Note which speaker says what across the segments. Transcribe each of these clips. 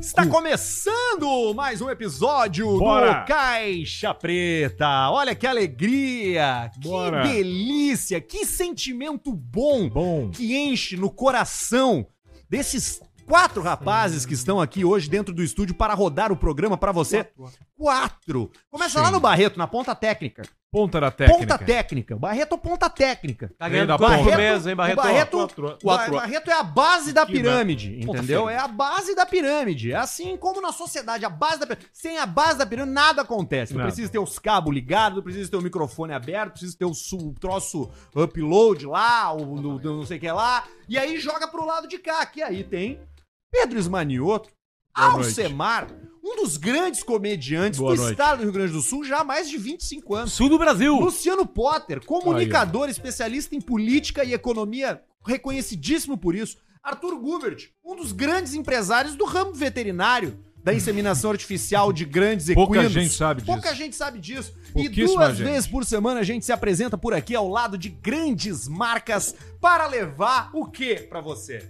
Speaker 1: Está começando mais um episódio
Speaker 2: Hum. Bora.
Speaker 1: do Caixa Preta. Olha que alegria,
Speaker 2: Bora.
Speaker 1: que delícia, que sentimento bom
Speaker 2: Bom.
Speaker 1: que enche no coração desses quatro rapazes que estão aqui hoje dentro do estúdio para rodar o programa para você. Quatro. Começa lá no Barreto, na ponta técnica.
Speaker 2: Ponta da técnica.
Speaker 1: Ponta técnica. Barreto ou ponta técnica.
Speaker 3: Tá
Speaker 2: Veio
Speaker 3: ganhando
Speaker 2: da
Speaker 3: quatro
Speaker 2: porra.
Speaker 3: meses, hein, Barreto?
Speaker 1: O Barreto,
Speaker 2: Quatro.
Speaker 1: o Ba- Barreto é a base da
Speaker 2: Que
Speaker 1: pirâmide,
Speaker 3: Puta
Speaker 1: entendeu?
Speaker 3: feira.
Speaker 1: É a base da pirâmide. É Assim como na sociedade, a base da pirâmide. Sem a base da pirâmide, nada acontece. Tu
Speaker 2: Nada.
Speaker 1: precisa ter os cabos ligados, tu precisa ter o microfone aberto, precisa ter o, su- o troço upload lá, o no- do- não sei o que lá. E aí joga pro lado de cá, que aí tem Pedro Esmanioto,
Speaker 2: Boa noite.
Speaker 1: Alcemar, um dos grandes comediantes
Speaker 2: Boa
Speaker 1: do
Speaker 2: noite.
Speaker 1: estado do Rio Grande do Sul já há mais de 25 anos.
Speaker 3: Sul do Brasil.
Speaker 1: Luciano Potter, comunicador, especialista em política e economia, reconhecidíssimo por isso. Arthur Gubert, um dos grandes empresários do ramo veterinário, da inseminação artificial de grandes
Speaker 2: Pouca
Speaker 1: equinos.
Speaker 2: gente sabe disso.
Speaker 1: Pouca gente sabe disso. E
Speaker 2: Pouquíssima
Speaker 1: duas
Speaker 2: gente.
Speaker 1: vezes por semana a gente se apresenta por aqui ao lado de grandes marcas para levar o que pra você?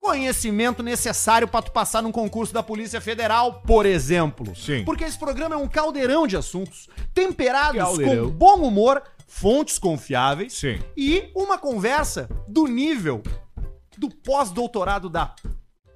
Speaker 1: Conhecimento necessário pra tu passar num concurso da Polícia Federal, por exemplo.
Speaker 2: Sim.
Speaker 1: Porque esse programa é um caldeirão de assuntos, temperados
Speaker 2: Caldeirão.
Speaker 1: com bom humor, fontes confiáveis
Speaker 2: Sim.
Speaker 1: e uma conversa do nível do pós-doutorado da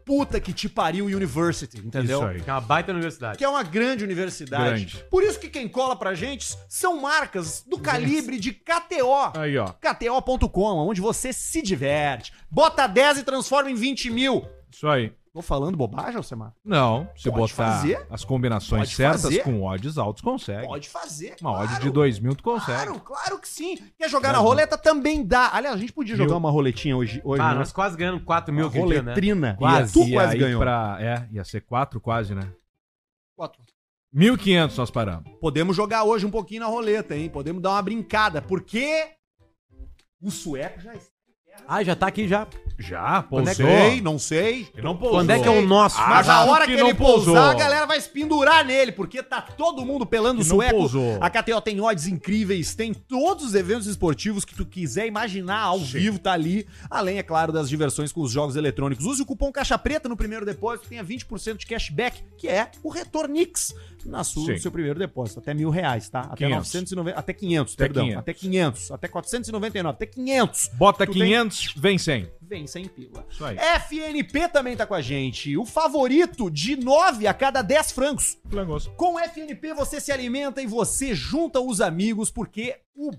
Speaker 1: puta que te pariu University, entendeu?
Speaker 2: Isso aí.
Speaker 3: É uma baita universidade.
Speaker 1: que é uma grande universidade.
Speaker 2: Grande.
Speaker 1: Por isso que quem cola pra gente são marcas do calibre de KTO.
Speaker 2: Aí, ó.
Speaker 1: KTO.com, onde você se diverte. Bota 10 e transforma em 20 mil.
Speaker 2: Isso aí.
Speaker 1: Tô falando bobagem, Alcemar?
Speaker 2: Não, se
Speaker 1: Pode
Speaker 2: botar
Speaker 1: fazer.
Speaker 2: as combinações
Speaker 1: Pode
Speaker 2: certas
Speaker 1: fazer.
Speaker 2: com odds altos, consegue.
Speaker 1: Pode fazer.
Speaker 2: Uma odd
Speaker 1: claro.
Speaker 2: de 2 mil tu consegue.
Speaker 1: Claro, claro que sim. Quer jogar na
Speaker 2: Claro.
Speaker 1: roleta também dá. Aliás, a gente podia jogar
Speaker 2: Viu?
Speaker 1: uma roletinha hoje, hoje
Speaker 3: Ah,
Speaker 1: né?
Speaker 3: nós quase ganhamos 4 mil
Speaker 1: Uma
Speaker 3: aquele dia, né?
Speaker 1: roletrina.
Speaker 2: Quase.
Speaker 1: E tu quase
Speaker 2: aí
Speaker 1: ganhou.
Speaker 2: Pra, é, ia ser 4 quase, né?
Speaker 1: Quatro.
Speaker 2: 1.500 nós paramos.
Speaker 1: Podemos jogar hoje um pouquinho na roleta, hein? Podemos dar uma brincada, porque o sueco já está.
Speaker 3: Ah, já tá aqui já.
Speaker 2: Já?
Speaker 1: Não
Speaker 2: Pousou?
Speaker 1: sei, é não sei.
Speaker 2: Ele não pousou.
Speaker 3: Quando é que é o nosso?
Speaker 2: Ah,
Speaker 1: Mas a
Speaker 2: Acho
Speaker 1: hora que,
Speaker 2: que
Speaker 1: ele
Speaker 2: não pousou.
Speaker 1: pousar, a galera vai se pendurar nele, porque tá todo mundo pelando o
Speaker 2: Que não
Speaker 1: sueco.
Speaker 2: pousou.
Speaker 1: A KTO tem odds incríveis, tem todos os eventos esportivos que tu quiser imaginar ao vivo, tá ali. Além, é claro, das diversões com os jogos eletrônicos. Use o cupom Caixa Preta no primeiro depósito, tenha 20% de cashback, que é o Retornix na sua,
Speaker 2: Sim.
Speaker 1: no seu primeiro depósito. Até mil reais, tá? Até
Speaker 2: 500.
Speaker 1: 990, até 500,
Speaker 2: Até
Speaker 1: perdão.
Speaker 2: 500.
Speaker 1: Até 500, até 499, até 500.
Speaker 2: Bota
Speaker 1: Tu É.
Speaker 2: 500, vem 100.
Speaker 1: Vem sem pila.
Speaker 2: Isso aí.
Speaker 1: FNP também tá com a gente. O favorito de 9 a cada 10 francos.
Speaker 2: Langosta.
Speaker 1: Com o FNP você se alimenta e você junta os amigos, porque o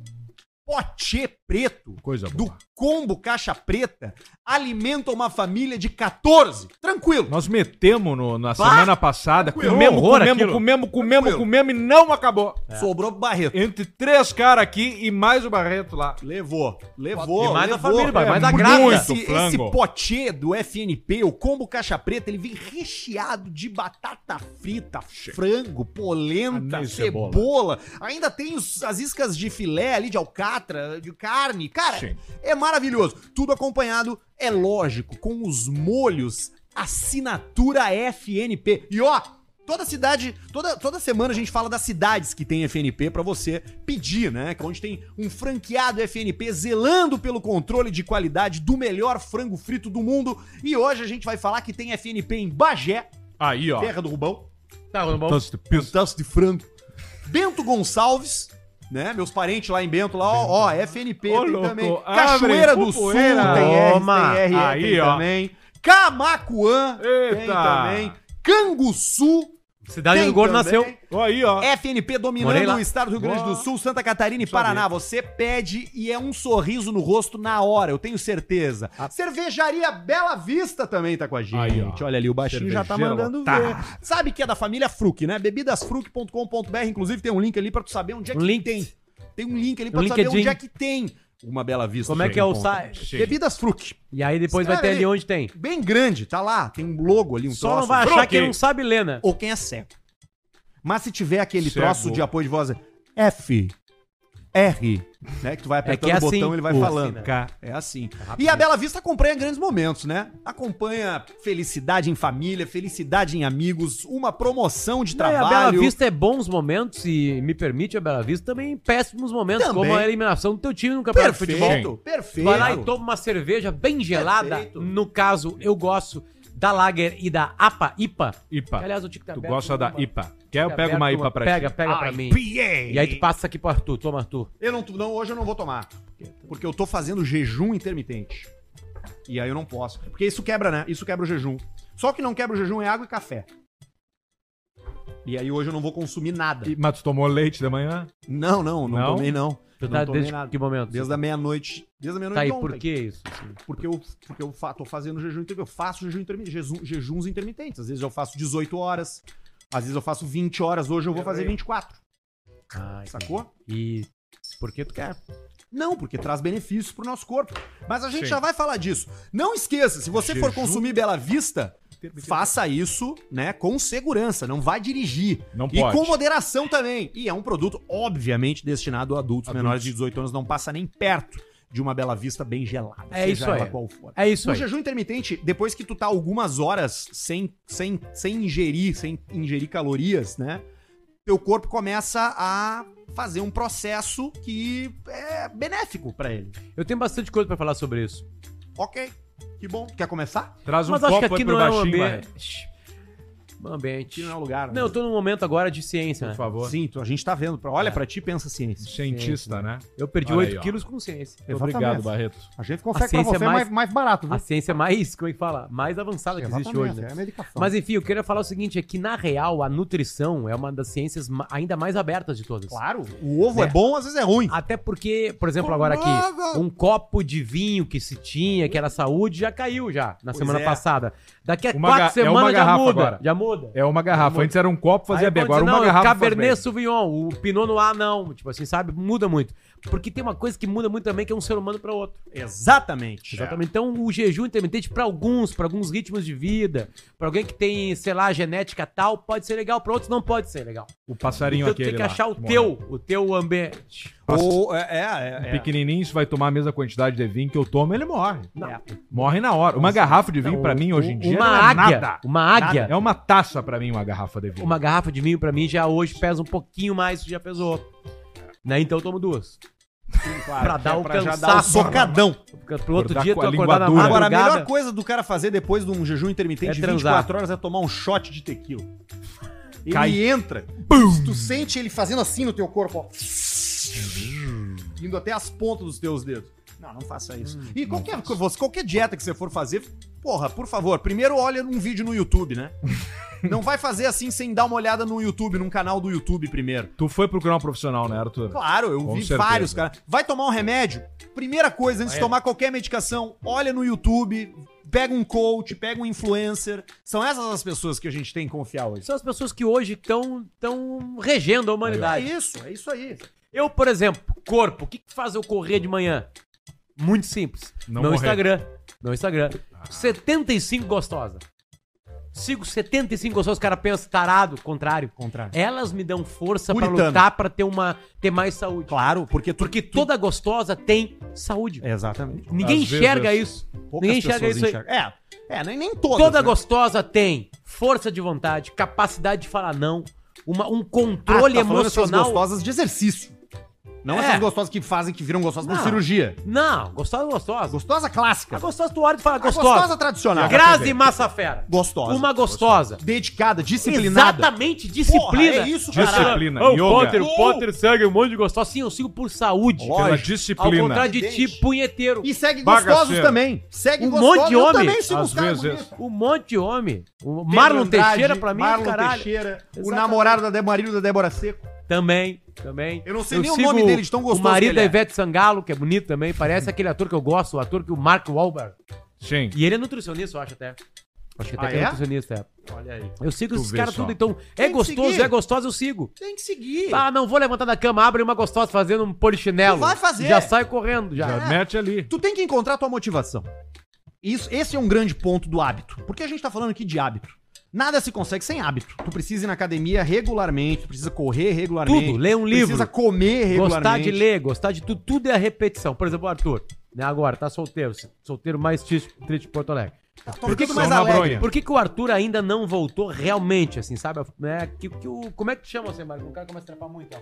Speaker 1: pote preto
Speaker 2: Coisa
Speaker 1: do
Speaker 2: boa.
Speaker 1: combo caixa preta alimenta uma família de 14. Tranquilo.
Speaker 2: Nós metemos no- na
Speaker 1: Bah!
Speaker 2: semana passada,
Speaker 3: Tranquilo.
Speaker 2: comemos,
Speaker 3: Horror
Speaker 2: comemos,
Speaker 3: aquilo.
Speaker 2: comemos, comemos,
Speaker 1: Tranquilo.
Speaker 2: comemos e não acabou.
Speaker 1: Sobrou pro Barreto.
Speaker 2: Entre três caras aqui e mais o Barreto lá.
Speaker 1: Levou, levou.
Speaker 3: E mais da
Speaker 1: levou.
Speaker 3: família, pai,
Speaker 1: É,
Speaker 3: mais da
Speaker 1: muito.
Speaker 3: grávida.
Speaker 1: Esse,
Speaker 2: Flango.
Speaker 1: esse pochê do FNP, o combo caixa preta, ele vem recheado de batata frita, frango, polenta,
Speaker 2: Anéis,
Speaker 1: cebola. Ainda tem os- as iscas de filé ali, de alcatra, de carne. Cara,
Speaker 2: Sim.
Speaker 1: é maravilhoso. Tudo acompanhado, é lógico, com os molhos assinatura FNP. E ó, toda cidade, toda, toda semana a gente fala das cidades que tem FNP pra você pedir, né? Que Onde tem um franqueado FNP zelando pelo controle de qualidade do melhor frango frito do mundo. E hoje a gente vai falar que tem FNP em Bagé,
Speaker 2: Aí, ó. Então,
Speaker 1: terra do Rubão.
Speaker 3: é Tá, mano, bom.
Speaker 2: Toast Pizza.
Speaker 1: Pedaço de frango. Bento Gonçalves, né? Meus parentes lá em Bento, lá, ó, ó, FNP
Speaker 2: Ô,
Speaker 1: tem
Speaker 2: louco,
Speaker 1: também.
Speaker 2: abre
Speaker 1: Cachoeira do Sul tem,
Speaker 2: poeira.
Speaker 1: R,
Speaker 3: Toma.
Speaker 1: tem, RE,
Speaker 2: Aí,
Speaker 1: tem
Speaker 2: ó.
Speaker 1: também. Camacuã tem
Speaker 2: Eita.
Speaker 1: também. Canguçu
Speaker 3: Cidade
Speaker 1: tem
Speaker 3: do Gordo
Speaker 1: também.
Speaker 3: nasceu.
Speaker 2: Ó, Aí, ó.
Speaker 3: É,
Speaker 1: FNP
Speaker 3: Morei
Speaker 1: dominando
Speaker 3: lá.
Speaker 1: o estado do Rio Grande do
Speaker 2: Boa.
Speaker 1: Sul, Santa Catarina e Paraná. Você pede e é um sorriso no rosto na hora, eu tenho certeza.
Speaker 3: Ah.
Speaker 1: Cervejaria Bela Vista também tá com a gente.
Speaker 2: Aí, ó.
Speaker 1: Olha ali, o baixinho já tá
Speaker 2: Cervejeira
Speaker 1: mandando
Speaker 2: lotada.
Speaker 1: ver. Sabe que é da família Fruc, né? Bebidasfruc.com.br, inclusive tem um link ali pra tu saber onde é que
Speaker 3: Um link.
Speaker 1: tem. Tem um link ali pra
Speaker 3: Um
Speaker 1: tu saber
Speaker 3: LinkedIn.
Speaker 1: onde é que tem uma Bela Vista.
Speaker 3: Como é
Speaker 1: Você
Speaker 3: que é o
Speaker 1: encontra.
Speaker 3: site?
Speaker 2: Sim.
Speaker 1: Bebidas Fruc.
Speaker 3: E aí depois
Speaker 1: Cara,
Speaker 3: vai ter ali
Speaker 1: ele-
Speaker 3: onde tem.
Speaker 1: Bem grande, tá lá. Tem um logo ali, um
Speaker 3: Só
Speaker 1: troço.
Speaker 3: não vai
Speaker 2: Troque.
Speaker 3: achar quem não sabe ler, né?
Speaker 1: Ou quem é cego. Mas se tiver aquele
Speaker 2: Cego.
Speaker 1: troço de apoio de voz, F, R, né? Que tu vai apertando
Speaker 3: que é
Speaker 1: o botão
Speaker 3: assim.
Speaker 1: e ele vai
Speaker 3: Uh,
Speaker 1: falando.
Speaker 3: assim, né?
Speaker 1: Cá. É assim. E a Bela Vista acompanha grandes momentos, né? Acompanha felicidade em família, felicidade em amigos, uma promoção de
Speaker 3: Não, e
Speaker 1: trabalho.
Speaker 3: A Bela Vista é bons momentos e me permite a Bela Vista também péssimos momentos,
Speaker 1: Também.
Speaker 3: como a eliminação do teu time no campeonato de futebol.
Speaker 1: Perfeito, perfeito.
Speaker 3: Vai lá e toma uma cerveja bem gelada.
Speaker 1: Perfeito.
Speaker 3: No caso, eu gosto da Lager e da APA IPA.
Speaker 2: IPA.
Speaker 3: Aliás, o Tic tá
Speaker 2: Tu
Speaker 3: aberto,
Speaker 2: gosta da
Speaker 3: uma-
Speaker 2: IPA. Quer eu pego uma
Speaker 3: aberto,
Speaker 2: IPA pra
Speaker 3: Pega,
Speaker 2: ti?
Speaker 3: pega pra mim. E aí tu passa aqui pro Arthur. Toma, Arthur.
Speaker 1: Eu não, não, hoje eu não vou tomar. Porque eu tô fazendo jejum intermitente. E aí eu não posso. Porque isso quebra, né? Isso quebra o jejum. Só o que não quebra o jejum é água e café. E aí hoje eu não vou consumir nada.
Speaker 2: E- Mas tu tomou leite da manhã?
Speaker 1: Não, não, não,
Speaker 2: Não?
Speaker 1: tomei não.
Speaker 3: Tu
Speaker 1: Não
Speaker 3: tá
Speaker 1: tomei
Speaker 3: desde
Speaker 1: nada.
Speaker 3: que momento?
Speaker 1: Desde a meia-noite. Desde a meia-noite
Speaker 3: Tá, e
Speaker 1: de ontem.
Speaker 3: por que isso? assim?
Speaker 1: Porque eu, porque eu fa- tô fazendo jejum intermitente. Eu faço jejum intermitente, jejum- jejuns intermitentes. Às vezes eu faço 18 horas. Às vezes eu faço 20 horas. Hoje eu vou fazer 24.
Speaker 3: Ai,
Speaker 1: Sacou?
Speaker 3: E por que tu quer?
Speaker 1: Não, porque traz benefícios pro nosso corpo. Mas a gente
Speaker 2: Sim.
Speaker 1: já vai falar disso. Não esqueça, se você for
Speaker 2: Jejum.
Speaker 1: consumir Bela Vista, faça isso, né, com segurança, não vai dirigir.
Speaker 2: Não
Speaker 1: e
Speaker 2: pode.
Speaker 1: com moderação também. E é um produto obviamente destinado a adultos,
Speaker 2: Adultos.
Speaker 1: menores de 18 anos, não passa nem perto de uma Bela Vista bem gelada,
Speaker 3: É isso
Speaker 1: ela
Speaker 3: aí.
Speaker 1: qual for.
Speaker 3: É isso
Speaker 1: O
Speaker 3: aí.
Speaker 1: jejum intermitente, depois que tu tá algumas horas sem, sem, sem ingerir, sem ingerir calorias, né? Teu corpo começa a fazer um processo que é benéfico pra ele.
Speaker 3: Eu tenho bastante coisa pra falar sobre isso.
Speaker 1: Ok, que bom. Quer começar?
Speaker 2: Traz um
Speaker 3: Mas
Speaker 2: copo
Speaker 3: acho
Speaker 2: aí pro
Speaker 3: que aqui não é um
Speaker 2: baixinho, Barreto.
Speaker 3: ambiente. Um ambiente.
Speaker 1: Aqui não é lugar. né?
Speaker 3: Não, eu tô num momento agora de ciência, né?
Speaker 2: Por favor.
Speaker 1: Sim, tu- a gente tá vendo. pra- Olha pra ti, pensa assim, a ciência.
Speaker 2: Cientista, né?
Speaker 3: Eu perdi
Speaker 2: Olha
Speaker 3: 8
Speaker 2: aí, ó.
Speaker 3: quilos com ciência.
Speaker 1: Exatamente.
Speaker 2: Obrigado, Barreto.
Speaker 1: A gente
Speaker 3: A ciência é mais-
Speaker 1: barato, é
Speaker 3: A ciência mais, como é que fala? Mais avançada que existe hoje,
Speaker 2: É,
Speaker 3: né?
Speaker 1: medicação.
Speaker 3: Mas enfim, eu queria falar o seguinte, é que na real a nutrição é uma das ciências ma- ainda mais abertas de todas.
Speaker 1: claro, o ovo é,
Speaker 3: Né?
Speaker 1: bom, às vezes é ruim.
Speaker 3: Até porque, por exemplo, agora aqui, um copo de vinho que se tinha, que era saúde, já caiu já na
Speaker 1: Pois
Speaker 3: semana
Speaker 1: é.
Speaker 3: passada. Daqui a
Speaker 2: Uma
Speaker 3: quatro
Speaker 2: ga- é uma
Speaker 3: semanas já
Speaker 2: garrafa
Speaker 3: muda.
Speaker 2: agora.
Speaker 3: Já muda.
Speaker 2: É uma garrafa. Antes era um copo, fazia
Speaker 3: Aí
Speaker 2: bem.
Speaker 3: pode
Speaker 2: Agora
Speaker 3: dizer,
Speaker 2: uma
Speaker 3: não,
Speaker 2: garrafa.
Speaker 3: O
Speaker 2: faz bem.
Speaker 3: Cabernet Sauvignon, o Pinot Noir não. Tipo assim, sabe? Muda muito. Porque tem uma coisa que muda muito também, que é um ser humano para outro.
Speaker 2: É.
Speaker 1: Exatamente.
Speaker 3: Exatamente. Então, o jejum intermitente, para alguns, para alguns ritmos de vida, para alguém que tem, sei lá, genética tal, pode ser legal, para outros não pode ser legal.
Speaker 2: O passarinho
Speaker 3: Então, tu
Speaker 2: aquele.
Speaker 3: tem que
Speaker 2: lá,
Speaker 3: achar o
Speaker 2: morre.
Speaker 3: teu, o teu ambiente.
Speaker 1: Ou, é, é, é, é.
Speaker 2: Pequenininho, você vai tomar a mesma quantidade de vinho que eu tomo, ele morre.
Speaker 3: Não.
Speaker 1: É.
Speaker 2: Morre na hora. Uma garrafa de vinho
Speaker 3: Então,
Speaker 2: pra mim hoje em dia
Speaker 3: uma
Speaker 2: não é
Speaker 3: águia,
Speaker 2: nada.
Speaker 3: uma águia,
Speaker 2: É um- uma taça pra mim uma garrafa de vinho.
Speaker 3: uma garrafa de vinho pra mim já hoje pesa um pouquinho mais, já pesou. Né? Então eu tomo duas.
Speaker 1: Claro,
Speaker 3: Pra dar
Speaker 1: que é
Speaker 3: o
Speaker 1: já
Speaker 3: cansaço.
Speaker 1: dar o socadão.
Speaker 3: Porque pro outro
Speaker 2: Acordar
Speaker 3: dia
Speaker 2: com
Speaker 3: tu
Speaker 2: a
Speaker 3: acordar na
Speaker 2: língua dura.
Speaker 1: Agora, a
Speaker 3: madrugada.
Speaker 1: melhor coisa do cara fazer depois de um jejum intermitente
Speaker 3: É
Speaker 1: de
Speaker 3: transar.
Speaker 1: 24 horas é tomar um shot de tequila. Ele
Speaker 2: Cai.
Speaker 1: entra, tu sente ele fazendo assim no teu corpo, ó. Indo até as pontas dos teus dedos. Não, não faça isso.
Speaker 3: Hum,
Speaker 1: e qualquer, você- qualquer dieta que você for fazer, porra, por favor, primeiro olha um vídeo no YouTube, né? não vai fazer assim sem dar uma olhada no YouTube, num canal do YouTube primeiro.
Speaker 2: Tu foi procurar um profissional, né, Arthur?
Speaker 1: Claro, eu
Speaker 2: Com
Speaker 1: vi
Speaker 2: certeza.
Speaker 1: vários, cara. Vai tomar um remédio? Primeira coisa,
Speaker 3: É.
Speaker 1: antes de tomar qualquer medicação, olha no YouTube, pega um coach, pega um influencer. São essas as pessoas que a gente tem que confiar hoje.
Speaker 3: São as pessoas que hoje estão tão regendo a
Speaker 1: É
Speaker 3: humanidade.
Speaker 1: isso, é isso aí.
Speaker 3: Eu, por exemplo, corpo, o que, que faz eu correr de manhã? Muito simples.
Speaker 2: Não
Speaker 3: meu
Speaker 2: morrer.
Speaker 3: Instagram. Meu Instagram. 75 gostosa. Sigo 75 gostosas, o cara pensa, tarado, contrário.
Speaker 1: Contrário.
Speaker 3: Elas me dão força pra
Speaker 1: Puritano.
Speaker 3: lutar pra ter uma ter mais saúde.
Speaker 1: É Claro, porque tu,
Speaker 3: Porque
Speaker 1: tu-
Speaker 3: toda gostosa tem saúde.
Speaker 1: Exatamente.
Speaker 3: Ninguém
Speaker 2: É. Às
Speaker 3: enxerga
Speaker 2: vezes, é assim.
Speaker 3: isso.
Speaker 1: Poucas
Speaker 3: Ninguém enxerga
Speaker 1: pessoas
Speaker 3: isso aí.
Speaker 1: enxergam. É, é nem, nem todas.
Speaker 3: Toda
Speaker 1: né?
Speaker 3: gostosa tem força de vontade, capacidade de falar não, uma, um controle
Speaker 1: ah, tá falando essas
Speaker 3: emocional.
Speaker 1: gostosas de exercício. Não
Speaker 3: É.
Speaker 1: essas gostosas que fazem, que viram gostosas por
Speaker 3: Não.
Speaker 1: cirurgia.
Speaker 3: Não, gostosa é gostosa.
Speaker 1: Gostosa
Speaker 3: A
Speaker 1: clássica.
Speaker 3: gostosa tu olha e fala
Speaker 1: A
Speaker 3: gostosa.
Speaker 1: gostosa tá tradicional.
Speaker 3: Grazi Massafera.
Speaker 1: Gostosa.
Speaker 3: Uma gostosa.
Speaker 1: Dedicada, disciplinada.
Speaker 3: Exatamente, disciplina.
Speaker 1: Porra, é isso,
Speaker 3: Disciplina.
Speaker 1: caralho.
Speaker 2: Disciplina,
Speaker 3: Ah, o
Speaker 2: yoga.
Speaker 3: Potter, o
Speaker 1: Oh.
Speaker 3: Potter segue um monte de gostosa. Sim, eu sigo por saúde.
Speaker 1: Lógico.
Speaker 2: Pela
Speaker 3: Ao
Speaker 2: disciplina.
Speaker 3: contrário de ti,
Speaker 1: tipo
Speaker 3: punheteiro.
Speaker 1: E segue
Speaker 2: Bagaceiro.
Speaker 1: gostosos também. Segue
Speaker 3: Um
Speaker 1: gostosos.
Speaker 3: monte de
Speaker 1: Eu
Speaker 3: homem,
Speaker 1: também sigo
Speaker 2: às
Speaker 1: os caras
Speaker 2: vezes.
Speaker 1: bonitos.
Speaker 3: Um monte de homem. O
Speaker 1: Pedro
Speaker 3: Marlon
Speaker 1: Andrade,
Speaker 3: Teixeira, pra mim, é
Speaker 1: Marlon
Speaker 3: do caralho.
Speaker 1: Teixeira, o
Speaker 3: Exatamente.
Speaker 1: namorado da Débora, marido da Débora Seco.
Speaker 3: Também, também.
Speaker 1: Eu não sei nem o nome dele de tão gostoso
Speaker 3: O marido
Speaker 1: que ele
Speaker 3: da
Speaker 1: é.
Speaker 3: Ivete Sangalo, que é bonito também. Parece aquele ator que eu gosto, o ator que o Mark Wahlberg.
Speaker 2: Sim.
Speaker 3: E ele é nutricionista, eu acho até. Acho que até
Speaker 1: Ah,
Speaker 3: que é?
Speaker 1: é?
Speaker 3: nutricionista, é.
Speaker 1: Olha aí.
Speaker 3: Eu sigo
Speaker 2: Tu
Speaker 3: esses
Speaker 2: vê
Speaker 3: caras
Speaker 2: só.
Speaker 3: tudo, então.
Speaker 1: Tem
Speaker 3: É
Speaker 1: que
Speaker 3: gostoso,
Speaker 1: seguir.
Speaker 3: é gostoso, eu sigo.
Speaker 1: Tem que seguir.
Speaker 3: Ah, não vou levantar da cama, abre uma gostosa fazendo um polichinelo.
Speaker 1: Tu vai fazer.
Speaker 3: Já sai correndo, já.
Speaker 2: Já mete ali.
Speaker 1: Tu tem que encontrar tua motivação. Isso, esse é um grande ponto do hábito. Porque a gente tá falando aqui de hábito. Nada se consegue sem hábito. Tu precisa ir na academia regularmente, tu precisa correr regularmente.
Speaker 3: Tudo, ler um
Speaker 1: Precisa
Speaker 3: livro.
Speaker 1: comer regularmente.
Speaker 3: Gostar de ler, gostar de tudo, tudo é a repetição. Por exemplo, o Arthur, né, agora, tá solteiro, solteiro mais triste, triste de Porto Alegre.
Speaker 1: Tá
Speaker 3: Por que, que,
Speaker 1: ficando
Speaker 2: mais
Speaker 1: só na
Speaker 2: alegre?
Speaker 1: bronha.
Speaker 3: por que, que o Arthur ainda não voltou realmente, assim, sabe? Né, que, que o, como é que tu chama você, Marco? O cara começa a trapar muito, ó.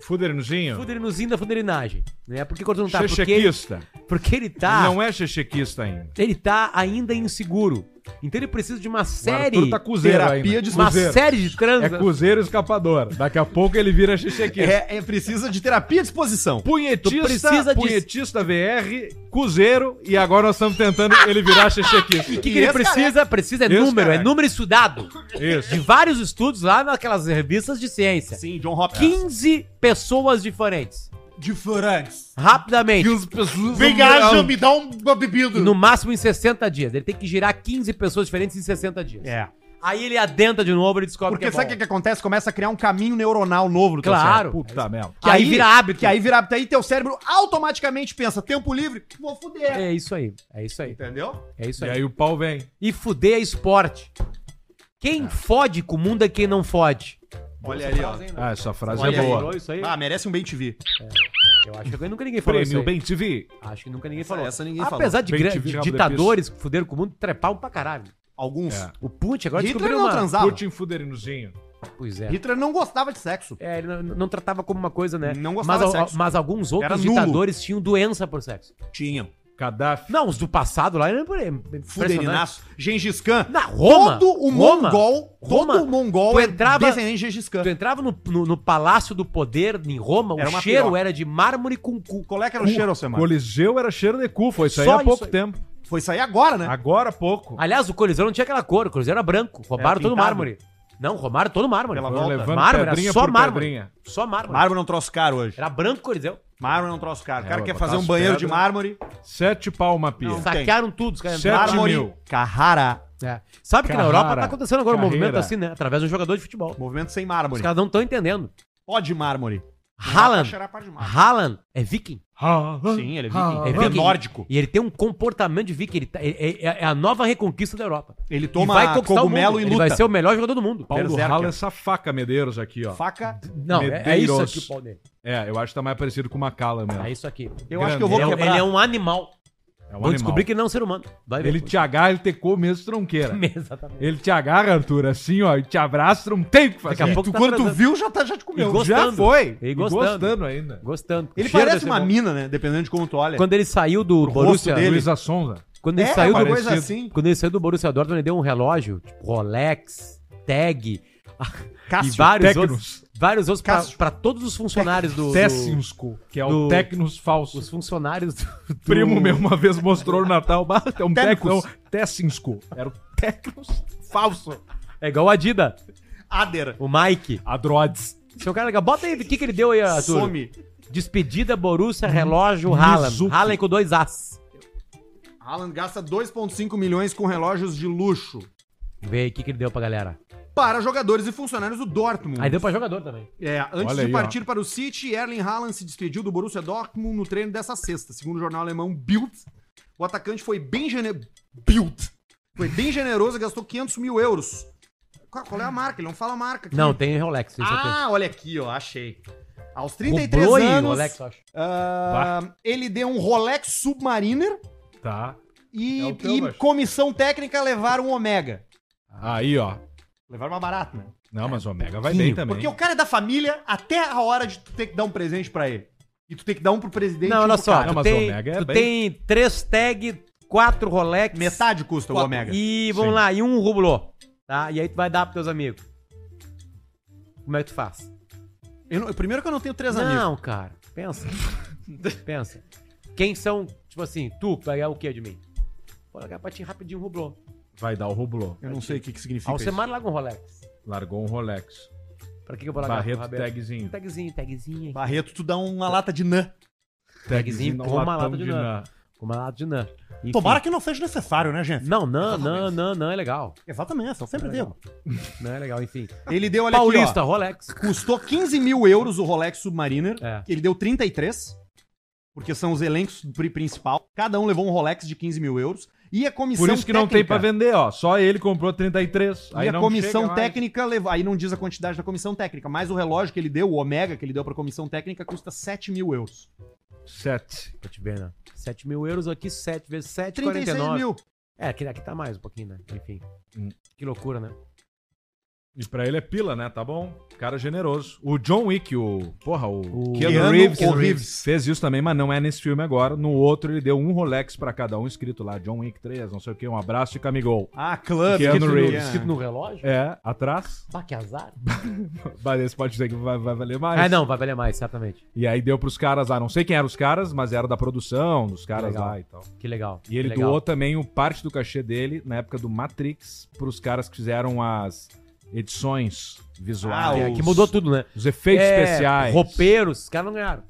Speaker 2: Fudernzinho.
Speaker 3: Fuderinozinho da fuderinagem. Né? Por que quando não tá? Porque ele,
Speaker 2: Chechequista.
Speaker 3: porque ele tá.
Speaker 2: Não é chechequista ainda.
Speaker 3: Ele tá ainda inseguro. Então ele precisa de uma
Speaker 2: O
Speaker 3: série.
Speaker 2: Arthur tá cuzeiro
Speaker 1: terapia
Speaker 2: ainda.
Speaker 1: de
Speaker 3: uma
Speaker 2: Cuzeiro.
Speaker 3: série de
Speaker 2: É
Speaker 3: transas.
Speaker 2: cuzeiro escapador. Daqui a pouco ele vira xixequeiro.
Speaker 1: É, é, precisa de terapia à disposição.
Speaker 2: Punhetista,
Speaker 3: Tu precisa de-
Speaker 2: punhetista VR, cuzeiro, e agora nós estamos tentando ele virar xixequista.
Speaker 3: O que,
Speaker 1: E
Speaker 3: que ele
Speaker 1: esse
Speaker 3: precisa? Precisa é
Speaker 2: Esse
Speaker 3: número, é
Speaker 2: careca.
Speaker 3: número estudado.
Speaker 2: Isso.
Speaker 3: De vários estudos lá naquelas revistas de ciência.
Speaker 1: Sim, John Hopkins.
Speaker 3: 15 pessoas diferentes.
Speaker 1: Diferentes.
Speaker 3: Rapidamente.
Speaker 2: pessoas.
Speaker 4: Vem, gajo, me dá um- uma bebida.
Speaker 3: No máximo em 60 dias. Ele tem que girar 15 pessoas diferentes em 60 dias.
Speaker 1: É.
Speaker 3: Aí ele adentra de novo e descobre
Speaker 1: Porque
Speaker 3: que é
Speaker 1: sabe o
Speaker 3: bom.
Speaker 1: que, que acontece? Começa a criar um caminho neuronal novo no
Speaker 3: Claro.
Speaker 2: Puta merda.
Speaker 3: Que aí vira hábito.
Speaker 1: Que aí vira hábito. Aí teu cérebro automaticamente pensa, tempo livre, vou fuder.
Speaker 3: É isso aí. É isso aí.
Speaker 1: Entendeu?
Speaker 3: É isso
Speaker 2: E
Speaker 3: aí.
Speaker 2: aí o pau vem.
Speaker 3: E fuder é esporte. Quem
Speaker 1: Ah.
Speaker 3: fode com o mundo é quem não fode.
Speaker 1: Olha ali, ó.
Speaker 2: Ah, essa frase
Speaker 1: Olha
Speaker 2: é
Speaker 1: aí.
Speaker 2: boa.
Speaker 3: isso tá aí?
Speaker 1: Ah, merece um bem TV.
Speaker 3: Eu acho que nunca ninguém falou isso
Speaker 2: Prêmio
Speaker 3: aí.
Speaker 2: Bem TV.
Speaker 3: Acho que nunca ninguém
Speaker 1: Essa-
Speaker 3: falou.
Speaker 1: essa ninguém falou.
Speaker 3: Apesar de
Speaker 2: Bem,
Speaker 3: gra-
Speaker 2: tive
Speaker 3: de
Speaker 2: Diabo
Speaker 3: ditadores que fuderam com o mundo, trepavam pra caralho.
Speaker 1: Alguns.
Speaker 2: É.
Speaker 3: O Putin agora
Speaker 1: Hitler
Speaker 3: descobriu
Speaker 1: não
Speaker 3: uma...
Speaker 1: transava.
Speaker 2: Putin Fuderinozinho.
Speaker 3: Pois é.
Speaker 1: Hitler não gostava de sexo.
Speaker 3: É, ele não, não tratava como uma coisa, né?
Speaker 1: Não
Speaker 3: mas,
Speaker 1: gostava de
Speaker 3: al-
Speaker 1: sexo.
Speaker 3: mas alguns outros
Speaker 1: Era nulo.
Speaker 3: ditadores tinham doença por sexo.
Speaker 1: Tinha.
Speaker 2: Gaddafi.
Speaker 3: Não, os do passado lá eram impressionantes.
Speaker 1: Fuderinaço. Gengis Khan.
Speaker 3: Na Roma.
Speaker 1: Todo o
Speaker 3: Roma.
Speaker 1: mongol,
Speaker 3: Roma.
Speaker 1: todo o mongol
Speaker 3: Tu entrava-
Speaker 1: descendente de Gengis Khan.
Speaker 3: Tu entrava no, no- no Palácio do Poder em Roma,
Speaker 1: Era
Speaker 3: o
Speaker 1: uma
Speaker 3: cheiro
Speaker 1: piroca.
Speaker 3: era de mármore com cu.
Speaker 1: Qual é que era o cheiro, Alcemar?
Speaker 2: Coliseu era cheiro de cu. Foi isso aí
Speaker 3: Só
Speaker 2: há pouco
Speaker 3: isso aí.
Speaker 2: tempo.
Speaker 1: Foi sair agora, né?
Speaker 2: Agora há pouco.
Speaker 3: Aliás, o Coliseu não tinha aquela cor, o Coliseu era branco. Roubaram
Speaker 1: Era
Speaker 3: todo o
Speaker 1: pintado.
Speaker 3: mármore. Não, roubaram todo o mármore.
Speaker 1: Pela
Speaker 2: Foram
Speaker 1: volta.
Speaker 2: levando
Speaker 3: Mármore,
Speaker 2: pedrinha
Speaker 3: era só
Speaker 2: por
Speaker 3: mármore.
Speaker 2: pedrinha.
Speaker 3: Só mármore.
Speaker 1: Mármore é um troço caro hoje.
Speaker 3: Era branco o Coliseu.
Speaker 1: Mármore é um troço caro. O cara
Speaker 2: É,
Speaker 1: quer
Speaker 2: botar
Speaker 1: fazer um
Speaker 2: as
Speaker 1: banheiro de
Speaker 2: pedras.
Speaker 1: mármore.
Speaker 2: Sete pau uma pia.
Speaker 1: Não.
Speaker 3: Saquearam tudo, os caras
Speaker 2: Sete
Speaker 3: entraram.
Speaker 1: Mármore.
Speaker 2: mil.
Speaker 1: Carrara.
Speaker 3: É. Sabe que na
Speaker 2: Carrara.
Speaker 3: Europa tá acontecendo agora um
Speaker 2: Carreira.
Speaker 3: movimento assim, né? Através de um jogador de futebol.
Speaker 1: Movimento sem
Speaker 3: Os
Speaker 1: mármore.
Speaker 3: caras não estão entendendo.
Speaker 1: Pó de mármore.
Speaker 3: Haaland,
Speaker 1: Era pó de mármore.
Speaker 3: Haaland é viking.
Speaker 2: Ah, ah.
Speaker 1: Sim, ele é
Speaker 2: Ah,
Speaker 1: viking.
Speaker 3: É
Speaker 1: Ele é
Speaker 3: viking.
Speaker 1: nórdico.
Speaker 3: E ele tem um comportamento de viking. Ele tá- é, é- é a nova reconquista da Europa.
Speaker 1: Ele
Speaker 3: Toma
Speaker 1: toma cogumelo e
Speaker 3: Ele
Speaker 1: luta.
Speaker 3: vai ser o melhor jogador do mundo.
Speaker 2: Paulo
Speaker 1: Berserker.
Speaker 2: rala essa faca, Medeiros, aqui, ó.
Speaker 1: Faca.
Speaker 3: Não, é, é isso
Speaker 2: Medeiros.
Speaker 3: aqui o pau dele.
Speaker 2: É, eu acho que tá mais parecido com uma cala mesmo.
Speaker 3: É isso aqui.
Speaker 1: Eu
Speaker 2: Grande.
Speaker 1: acho que eu vou
Speaker 3: Ele é, um-
Speaker 1: quebrar.
Speaker 3: ele é um animal.
Speaker 2: É um
Speaker 3: Vou
Speaker 2: animal.
Speaker 3: descobrir que ele não é um ser humano. Vai ver.
Speaker 2: Ele te agarra, ele te come mesmo tronqueira.
Speaker 3: Exatamente.
Speaker 2: Ele te agarra, Arthur, assim, ó, e te abraça, não tem o que fazer.
Speaker 3: Daqui a
Speaker 1: E
Speaker 3: pouco
Speaker 1: tu,
Speaker 3: tá
Speaker 1: quando tu
Speaker 3: atrasando.
Speaker 1: viu, já, tá, já te comeu.
Speaker 3: E gostando.
Speaker 2: Já foi.
Speaker 3: E
Speaker 2: E
Speaker 3: gostando.
Speaker 2: gostando. ainda.
Speaker 3: Gostando.
Speaker 1: Ele
Speaker 3: O cheiro
Speaker 1: parece
Speaker 3: desse
Speaker 1: uma
Speaker 3: bom.
Speaker 1: mina, né? Dependendo de como tu olha.
Speaker 3: Quando ele saiu do
Speaker 1: rosto
Speaker 3: Borussia...
Speaker 1: dele.
Speaker 2: Luísa Sonza.
Speaker 3: Quando ele
Speaker 1: É,
Speaker 3: saiu
Speaker 1: uma
Speaker 3: do...
Speaker 2: parece-
Speaker 1: coisa
Speaker 2: parecido.
Speaker 1: assim.
Speaker 3: Quando ele saiu do Borussia Dortmund, ele deu um relógio, tipo Rolex, Tag e vários
Speaker 2: Tecnos.
Speaker 3: outros, vários outros pra-
Speaker 1: Cássio.
Speaker 3: pra todos os funcionários do, do
Speaker 2: Tessinsco, que é
Speaker 3: do-
Speaker 2: o Tecnos falso.
Speaker 3: os funcionários do, do-
Speaker 2: primo meu uma vez mostrou no Natal. bah, É um Tecnos.
Speaker 1: Tecnos.
Speaker 2: Tessinsco. Era o Tecnos falso.
Speaker 3: É igual o Adida,
Speaker 1: Ader.
Speaker 3: o Mike.
Speaker 2: Adrodes.
Speaker 3: Seu cara legal. Bota aí o que, que ele deu aí, Arthur.
Speaker 1: Some.
Speaker 3: Despedida, Borussia, relógio, Haaland.
Speaker 2: Mizuki.
Speaker 3: Haaland com dois As.
Speaker 1: Alan gasta 2,5 milhões com relógios de luxo.
Speaker 3: Vê aí o que, que ele deu pra galera.
Speaker 1: Para jogadores e funcionários do Dortmund.
Speaker 3: Aí deu pra jogador também.
Speaker 1: É, antes
Speaker 2: Olha
Speaker 1: de
Speaker 2: aí,
Speaker 1: partir para o City, Erling Haaland se despediu do Borussia Dortmund no treino dessa sexta. Segundo o jornal alemão Bild, o atacante foi bem generoso. Bild! Foi bem generoso e gastou 500 mil euros. Qual, qual é a marca? Ele não fala a marca. aqui.
Speaker 3: Não, tem Rolex. Tem certeza.
Speaker 1: Ah, olha aqui, ó, achei. Aos 33
Speaker 3: Roubou aí o
Speaker 1: anos,
Speaker 3: Rolex, eu acho.
Speaker 1: ah, ele deu um Rolex Submariner
Speaker 2: Tá.
Speaker 1: e,
Speaker 2: É o teu,
Speaker 1: e
Speaker 2: macho.
Speaker 1: comissão técnica levaram um Omega.
Speaker 2: Aí, ó.
Speaker 1: Levaram uma barata, né?
Speaker 2: Não, mas o Omega vai
Speaker 3: Pouquinho,
Speaker 2: bem também.
Speaker 1: Porque o cara é da família até a hora de tu ter que dar um presente pra ele. E tu tem que dar um pro presidente.
Speaker 3: Não,
Speaker 1: e um
Speaker 3: olha
Speaker 1: pro
Speaker 3: só.
Speaker 1: cara.
Speaker 2: Não,
Speaker 3: Tu,
Speaker 2: mas o
Speaker 3: tem,
Speaker 2: Omega é
Speaker 3: tu
Speaker 2: bem-
Speaker 3: tem três tag, quatro Rolex.
Speaker 1: Metade custa o Omega.
Speaker 3: E vamos
Speaker 2: Sim.
Speaker 3: lá, e um rublô. Tá? E aí tu vai dar pros teus amigos. Como é que tu faz?
Speaker 1: Eu não- primeiro que eu não tenho três amigos.
Speaker 3: Não, cara. Pensa. pensa. Quem são, tipo assim, tu vai ganhar o que de mim? Vou largar pra ti rapidinho um rublô.
Speaker 2: Vai dar o rublô.
Speaker 1: Eu não sei o que, que significa isso.
Speaker 3: Alcemar larga um Rolex.
Speaker 2: Largou um Rolex.
Speaker 3: Pra que, que eu vou largar?
Speaker 2: Barreto
Speaker 3: Roberto?
Speaker 2: tagzinho.
Speaker 3: Tagzinho, tagzinho.
Speaker 1: Barreto, tu dá uma lata de nã.
Speaker 3: Tagzinho
Speaker 2: não,
Speaker 3: com uma
Speaker 2: latão
Speaker 3: lata de lã. Com uma lata de nã. Enfim.
Speaker 1: Tomara que não seja necessário, né, gente?
Speaker 3: Não, não, não, não, não é legal.
Speaker 1: Exatamente, eu sempre
Speaker 3: legal. Não é legal, enfim.
Speaker 1: Ele deu, olha
Speaker 3: Paulista,
Speaker 1: aqui,
Speaker 3: Rolex.
Speaker 1: ó, Custou 15 mil euros o Rolex Submariner.
Speaker 3: É.
Speaker 1: Ele deu 33, porque são os elencos do pri- principal. Cada um levou um Rolex de 15 mil euros. E a comissão
Speaker 3: é um
Speaker 2: Por isso que não tem pra vender, ó. Só ele comprou 33.
Speaker 1: e a
Speaker 2: não
Speaker 1: comissão
Speaker 2: chega mais.
Speaker 1: técnica leva. Aí não diz a quantidade da comissão técnica, mas o relógio que ele deu, o Omega que ele deu pra comissão técnica, custa 7 mil euros.
Speaker 2: Sete.
Speaker 3: Pra te ver, né? 7 mil euros aqui, 7 vezes 7,
Speaker 1: 36
Speaker 3: 49.
Speaker 1: mil.
Speaker 3: É, aqui, aqui tá mais um pouquinho, né? Enfim.
Speaker 2: Hum.
Speaker 3: Que loucura, né?
Speaker 2: E pra ele é pila, né? Tá bom. Cara generoso. O John Wick, o. Porra, o.
Speaker 3: O
Speaker 2: Keanu,
Speaker 1: Keanu
Speaker 2: Reeves,
Speaker 1: Reeves.
Speaker 2: Reeves fez isso também, mas não é nesse filme agora. No outro, ele deu um Rolex pra cada um, escrito lá: John Wick 3, não sei o quê. Um abraço e camigol.
Speaker 1: Ah, Club.
Speaker 2: Keanu
Speaker 1: esqueci o
Speaker 2: Reeves.
Speaker 1: nome.
Speaker 3: Escrito no relógio?
Speaker 2: É, atrás.
Speaker 3: Bah, que azar.
Speaker 2: Mas esse pode ser que vai, vai valer mais.
Speaker 3: Ah, não, vai valer mais, certamente.
Speaker 2: E aí deu pros caras lá. Não sei quem eram os caras, mas era da produção, dos caras
Speaker 3: Legal.
Speaker 2: lá e tal.
Speaker 3: Que legal.
Speaker 2: E ele
Speaker 3: que legal.
Speaker 2: doou também o parte do cachê dele, na época do Matrix, pros caras que fizeram as edições visuais.
Speaker 1: Ah,
Speaker 3: Que mudou tudo, né?
Speaker 2: Os efeitos
Speaker 3: É,
Speaker 2: especiais.
Speaker 3: Roupeiros, os caras não ganharam.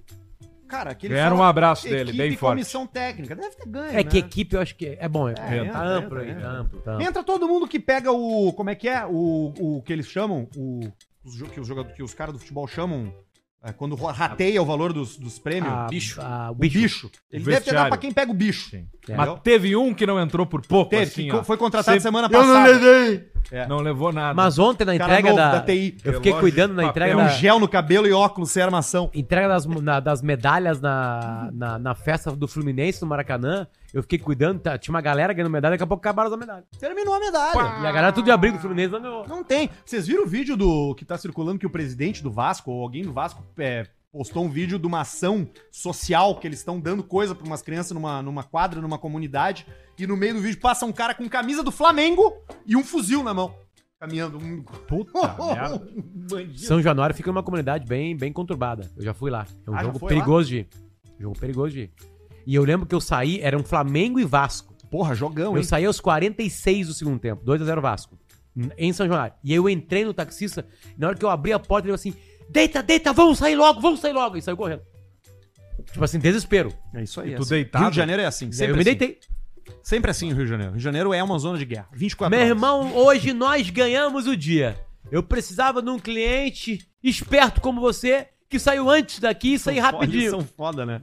Speaker 1: Cara, aquele
Speaker 2: Ganharam um
Speaker 1: fala-
Speaker 2: abraço dele,
Speaker 1: equipe
Speaker 2: bem
Speaker 1: e
Speaker 2: forte.
Speaker 1: comissão técnica. Deve ter ganho,
Speaker 3: É que
Speaker 1: né?
Speaker 3: equipe, eu acho que. É bom, é.
Speaker 1: É,
Speaker 3: tá
Speaker 1: entra,
Speaker 3: amplo aí,
Speaker 1: entra,
Speaker 3: tá
Speaker 1: entra.
Speaker 3: amplo, tá amplo.
Speaker 1: Entra todo mundo que pega o. Como é que é? O, o que eles chamam? O, os jo- que os, jogadores, que os caras do futebol chamam. é, quando ro- rateia o valor dos, dos prêmios.
Speaker 3: Ah,
Speaker 1: bicho.
Speaker 3: ah, o
Speaker 1: O
Speaker 3: bicho.
Speaker 1: bicho.
Speaker 2: O
Speaker 1: Ele deve ter dado
Speaker 2: vestiário.
Speaker 1: pra quem pega o bicho.
Speaker 2: Sim.
Speaker 3: É.
Speaker 2: Mas teve um que não entrou por pouco,
Speaker 1: Teve,
Speaker 2: assim,
Speaker 1: que
Speaker 2: ó.
Speaker 1: foi contratado
Speaker 2: Sempre-
Speaker 1: semana
Speaker 4: Eu não
Speaker 1: passada. É.
Speaker 4: levei.
Speaker 2: Não levou nada.
Speaker 3: Mas ontem na
Speaker 1: Cara
Speaker 3: entrega
Speaker 1: novo
Speaker 3: da.
Speaker 1: da TI.
Speaker 3: Eu fiquei
Speaker 2: Relógio,
Speaker 3: cuidando na
Speaker 2: papel.
Speaker 3: entrega
Speaker 1: É
Speaker 3: da.
Speaker 1: um gel no cabelo e óculos sem armação.
Speaker 3: Entrega das, na- das medalhas na, na, na festa do Fluminense no Maracanã. Eu fiquei cuidando, tá, tinha uma galera ganhando medalha, daqui a pouco acabaram as medalhas.
Speaker 1: Terminou a medalha.
Speaker 3: E a galera tudo de abrigo do Fluminense não ganhou.
Speaker 1: Não tem. Vocês viram o vídeo do que tá circulando que o presidente do Vasco ou alguém do Vasco é, postou um vídeo de uma ação social que eles estão dando coisa pra umas crianças numa, numa quadra, numa comunidade, e no meio do vídeo passa um cara com camisa do Flamengo e um fuzil na mão. Caminhando. Um...
Speaker 2: Puta merda.
Speaker 1: um bandido.
Speaker 3: São Januário fica numa comunidade bem, bem conturbada. Eu já fui lá. É um
Speaker 1: Ah, já
Speaker 3: jogo
Speaker 1: foi
Speaker 3: perigoso de ir. Jogo perigoso de ir. E eu lembro que eu saí, era um Flamengo e Vasco.
Speaker 1: Porra, jogão,
Speaker 3: eu saí aos 46 do segundo tempo, 2x0 Vasco, em São Januário. E aí eu entrei no taxista, na hora que eu abri a porta, ele falou assim: deita, deita, vamos sair logo, vamos sair logo. E saiu correndo. Tipo assim, desespero.
Speaker 1: É isso aí.
Speaker 2: E
Speaker 1: é
Speaker 2: tu
Speaker 1: assim.
Speaker 2: deitado?
Speaker 1: Rio de Janeiro é assim.
Speaker 3: Daí
Speaker 1: Sempre
Speaker 3: eu me
Speaker 1: assim.
Speaker 3: deitei.
Speaker 1: Sempre assim o Rio de Janeiro. Rio de Janeiro é uma zona de guerra. 24
Speaker 3: Meu
Speaker 1: horas.
Speaker 3: irmão, hoje nós ganhamos o dia. Eu precisava de um cliente esperto como você que saiu antes daqui e saiu
Speaker 1: São foda-
Speaker 3: rapidinho.
Speaker 1: São foda, né?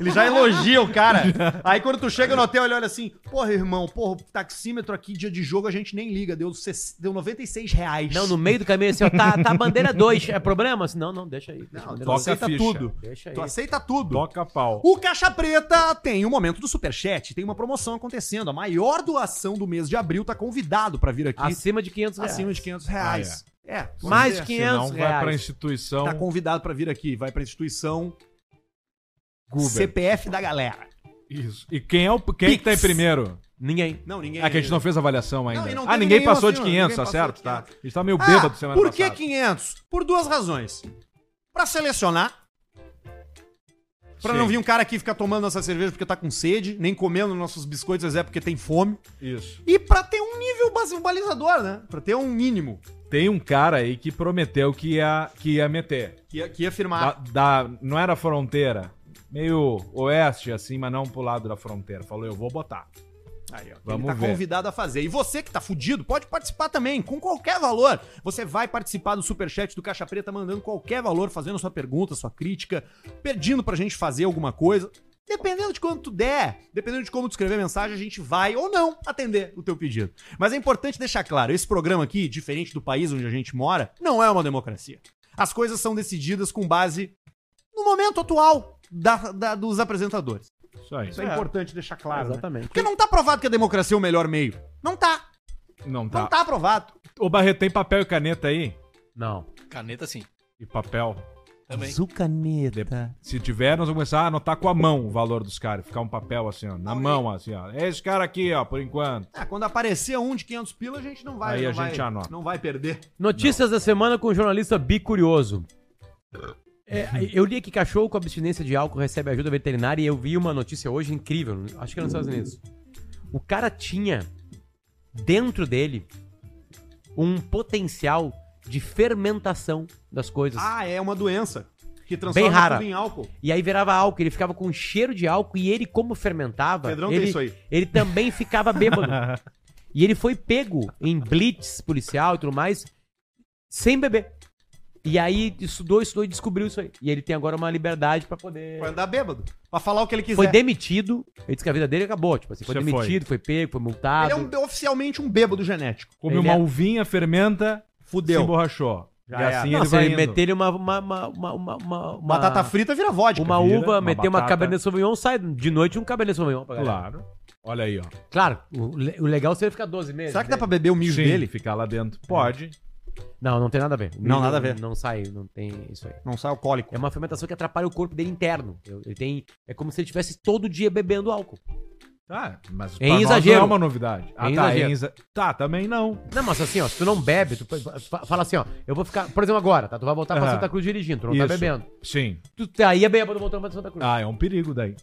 Speaker 1: Ele já elogia o cara. Aí quando tu chega no hotel, ele olha assim: Porra, irmão, porra, o taxímetro aqui, dia de jogo, a gente nem liga. Deu, ses- deu 96 reais.
Speaker 3: Não, no meio do caminho assim, ó, tá, tá a bandeira 2. É problema? Assim, não, não, deixa aí. Deixa a bandeira
Speaker 1: tu
Speaker 3: dois.
Speaker 2: toca
Speaker 1: aceita
Speaker 2: a ficha.
Speaker 1: tudo.
Speaker 3: Deixa aí.
Speaker 1: Tu aceita tudo.
Speaker 2: Toca pau.
Speaker 1: O Caixa Preta tem o momento do Superchat. Tem uma promoção acontecendo. A maior doação do mês de abril tá convidado pra vir aqui
Speaker 3: Acima de 500 reais.
Speaker 1: acima de 500 reais.
Speaker 2: Ah,
Speaker 1: é. pode
Speaker 3: Mais
Speaker 1: ser.
Speaker 3: 500
Speaker 2: Senão vai
Speaker 3: reais.
Speaker 2: pra instituição.
Speaker 1: Tá convidado pra vir aqui. Vai pra instituição
Speaker 2: Guber.
Speaker 1: CPF da galera.
Speaker 2: Isso. E quem é o quem
Speaker 1: Pix.
Speaker 2: que tá em primeiro?
Speaker 3: Ninguém.
Speaker 1: Não, ninguém.
Speaker 2: Ah, que a gente não fez avaliação ainda.
Speaker 1: e não
Speaker 2: ah,
Speaker 1: teve
Speaker 2: ninguém
Speaker 1: nenhuma
Speaker 2: passou de
Speaker 1: assim, ó,
Speaker 2: 500, tá
Speaker 1: ninguém passou
Speaker 2: certo?
Speaker 1: de
Speaker 2: Tá.
Speaker 1: 500.
Speaker 2: A gente tá meio
Speaker 1: Ah,
Speaker 2: bêbado semana
Speaker 1: por que
Speaker 2: passada.
Speaker 1: 500? Por duas razões. Pra selecionar, pra
Speaker 2: Sim,
Speaker 1: não vir um cara aqui ficar tomando nossa cerveja porque tá com sede, nem comendo nossos biscoitos é porque tem fome,
Speaker 2: Isso.
Speaker 1: e pra ter um nível base- um balizador, né? Pra ter um mínimo
Speaker 2: Tem um cara aí que prometeu que ia, que ia meter.
Speaker 1: que ia, que ia
Speaker 2: Da,
Speaker 1: firmar.
Speaker 2: da- não era fronteira. Meio oeste, assim, mas não pro lado da fronteira. Falou, eu vou botar.
Speaker 1: Aí, ó,
Speaker 2: Vamos
Speaker 1: ele tá
Speaker 2: ver.
Speaker 1: convidado a fazer. E você que tá fudido, pode participar também, com qualquer valor. Você vai participar do superchat do Caixa Preta, mandando qualquer valor, fazendo sua pergunta, sua crítica, pedindo pra gente fazer alguma coisa. Dependendo de quanto tu der, dependendo de como tu escrever a mensagem, a gente vai ou não atender o teu pedido. Mas é importante deixar claro, esse programa aqui, diferente do país onde a gente mora, não é uma democracia. As coisas são decididas com base no momento atual da- da- dos apresentadores.
Speaker 2: Isso aí.
Speaker 1: Isso é, importante deixar claro. né?
Speaker 3: Exatamente.
Speaker 1: Porque não tá provado que a democracia é o melhor meio. Não tá.
Speaker 2: Não
Speaker 1: Não
Speaker 2: tá.
Speaker 1: tá aprovado.
Speaker 2: Ô, Barreto, tem papel e caneta aí?
Speaker 3: Não.
Speaker 4: Caneta sim.
Speaker 2: E papel.
Speaker 4: Também.
Speaker 1: caneta.
Speaker 2: Se tiver, nós vamos começar a anotar com a mão o valor dos caras. Ficar um papel assim, ó. Na mão, assim, ó. É esse cara aqui, ó, por enquanto.
Speaker 1: É, quando aparecer um de 500 pila, a gente não vai.
Speaker 2: Aí
Speaker 1: não
Speaker 2: a gente
Speaker 1: vai,
Speaker 2: anota.
Speaker 1: Não vai perder.
Speaker 3: Notícias da semana com o jornalista bicurioso. É, eu li que cachorro com abstinência de álcool recebe ajuda veterinária e eu vi uma notícia hoje incrível, acho que era nos Estados Unidos. O cara tinha dentro dele um potencial de fermentação das coisas.
Speaker 1: Ah, é uma doença que
Speaker 3: Bem rara.
Speaker 1: em álcool.
Speaker 3: E aí virava álcool, ele ficava com cheiro de álcool e ele, como fermentava,
Speaker 1: Pedrão tem
Speaker 3: ele,
Speaker 1: isso aí.
Speaker 3: ele também ficava bêbado. e ele foi pego em blitz policial e tudo mais, sem beber. E aí estudou, estudou e descobriu isso aí. E ele tem agora uma liberdade pra poder.
Speaker 1: Vai andar bêbado. Pra falar o que ele quiser.
Speaker 3: Foi demitido, ele disse que a vida dele acabou. Tipo assim, foi
Speaker 2: Você
Speaker 3: demitido, foi. pego, foi
Speaker 1: Ele
Speaker 3: multado.
Speaker 1: é um- oficialmente um bêbado genético.
Speaker 2: Come
Speaker 3: Ele
Speaker 2: uma
Speaker 3: é-
Speaker 2: uvinha, fermenta, se
Speaker 1: Fudeu.
Speaker 2: emborrachou.
Speaker 1: Já
Speaker 2: e
Speaker 1: era.
Speaker 2: assim
Speaker 3: Não,
Speaker 2: ele
Speaker 3: se
Speaker 2: vai
Speaker 3: ele
Speaker 2: indo.
Speaker 3: meter ele uma, uma, uma, uma, uma, uma- uma-
Speaker 1: Batata frita vira vodka.
Speaker 3: uma
Speaker 2: vira,
Speaker 3: uva,
Speaker 2: uma
Speaker 3: meter uma
Speaker 2: batata.
Speaker 3: Cabernet Sauvignon, sai de noite um Cabernet Sauvignon pra galera.
Speaker 2: Claro. Olha aí, ó.
Speaker 3: Claro, o, le- o legal seria ficar 12 meses. né?
Speaker 1: Será que dá pra beber o mijo
Speaker 2: Sim,
Speaker 1: dele?
Speaker 3: É.
Speaker 2: ficar lá dentro. Pode.
Speaker 3: Não, não tem nada a ver. O
Speaker 1: Não,
Speaker 3: milho
Speaker 1: nada a ver.
Speaker 3: Não sai, não tem isso aí.
Speaker 1: Não sai alcoólico.
Speaker 3: É uma fermentação que atrapalha o corpo dele interno. Eu- Ele tem, é como se ele estivesse todo dia bebendo álcool.
Speaker 2: Tá, mas
Speaker 3: Em
Speaker 2: pra nós
Speaker 3: exagero.
Speaker 2: não é uma novidade. Ah,
Speaker 3: Em
Speaker 2: tá,
Speaker 3: exagero.
Speaker 2: em exa- tá, também não.
Speaker 3: Não, mas assim, ó, se tu não bebe, tu fa- fala assim, ó, eu vou ficar, por exemplo, agora, tá? Tu vai voltar pra
Speaker 2: Aham.
Speaker 3: Santa Cruz dirigindo, tu não tá
Speaker 2: Isso.
Speaker 3: bebendo.
Speaker 2: Sim.
Speaker 3: Tu tá aí é bêbado voltando pra Santa Cruz.
Speaker 2: Ah, é um perigo daí.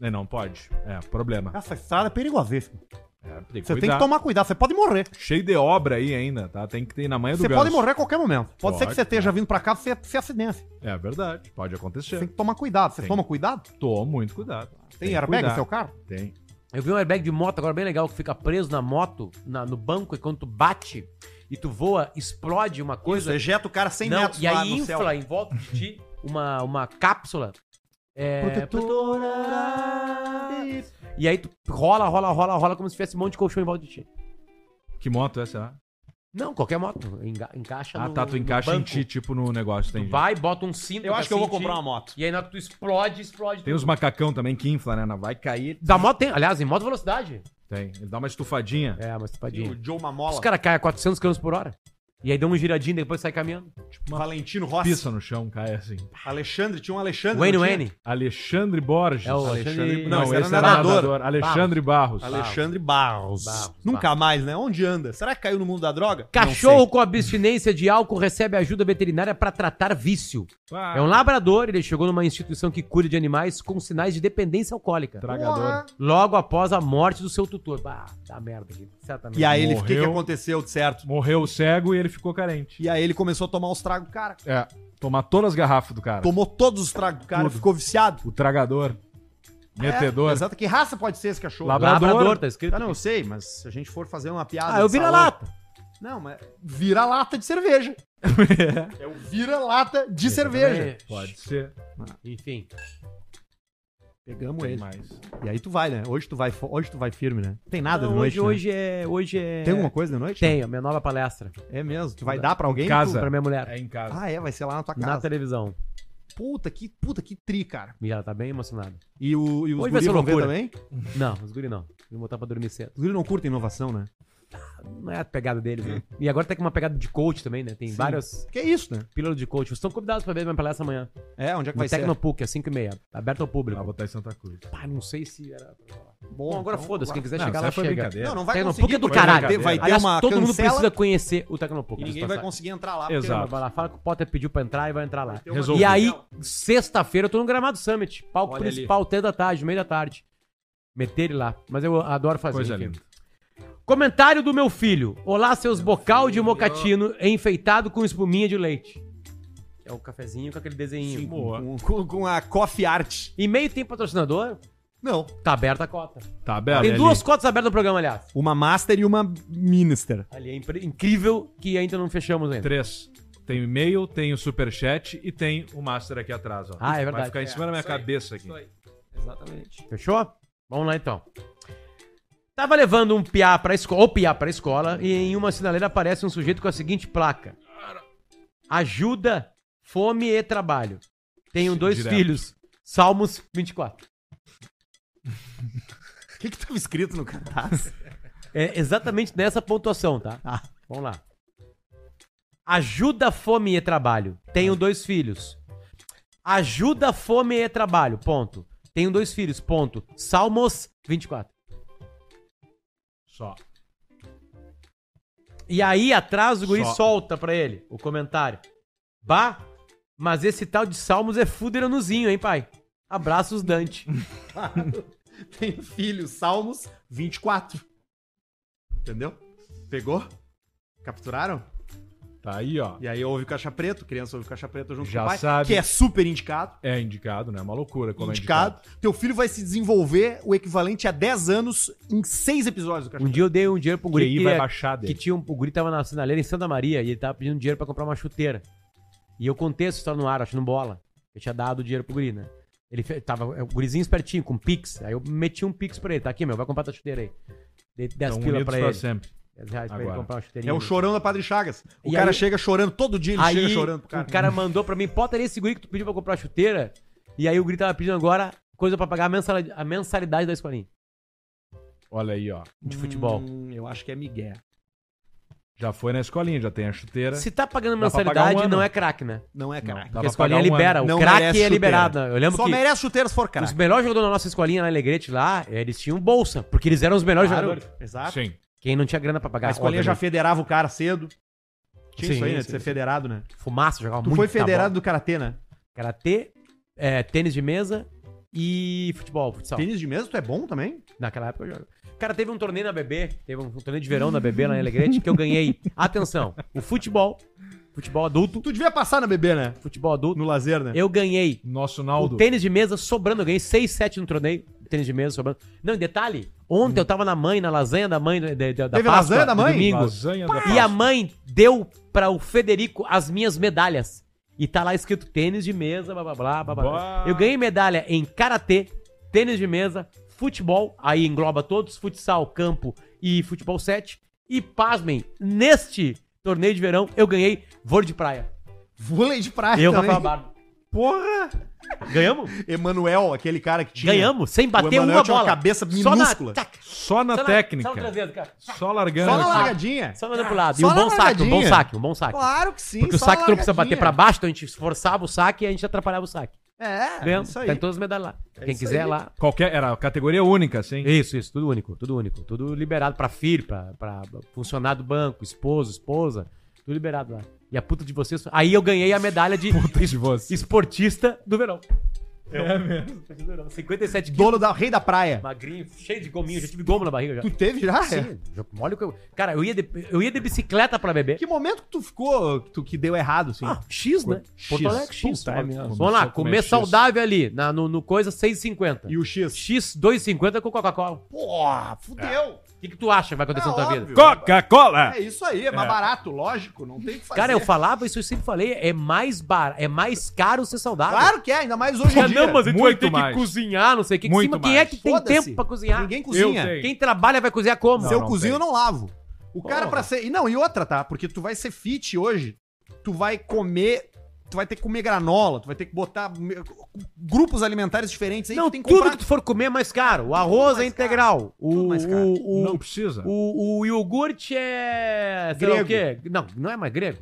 Speaker 2: É, não pode. É, problema.
Speaker 1: Essa estrada é perigosíssima.
Speaker 2: É, tem que
Speaker 1: Você tem
Speaker 2: cuidar.
Speaker 1: que tomar cuidado, você pode morrer.
Speaker 2: Cheio de obra aí ainda, tá? Tem que ter na manhã É do
Speaker 1: Você
Speaker 2: ganso.
Speaker 1: pode morrer a qualquer momento. Pode, ser que
Speaker 2: Pode,
Speaker 1: você esteja vindo pra cá, você se acidente.
Speaker 2: É verdade, pode
Speaker 1: Você
Speaker 2: acontecer.
Speaker 1: tem que tomar cuidado. Você
Speaker 2: Sim.
Speaker 1: toma cuidado?
Speaker 2: Tô muito cuidado.
Speaker 1: Tem,
Speaker 2: que
Speaker 1: airbag
Speaker 2: cuidar.
Speaker 1: no seu carro?
Speaker 2: Tem.
Speaker 3: Eu vi um airbag de moto agora bem legal que fica preso na moto, na- no banco, e quando tu bate e tu voa, explode uma coisa.
Speaker 1: ejeta o cara 100
Speaker 3: não, e
Speaker 1: é lá
Speaker 3: aí infla em volta de ti uma, uma cápsula. É, protetora. E aí tu rola, rola, rola, rola como se tivesse um monte de colchão em volta de ti.
Speaker 2: Que moto é essa? lá?
Speaker 3: Não, qualquer moto. enga- encaixa
Speaker 2: Ah, tá, tu
Speaker 3: no
Speaker 2: encaixa em
Speaker 3: banco.
Speaker 2: ti, tipo, no negócio.
Speaker 3: Tu
Speaker 2: Tem,
Speaker 3: vai, bota um cinto.
Speaker 1: Eu acho que eu vou
Speaker 3: assim,
Speaker 1: comprar
Speaker 3: ti,
Speaker 1: uma moto.
Speaker 3: E aí na hora que tu explode, explode.
Speaker 2: tem um
Speaker 3: tudo.
Speaker 2: os macacão também que infla, né? Na- Vai cair.
Speaker 3: Da moto tem, aliás, em moto velocidade.
Speaker 2: Tem. Ele dá uma estufadinha.
Speaker 3: É, mas
Speaker 1: E
Speaker 3: tupadinho.
Speaker 1: o Joe
Speaker 3: Os
Speaker 1: Mamola,
Speaker 3: caras caem a 400 km por hora. E aí dão um giradinho e depois sai caminhando.
Speaker 1: Valentino Rossi,
Speaker 2: Pisa no chão, cai assim.
Speaker 1: Alexandre, tinha um Alexandre.
Speaker 3: Wayne
Speaker 1: não tinha?
Speaker 3: Wayne.
Speaker 2: Alexandre Borges.
Speaker 3: É o
Speaker 1: Alexandre-
Speaker 3: Alexandre...
Speaker 2: Não,
Speaker 1: Não,
Speaker 2: esse
Speaker 1: esse
Speaker 2: era,
Speaker 1: era nadador.
Speaker 2: nadador. Alexandre Barros.
Speaker 1: Alexandre Barros.
Speaker 3: Barros,
Speaker 1: Nunca mais, né? Onde anda? Será que caiu no mundo da droga?
Speaker 3: Cachorro com abstinência de álcool recebe ajuda veterinária para tratar vício.
Speaker 2: Ah,
Speaker 3: É um labrador, ele chegou numa instituição que cuida de animais com sinais de dependência alcoólica.
Speaker 2: Tragador.
Speaker 3: Logo após a morte do seu tutor. Bah, dá merda é aqui. Certamente.
Speaker 1: E aí ele, o que,
Speaker 2: Morreu.
Speaker 1: que aconteceu de certo?
Speaker 2: Morreu cego e ele ficou carente.
Speaker 1: E aí ele começou a tomar os tragos do cara.
Speaker 2: É. Tomar todas as garrafas do cara.
Speaker 1: Tomou todos os tragos do cara,
Speaker 2: Tudo.
Speaker 1: ficou viciado.
Speaker 2: O tragador. Metedor.
Speaker 1: É, exato. Que raça pode ser esse cachorro?
Speaker 2: Labra-
Speaker 3: labrador,
Speaker 2: labrador,
Speaker 3: tá escrito.
Speaker 1: Ah, não, eu sei, mas se a gente for fazer uma piada...
Speaker 3: Ah, eu
Speaker 1: de
Speaker 3: vi na
Speaker 1: salão-
Speaker 3: lata.
Speaker 1: Não, mas vira lata de cerveja. é o vira lata de cerveja.
Speaker 3: É,
Speaker 2: Pode ser.
Speaker 3: Enfim.
Speaker 1: Pegamos
Speaker 2: Tem
Speaker 1: ele.
Speaker 2: mais.
Speaker 1: E aí tu vai, né? Hoje tu vai, fo- hoje tu vai firme, né? Tem nada
Speaker 3: Não,
Speaker 1: de noite,
Speaker 3: hoje,
Speaker 1: né?
Speaker 3: hoje é. Hoje é.
Speaker 1: Tem alguma coisa de noite?
Speaker 3: Tem, a minha nova palestra.
Speaker 1: É mesmo. Tu vai dar pra alguém?
Speaker 2: Casa.
Speaker 3: Pra minha mulher.
Speaker 2: É em
Speaker 1: Tu-
Speaker 2: casa.
Speaker 1: Ah, é? Vai ser lá na tua casa.
Speaker 3: Na televisão.
Speaker 1: Puta que, puta que tri, cara.
Speaker 3: E ela tá bem emocionada.
Speaker 1: E, o, e os
Speaker 3: Hoje vai
Speaker 1: guri
Speaker 3: ser
Speaker 1: vão ver
Speaker 3: loucura.
Speaker 1: também?
Speaker 3: Não, os guri não. Vou botar pra dormir cedo.
Speaker 1: Os guri não curtem inovação, né?
Speaker 3: Não é a pegada deles, né? E agora tá com uma pegada de coach também, né? Tem várias
Speaker 1: Que é isso, né?
Speaker 3: pílulas de coach. Vocês estão convidados pra ver minha palestra amanhã.
Speaker 1: É, onde é que
Speaker 3: No
Speaker 1: vai ser?
Speaker 3: Tecnopuc, às 5h30. Aberto ao
Speaker 2: Ah,
Speaker 3: público.
Speaker 2: botar em Santa Cruz.
Speaker 3: Pá, não sei se era...
Speaker 1: Bom,
Speaker 3: Bom, agora
Speaker 1: então,
Speaker 3: foda-se. Quem quiser
Speaker 2: Não,
Speaker 3: chegar
Speaker 2: isso
Speaker 3: lá,
Speaker 2: aí foi
Speaker 3: chega.
Speaker 2: brincadeira.
Speaker 1: Não, não vai
Speaker 3: Tecnopuc
Speaker 1: conseguir.
Speaker 3: é do
Speaker 1: porque Vai ter,
Speaker 3: caralho.
Speaker 1: vai ter
Speaker 3: Aliás,
Speaker 1: uma
Speaker 3: todo mundo
Speaker 1: cancela
Speaker 3: precisa conhecer o Tecnopuc.
Speaker 1: E ninguém
Speaker 3: Mas
Speaker 1: vai
Speaker 3: tá-
Speaker 1: conseguir entrar lá.
Speaker 2: Exato.
Speaker 3: Vai lá, fala que o Potter pediu pra entrar e vai entrar lá.
Speaker 1: Porque vai ter uma
Speaker 2: Resolvido.
Speaker 3: E aí,
Speaker 1: cancela.
Speaker 3: sexta-feira eu tô no Gramado Summit, palco
Speaker 1: Olha
Speaker 3: principal, até da tarde, meio da tarde. Meter ele lá. Mas eu adoro fazer.
Speaker 2: Coisa
Speaker 3: enfim.
Speaker 2: linda.
Speaker 3: Comentário do meu filho. Olá, seus bocal de mocatino enfeitado com espuminha de leite. É o cafezinho com aquele desenho.
Speaker 1: Sim,
Speaker 2: Boa.
Speaker 1: com, com- com a Coffee Art.
Speaker 3: E meio tem patrocinador?
Speaker 1: Não.
Speaker 3: Tá aberta a cota.
Speaker 2: Tá aberto.
Speaker 3: tem
Speaker 2: é
Speaker 3: duas cotas abertas no programa, aliás.
Speaker 1: Uma Master e uma Minister.
Speaker 3: Ali é impre- incrível que ainda não fechamos
Speaker 2: ali.
Speaker 3: ainda.
Speaker 2: Três. Tem o e-mail, tem o superchat e tem o master aqui atrás. Ó.
Speaker 3: Ah, é
Speaker 2: Vai
Speaker 3: verdade.
Speaker 2: ficar em cima da minha cabeça aqui.
Speaker 1: Exatamente.
Speaker 3: Fechou? Vamos lá então. Tava levando um piá pra escola, ou piá pra escola, e em uma sinaleira aparece um sujeito com a seguinte placa: Ajuda, fome e trabalho. Tenho dois
Speaker 2: Direto.
Speaker 3: filhos. Salmos 24.
Speaker 1: O que que tava escrito no cartaz?
Speaker 3: É exatamente nessa pontuação, tá?
Speaker 1: Ah.
Speaker 3: Vamos lá. Ajuda, fome e trabalho. Tenho dois filhos. Ajuda, fome e trabalho. Ponto. Tenho dois filhos. Ponto. Salmos 24.
Speaker 2: Só.
Speaker 3: E aí atrás o guri
Speaker 2: Só.
Speaker 3: solta pra ele o comentário. Bah, mas esse tal de Salmos é fuderanozinho, hein, pai? Abraços, Dante.
Speaker 1: Tem filho, Salmos 24. Entendeu? Pegou? Capturaram?
Speaker 2: Tá aí, ó.
Speaker 1: E aí ouve o Caixa Preto, criança ouve o Caixa Preto junto
Speaker 2: Já
Speaker 1: com o pai,
Speaker 2: sabe.
Speaker 1: que é super indicado.
Speaker 2: É indicado, né? É uma loucura como
Speaker 1: indicado.
Speaker 2: é indicado.
Speaker 1: Teu filho vai se desenvolver o equivalente a 10 anos em 6 episódios do Caixa
Speaker 3: Um dia eu dei um dinheiro pro
Speaker 2: O
Speaker 3: guri
Speaker 2: QI
Speaker 3: que
Speaker 2: vai
Speaker 3: queria-
Speaker 2: baixar
Speaker 3: que
Speaker 2: dele.
Speaker 3: tinha um, o guri tava na sinaleira em Santa Maria e ele tava pedindo dinheiro pra comprar uma chuteira. E eu contei essa história no ar, achando bola. Eu tinha dado o dinheiro pro guri, né? Ele fe- tava, é, o gurizinho espertinho, com pix. Aí eu meti um pix pra ele. Tá aqui, meu, vai comprar tua chuteira aí. Dei 10
Speaker 2: Estão Então,
Speaker 3: pila
Speaker 2: unidos
Speaker 3: pra
Speaker 2: pra,
Speaker 3: ele. 10
Speaker 2: sempre.
Speaker 3: reais pra ele
Speaker 2: Agora. um
Speaker 3: comprar uma
Speaker 1: Preto.
Speaker 3: chuteirinha.
Speaker 1: É o chorão da Padre Chagas. O
Speaker 3: E
Speaker 1: cara
Speaker 3: aí-
Speaker 1: chega chorando, todo dia ele
Speaker 3: Aí
Speaker 1: chega chorando pro cara.
Speaker 3: o cara mandou pra mim, bota ali esse guri que tu pediu pra comprar a chuteira. E aí o guri tava pedindo agora coisa pra pagar a mensalidade, a mensalidade da escolinha
Speaker 2: Olha aí, ó.
Speaker 3: de futebol.
Speaker 1: Hum, eu acho que é Miguel.
Speaker 2: Já foi na escolinha, já tem a
Speaker 1: É.
Speaker 2: chuteira.
Speaker 3: Se tá pagando
Speaker 2: Dá pra pagar
Speaker 3: mensalidade,
Speaker 2: um ano.
Speaker 3: não é crack, né?
Speaker 1: Não é crack.
Speaker 2: dá
Speaker 3: Porque a
Speaker 2: pra pagar
Speaker 3: escolinha
Speaker 2: um
Speaker 3: libera.
Speaker 1: Não
Speaker 3: o crack
Speaker 1: merece
Speaker 3: é
Speaker 1: chuteira.
Speaker 3: liberado. Eu lembro
Speaker 1: Só
Speaker 3: que
Speaker 1: merece chuteiros for
Speaker 3: os
Speaker 1: crack.
Speaker 3: melhores jogadores da nossa escolinha na Alegrete lá, eles tinham bolsa, porque eles eram os melhores
Speaker 1: Claro,
Speaker 3: jogadores.
Speaker 1: Exato.
Speaker 2: Sim.
Speaker 3: Quem não tinha grana pra pagar.
Speaker 1: A escolinha já
Speaker 3: obviamente.
Speaker 1: federava o cara cedo. Tinha
Speaker 3: Sim,
Speaker 1: isso aí, né?
Speaker 3: sim,
Speaker 1: de ser
Speaker 3: sim.
Speaker 1: federado, né?
Speaker 3: Fumaça, jogava
Speaker 1: Tu
Speaker 3: muito.
Speaker 1: foi
Speaker 3: tá bom.
Speaker 1: federado do Karatê, né?
Speaker 3: Karatê, é, tênis de mesa e futebol, futsal.
Speaker 1: Tênis de mesa, tu é bom também?
Speaker 3: Naquela época eu jogava. Cara, teve um torneio na BB, teve um torneio de verão na BB lá em Alegrete que eu ganhei. Atenção, o futebol, futebol adulto,
Speaker 1: Tu devia passar na bebê, né?
Speaker 3: futebol adulto,
Speaker 1: No lazer, né?
Speaker 3: eu ganhei
Speaker 2: Nosso
Speaker 3: o
Speaker 2: Naldo.
Speaker 3: tênis de mesa sobrando, eu ganhei 6, 7 no torneio, tênis de mesa sobrando. Não, e detalhe, ontem eu tava na mãe, na lasanha da mãe, da, da, da
Speaker 1: Teve lasanha da
Speaker 3: do
Speaker 1: mãe?
Speaker 3: Domingo,
Speaker 2: Lasanha da
Speaker 3: e a
Speaker 2: pasta.
Speaker 3: mãe deu pra o Federico as minhas medalhas. E tá lá escrito tênis de mesa, blá blá blá blá. blá.
Speaker 2: Bah.
Speaker 3: Eu ganhei medalha em karatê, tênis de mesa, futebol, aí engloba todos, futsal, campo e futebol 7. E pasmem, neste torneio de verão eu ganhei vôlei de praia.
Speaker 1: Vôlei de praia
Speaker 3: eu,
Speaker 1: Ah, também.
Speaker 3: Rafael Barba.
Speaker 1: Porra!
Speaker 3: Ganhamos?
Speaker 1: Emanuel, aquele cara que tinha...
Speaker 3: Ganhamos, sem
Speaker 1: O
Speaker 3: bater
Speaker 1: Emanuel
Speaker 3: uma
Speaker 1: tinha uma
Speaker 3: bola.
Speaker 1: cabeça
Speaker 3: Só na-
Speaker 1: minúscula.
Speaker 3: tac,
Speaker 2: Só na
Speaker 3: só na-
Speaker 2: técnica.
Speaker 3: Só, na traseira, cara.
Speaker 2: Só largando.
Speaker 1: Só na
Speaker 2: aqui.
Speaker 1: largadinha.
Speaker 3: Só mandando pro lado. E
Speaker 1: Só
Speaker 3: um
Speaker 1: na
Speaker 3: bom saque, um bom
Speaker 1: largadinha.
Speaker 3: saque, um bom saque.
Speaker 1: Claro que sim.
Speaker 3: Porque o
Speaker 1: só
Speaker 3: saque
Speaker 1: na
Speaker 3: tu não precisa bater
Speaker 1: largadinha.
Speaker 3: pra baixo, então a gente forçava o saque e a gente atrapalhava o saque.
Speaker 1: É,
Speaker 3: Ganhamos,
Speaker 1: isso aí. É
Speaker 3: tem todas as medalhas lá. Quem
Speaker 1: isso
Speaker 3: quiser
Speaker 1: aí.
Speaker 3: lá.
Speaker 2: Qualquer, era categoria única, assim.
Speaker 3: Isso, isso, tudo único, tudo único. Tudo liberado pra filho, pra, pra funcionário do banco, esposo, esposa. Tudo liberado lá. E a puta de vocês. Aí eu ganhei a medalha de
Speaker 2: Puta de você.
Speaker 3: esportista do verão. É mesmo. 57 quilos,
Speaker 1: Dono da Rei da Praia.
Speaker 3: magrinho, cheio de gominho. Já tive gomo na barriga já.
Speaker 1: Tu teve já? É.
Speaker 3: Sim, já- olha o que eu. Cara, eu ia de, eu ia de bicicleta pra beber.
Speaker 1: É. Que momento que tu ficou, que tu, que deu errado, assim?
Speaker 3: Ah, X, né?
Speaker 1: X.
Speaker 3: Porto Alegre, X.
Speaker 1: Puta,
Speaker 3: uma
Speaker 1: é,
Speaker 3: merda.
Speaker 2: começou
Speaker 3: Vamos
Speaker 2: a
Speaker 3: lá, comer,
Speaker 2: comer X.
Speaker 3: saudável ali, na, no, no coisa 6,50.
Speaker 1: E o X?
Speaker 3: X 2,50 com Coca-Cola.
Speaker 1: Porra, fudeu.
Speaker 3: O que, que tu acha que vai acontecer
Speaker 1: É
Speaker 3: na tua
Speaker 1: óbvio.
Speaker 3: vida?
Speaker 2: Coca-Cola!
Speaker 1: É isso aí, é mais barato, lógico, não tem o que fazer.
Speaker 3: Cara, eu falava isso, eu sempre falei, é mais bar, é mais caro ser saudável.
Speaker 1: Claro que é, ainda mais hoje em
Speaker 3: Ah,
Speaker 1: dia.
Speaker 3: não, mas aí tu vai
Speaker 2: Muito
Speaker 3: ter
Speaker 2: mais.
Speaker 3: que cozinhar, não sei o que.
Speaker 2: Muito
Speaker 3: Sim, mas quem é
Speaker 2: mais.
Speaker 3: que tem
Speaker 1: Foda-se.
Speaker 3: tempo pra cozinhar?
Speaker 1: Ninguém cozinha.
Speaker 2: sei.
Speaker 3: Quem trabalha vai cozinhar como?
Speaker 1: Se eu
Speaker 2: não
Speaker 1: cozinho,
Speaker 2: tem.
Speaker 1: eu não lavo. O cara
Speaker 3: Porra.
Speaker 1: pra ser. E não, e outra, tá? Porque tu vai ser fit hoje, tu vai comer. Tu vai ter que comer granola, tu vai ter que botar me- grupos alimentares diferentes aí.
Speaker 3: Não,
Speaker 1: tu tem que
Speaker 3: tudo
Speaker 1: comprar.
Speaker 3: que tu for comer é mais caro. O
Speaker 1: mais
Speaker 3: arroz é
Speaker 1: caro.
Speaker 3: integral. O,
Speaker 1: Tudo mais caro.
Speaker 3: o- o-
Speaker 2: Não precisa.
Speaker 3: O, o iogurte é. sei lá o
Speaker 1: Grego.
Speaker 3: quê? Não, não é mais grego.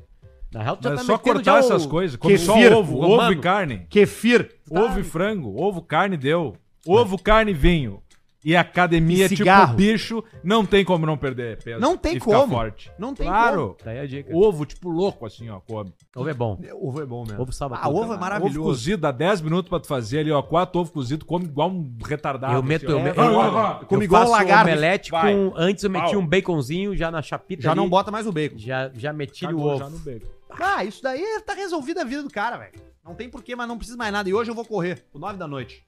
Speaker 3: Na real, tu já
Speaker 2: Mas
Speaker 3: tá
Speaker 2: só
Speaker 3: metendo
Speaker 2: cortar
Speaker 3: já o-
Speaker 2: essas coisas. Come só
Speaker 1: kefir,
Speaker 2: ovo,
Speaker 3: romano.
Speaker 2: ovo e carne.
Speaker 1: Kefir.
Speaker 2: Ovo e frango, ovo, carne, deu. Ovo, carne, vinho. E academia,
Speaker 1: E
Speaker 2: tipo
Speaker 1: cigarro.
Speaker 2: bicho, não tem como não perder peso.
Speaker 1: Não tem
Speaker 2: e
Speaker 1: como.
Speaker 2: forte.
Speaker 1: Não tem
Speaker 2: Claro.
Speaker 3: Daí a dica.
Speaker 2: Ovo, tipo louco, assim, ó, come.
Speaker 3: Ovo é bom.
Speaker 1: como. Ovo é bom mesmo.
Speaker 3: Ovo salva
Speaker 1: Ah,
Speaker 3: tudo,
Speaker 1: ovo é
Speaker 3: cara.
Speaker 1: maravilhoso.
Speaker 2: Ovo cozido, dá 10 minutos pra tu fazer ali, ó. Quatro ovos cozidos, come igual um retardado.
Speaker 3: Eu
Speaker 2: assim,
Speaker 3: meto.
Speaker 2: ó.
Speaker 3: Eu, me-
Speaker 2: É,
Speaker 3: eu,
Speaker 2: vai, vai, vai.
Speaker 3: eu
Speaker 1: Como igual
Speaker 3: faço
Speaker 1: o lagarto.
Speaker 3: omelete
Speaker 2: Vai.
Speaker 3: com. Antes eu meti
Speaker 2: Pau.
Speaker 3: um baconzinho já na chapita.
Speaker 1: Já
Speaker 3: ali,
Speaker 1: não bota mais o bacon.
Speaker 3: Já, já meti o
Speaker 2: Cagou já no
Speaker 3: ovo.
Speaker 2: beco.
Speaker 1: Ah, isso daí tá resolvida a vida do cara, velho. Não tem porquê, mas não precisa mais nada. E hoje eu vou correr, por 9 da noite.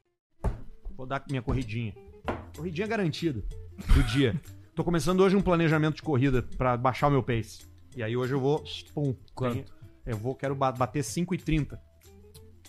Speaker 1: Vou dar minha corridinha. Corridinha garantida do dia. Tô começando hoje um planejamento de corrida pra baixar o meu pace. E aí hoje eu vou. Pum,
Speaker 2: Quanto?
Speaker 1: Eu vou, quero ba- bater 5,30.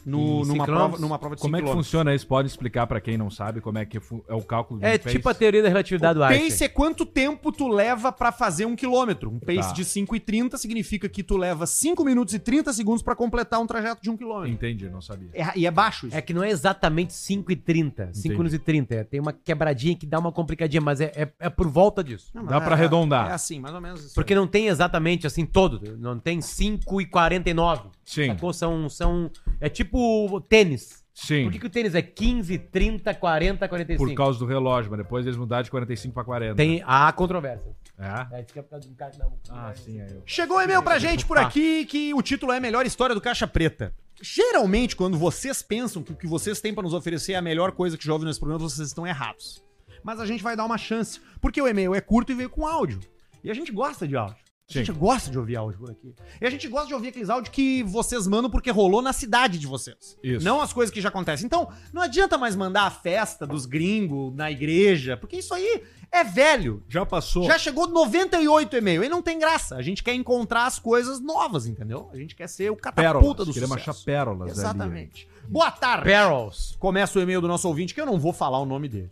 Speaker 1: No,
Speaker 3: Em
Speaker 1: numa,
Speaker 3: cinco
Speaker 1: prova,
Speaker 3: quilômetros?
Speaker 1: numa prova de
Speaker 2: Como é que
Speaker 1: quilômetros.
Speaker 2: funciona isso? Pode explicar pra quem não sabe como é que fu- é o cálculo de
Speaker 3: É
Speaker 2: um pace?
Speaker 3: tipo a teoria da relatividade do
Speaker 1: Pace
Speaker 3: Einstein.
Speaker 1: é quanto tempo tu leva pra fazer um quilômetro. Um pace
Speaker 2: Tá.
Speaker 1: de 5,30 significa que tu leva 5 minutos e 30 segundos pra completar um trajeto de um quilômetro.
Speaker 2: Entendi, não sabia.
Speaker 1: É- e é baixo isso.
Speaker 3: É que não é exatamente 5 e 30, 5
Speaker 2: Entendi.
Speaker 3: minutos e 30. é, Tem uma quebradinha que dá uma complicadinha, mas é, é, é por volta disso.
Speaker 1: Não, mas
Speaker 2: Dá pra arredondar.
Speaker 1: É assim, mais ou menos isso.
Speaker 3: Porque não tem exatamente assim todo. Não tem 5 e 49.
Speaker 2: Sim,
Speaker 3: Sacou? São, são. É tipo tênis.
Speaker 2: sim.
Speaker 3: Por que, que o tênis é 15, 30, 40, 45?
Speaker 2: Por causa do relógio, mas depois eles mudaram de 45 pra 40.
Speaker 3: Tem a controvérsia.
Speaker 2: É?
Speaker 3: É, diz que é por causa de um cara que não-
Speaker 2: Ah, sim, aí eu.
Speaker 1: Chegou um e-mail pra gente por aqui que o título é a melhor história do Caixa Preta. Geralmente, quando vocês pensam que o que vocês têm pra nos oferecer é a melhor coisa que já ouve nesse programa, vocês estão errados. Mas a gente vai dar uma chance, porque o e-mail é curto e veio com áudio. E a gente gosta de áudio. A gente gosta de ouvir áudio por aqui. E a gente gosta de ouvir aqueles áudios que vocês mandam porque rolou na cidade de vocês.
Speaker 2: Isso.
Speaker 1: Não as coisas que já acontecem. Então, não adianta mais mandar a festa dos gringos na igreja, porque isso aí é velho.
Speaker 2: Já passou.
Speaker 1: Já chegou 98 e-mail. E não tem graça. A gente quer encontrar as coisas novas, entendeu? A gente quer ser o catapulta
Speaker 2: pérolas.
Speaker 1: do
Speaker 2: Queremos
Speaker 1: sucesso.
Speaker 2: achar pérolas ali.
Speaker 1: Exatamente. Boa tarde.
Speaker 3: Barrels.
Speaker 1: Começa o e-mail do nosso ouvinte, que eu não vou falar o nome dele.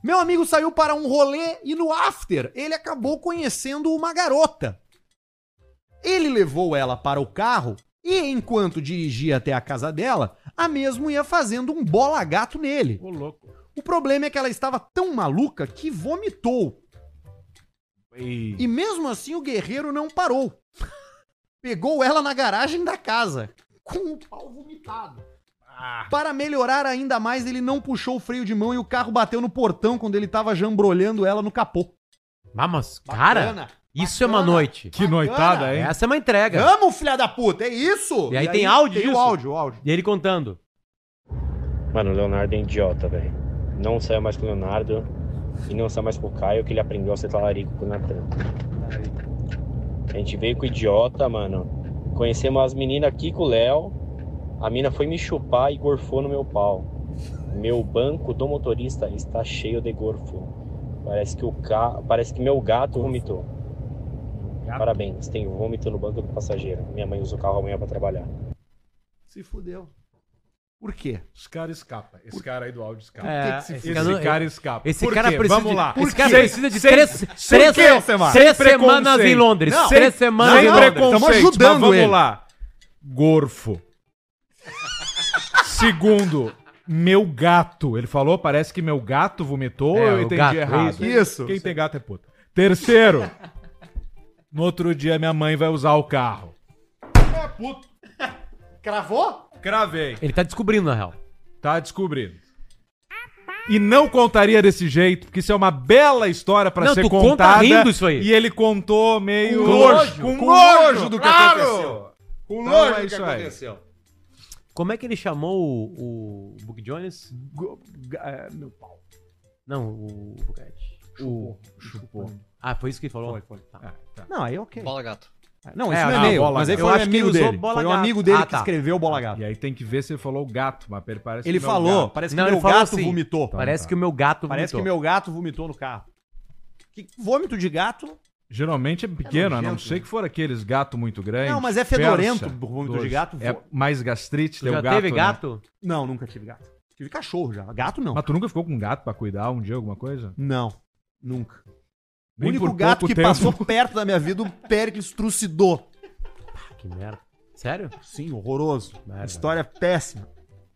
Speaker 1: Meu amigo saiu para um rolê e no after ele acabou conhecendo uma garota. Ele levou ela para o carro e, enquanto dirigia até a casa dela, a mesmo ia fazendo um bola gato nele.
Speaker 2: Ô, louco.
Speaker 1: O problema é que ela estava tão maluca que vomitou. E mesmo assim o guerreiro não parou. Pegou ela na garagem da casa, com o pau vomitado.
Speaker 3: Ah.
Speaker 1: Para melhorar ainda mais, ele não puxou o freio de mão e o carro bateu no portão quando ele tava jambrolhando ela no capô.
Speaker 3: Vamos, Ah, cara,
Speaker 1: Bacana,
Speaker 3: isso é uma
Speaker 1: bacana.
Speaker 3: noite.
Speaker 2: Que noitada, hein?
Speaker 3: Essa é uma entrega.
Speaker 1: Vamos, filha da puta, é isso!
Speaker 3: E aí tem áudio
Speaker 1: Tem o
Speaker 3: disso?
Speaker 1: áudio, o áudio.
Speaker 3: E ele contando.
Speaker 5: Mano, o Leonardo é idiota, velho. Não saia mais com o Leonardo e não saia mais com o Caio, que ele aprendeu a ser talarico com o Natan. A gente veio com o idiota, mano. Conhecemos as meninas aqui com o Léo. A mina foi me chupar e gorfou no meu pau. Meu banco do motorista está cheio de gorfo. Parece que o ca... parece que meu gato vomitou. Parabéns, tem vômito no banco do passageiro. Minha mãe usa o carro amanhã pra trabalhar.
Speaker 1: Se fudeu. Por quê?
Speaker 2: Os caras escapam. Esse cara aí do áudio escapa.
Speaker 3: É,
Speaker 2: Esse,
Speaker 3: esse cara não-
Speaker 2: cara escapa.
Speaker 3: Esse
Speaker 2: Por
Speaker 3: cara
Speaker 2: quê?
Speaker 3: precisa.
Speaker 2: Vamos
Speaker 3: de,
Speaker 2: lá. é
Speaker 3: Esse
Speaker 2: Por
Speaker 3: cara
Speaker 2: quê?
Speaker 3: precisa de
Speaker 2: Sem-
Speaker 3: três,
Speaker 2: sem
Speaker 3: três,
Speaker 2: quê, Alcemar?
Speaker 3: três
Speaker 2: Sem
Speaker 3: semanas
Speaker 2: preconceito.
Speaker 3: em Londres.
Speaker 1: Não,
Speaker 3: três semanas
Speaker 2: Sem
Speaker 3: em Londres.
Speaker 2: preconceito,
Speaker 1: Estamos ajudando
Speaker 2: mas vamos
Speaker 1: ele.
Speaker 2: lá. Gorfo. Segundo, meu gato. Ele falou, parece que meu gato vomitou,
Speaker 3: É,
Speaker 2: eu
Speaker 3: o
Speaker 2: entendi
Speaker 3: gato,
Speaker 2: errado.
Speaker 1: é isso. Isso.
Speaker 2: Quem tem gato é puta. Terceiro, no outro dia minha mãe vai usar o carro.
Speaker 1: Cravou?
Speaker 2: Cravei.
Speaker 3: Ele tá descobrindo, na real.
Speaker 2: Tá descobrindo. E não contaria desse jeito, porque isso é uma bela história pra
Speaker 3: Não,
Speaker 2: ser
Speaker 3: tu conta
Speaker 2: contada.
Speaker 3: rindo isso aí.
Speaker 2: E ele contou meio
Speaker 1: Com nojo,
Speaker 2: com
Speaker 1: com
Speaker 2: nojo
Speaker 1: nojo,
Speaker 2: do que
Speaker 1: claro.
Speaker 2: aconteceu.
Speaker 4: Com
Speaker 2: Então
Speaker 4: nojo
Speaker 2: é
Speaker 4: do que
Speaker 2: isso aí.
Speaker 4: aconteceu.
Speaker 3: Como é que ele chamou o, o Book Jones?
Speaker 1: é,
Speaker 2: Meu pau.
Speaker 3: Não, o Bugatti. O.
Speaker 2: Chupou.
Speaker 3: Ah, foi isso que ele falou? Tá.
Speaker 2: Ah,
Speaker 1: Não, aí é ok.
Speaker 4: Bola gato.
Speaker 1: Não,
Speaker 3: É,
Speaker 1: esse não é
Speaker 3: ah,
Speaker 1: meu,
Speaker 2: bola
Speaker 1: mas aí
Speaker 3: gato.
Speaker 1: foi um
Speaker 3: Eu acho que ele
Speaker 1: amigo
Speaker 3: usou
Speaker 1: dele.
Speaker 3: bola
Speaker 1: Foi um
Speaker 3: gato.
Speaker 1: amigo dele
Speaker 3: Ah,
Speaker 1: que
Speaker 3: tá.
Speaker 1: escreveu Bola Gato.
Speaker 2: E aí tem que ver se ele falou gato, mas ele parece
Speaker 1: Ele
Speaker 2: que não é o
Speaker 1: falou,
Speaker 2: gato.
Speaker 1: parece que
Speaker 3: Não, ele
Speaker 1: meu
Speaker 3: falou
Speaker 1: gato
Speaker 3: assim,
Speaker 1: vomitou.
Speaker 3: Parece
Speaker 2: tá.
Speaker 3: que o meu gato
Speaker 1: Então, Parece que
Speaker 3: vomitou.
Speaker 1: meu gato vomitou no carro. Que vômito de gato?
Speaker 2: Geralmente é pequeno, a não
Speaker 1: nojento,
Speaker 2: ser
Speaker 1: né?
Speaker 2: que for aqueles gato muito grande.
Speaker 1: Não, mas é fedorento,
Speaker 2: persa,
Speaker 1: vômito de
Speaker 2: doce.
Speaker 1: gato,
Speaker 2: É
Speaker 1: vô-
Speaker 2: mais gastrite,
Speaker 3: Tu
Speaker 2: tem
Speaker 3: já
Speaker 2: o gato.
Speaker 3: teve
Speaker 2: né?
Speaker 3: gato?
Speaker 1: Não, nunca tive gato. Tive cachorro já. Gato não.
Speaker 2: Mas tu nunca ficou com gato pra cuidar um dia, alguma coisa?
Speaker 1: Não, nunca. O
Speaker 2: Nem
Speaker 1: único
Speaker 2: por
Speaker 1: gato
Speaker 2: pouco
Speaker 1: que
Speaker 2: tempo.
Speaker 1: passou perto da minha vida, o Pericles trucidou.
Speaker 3: Que merda. Sério?
Speaker 1: Sim, horroroso.
Speaker 3: Merda.
Speaker 1: História é péssima.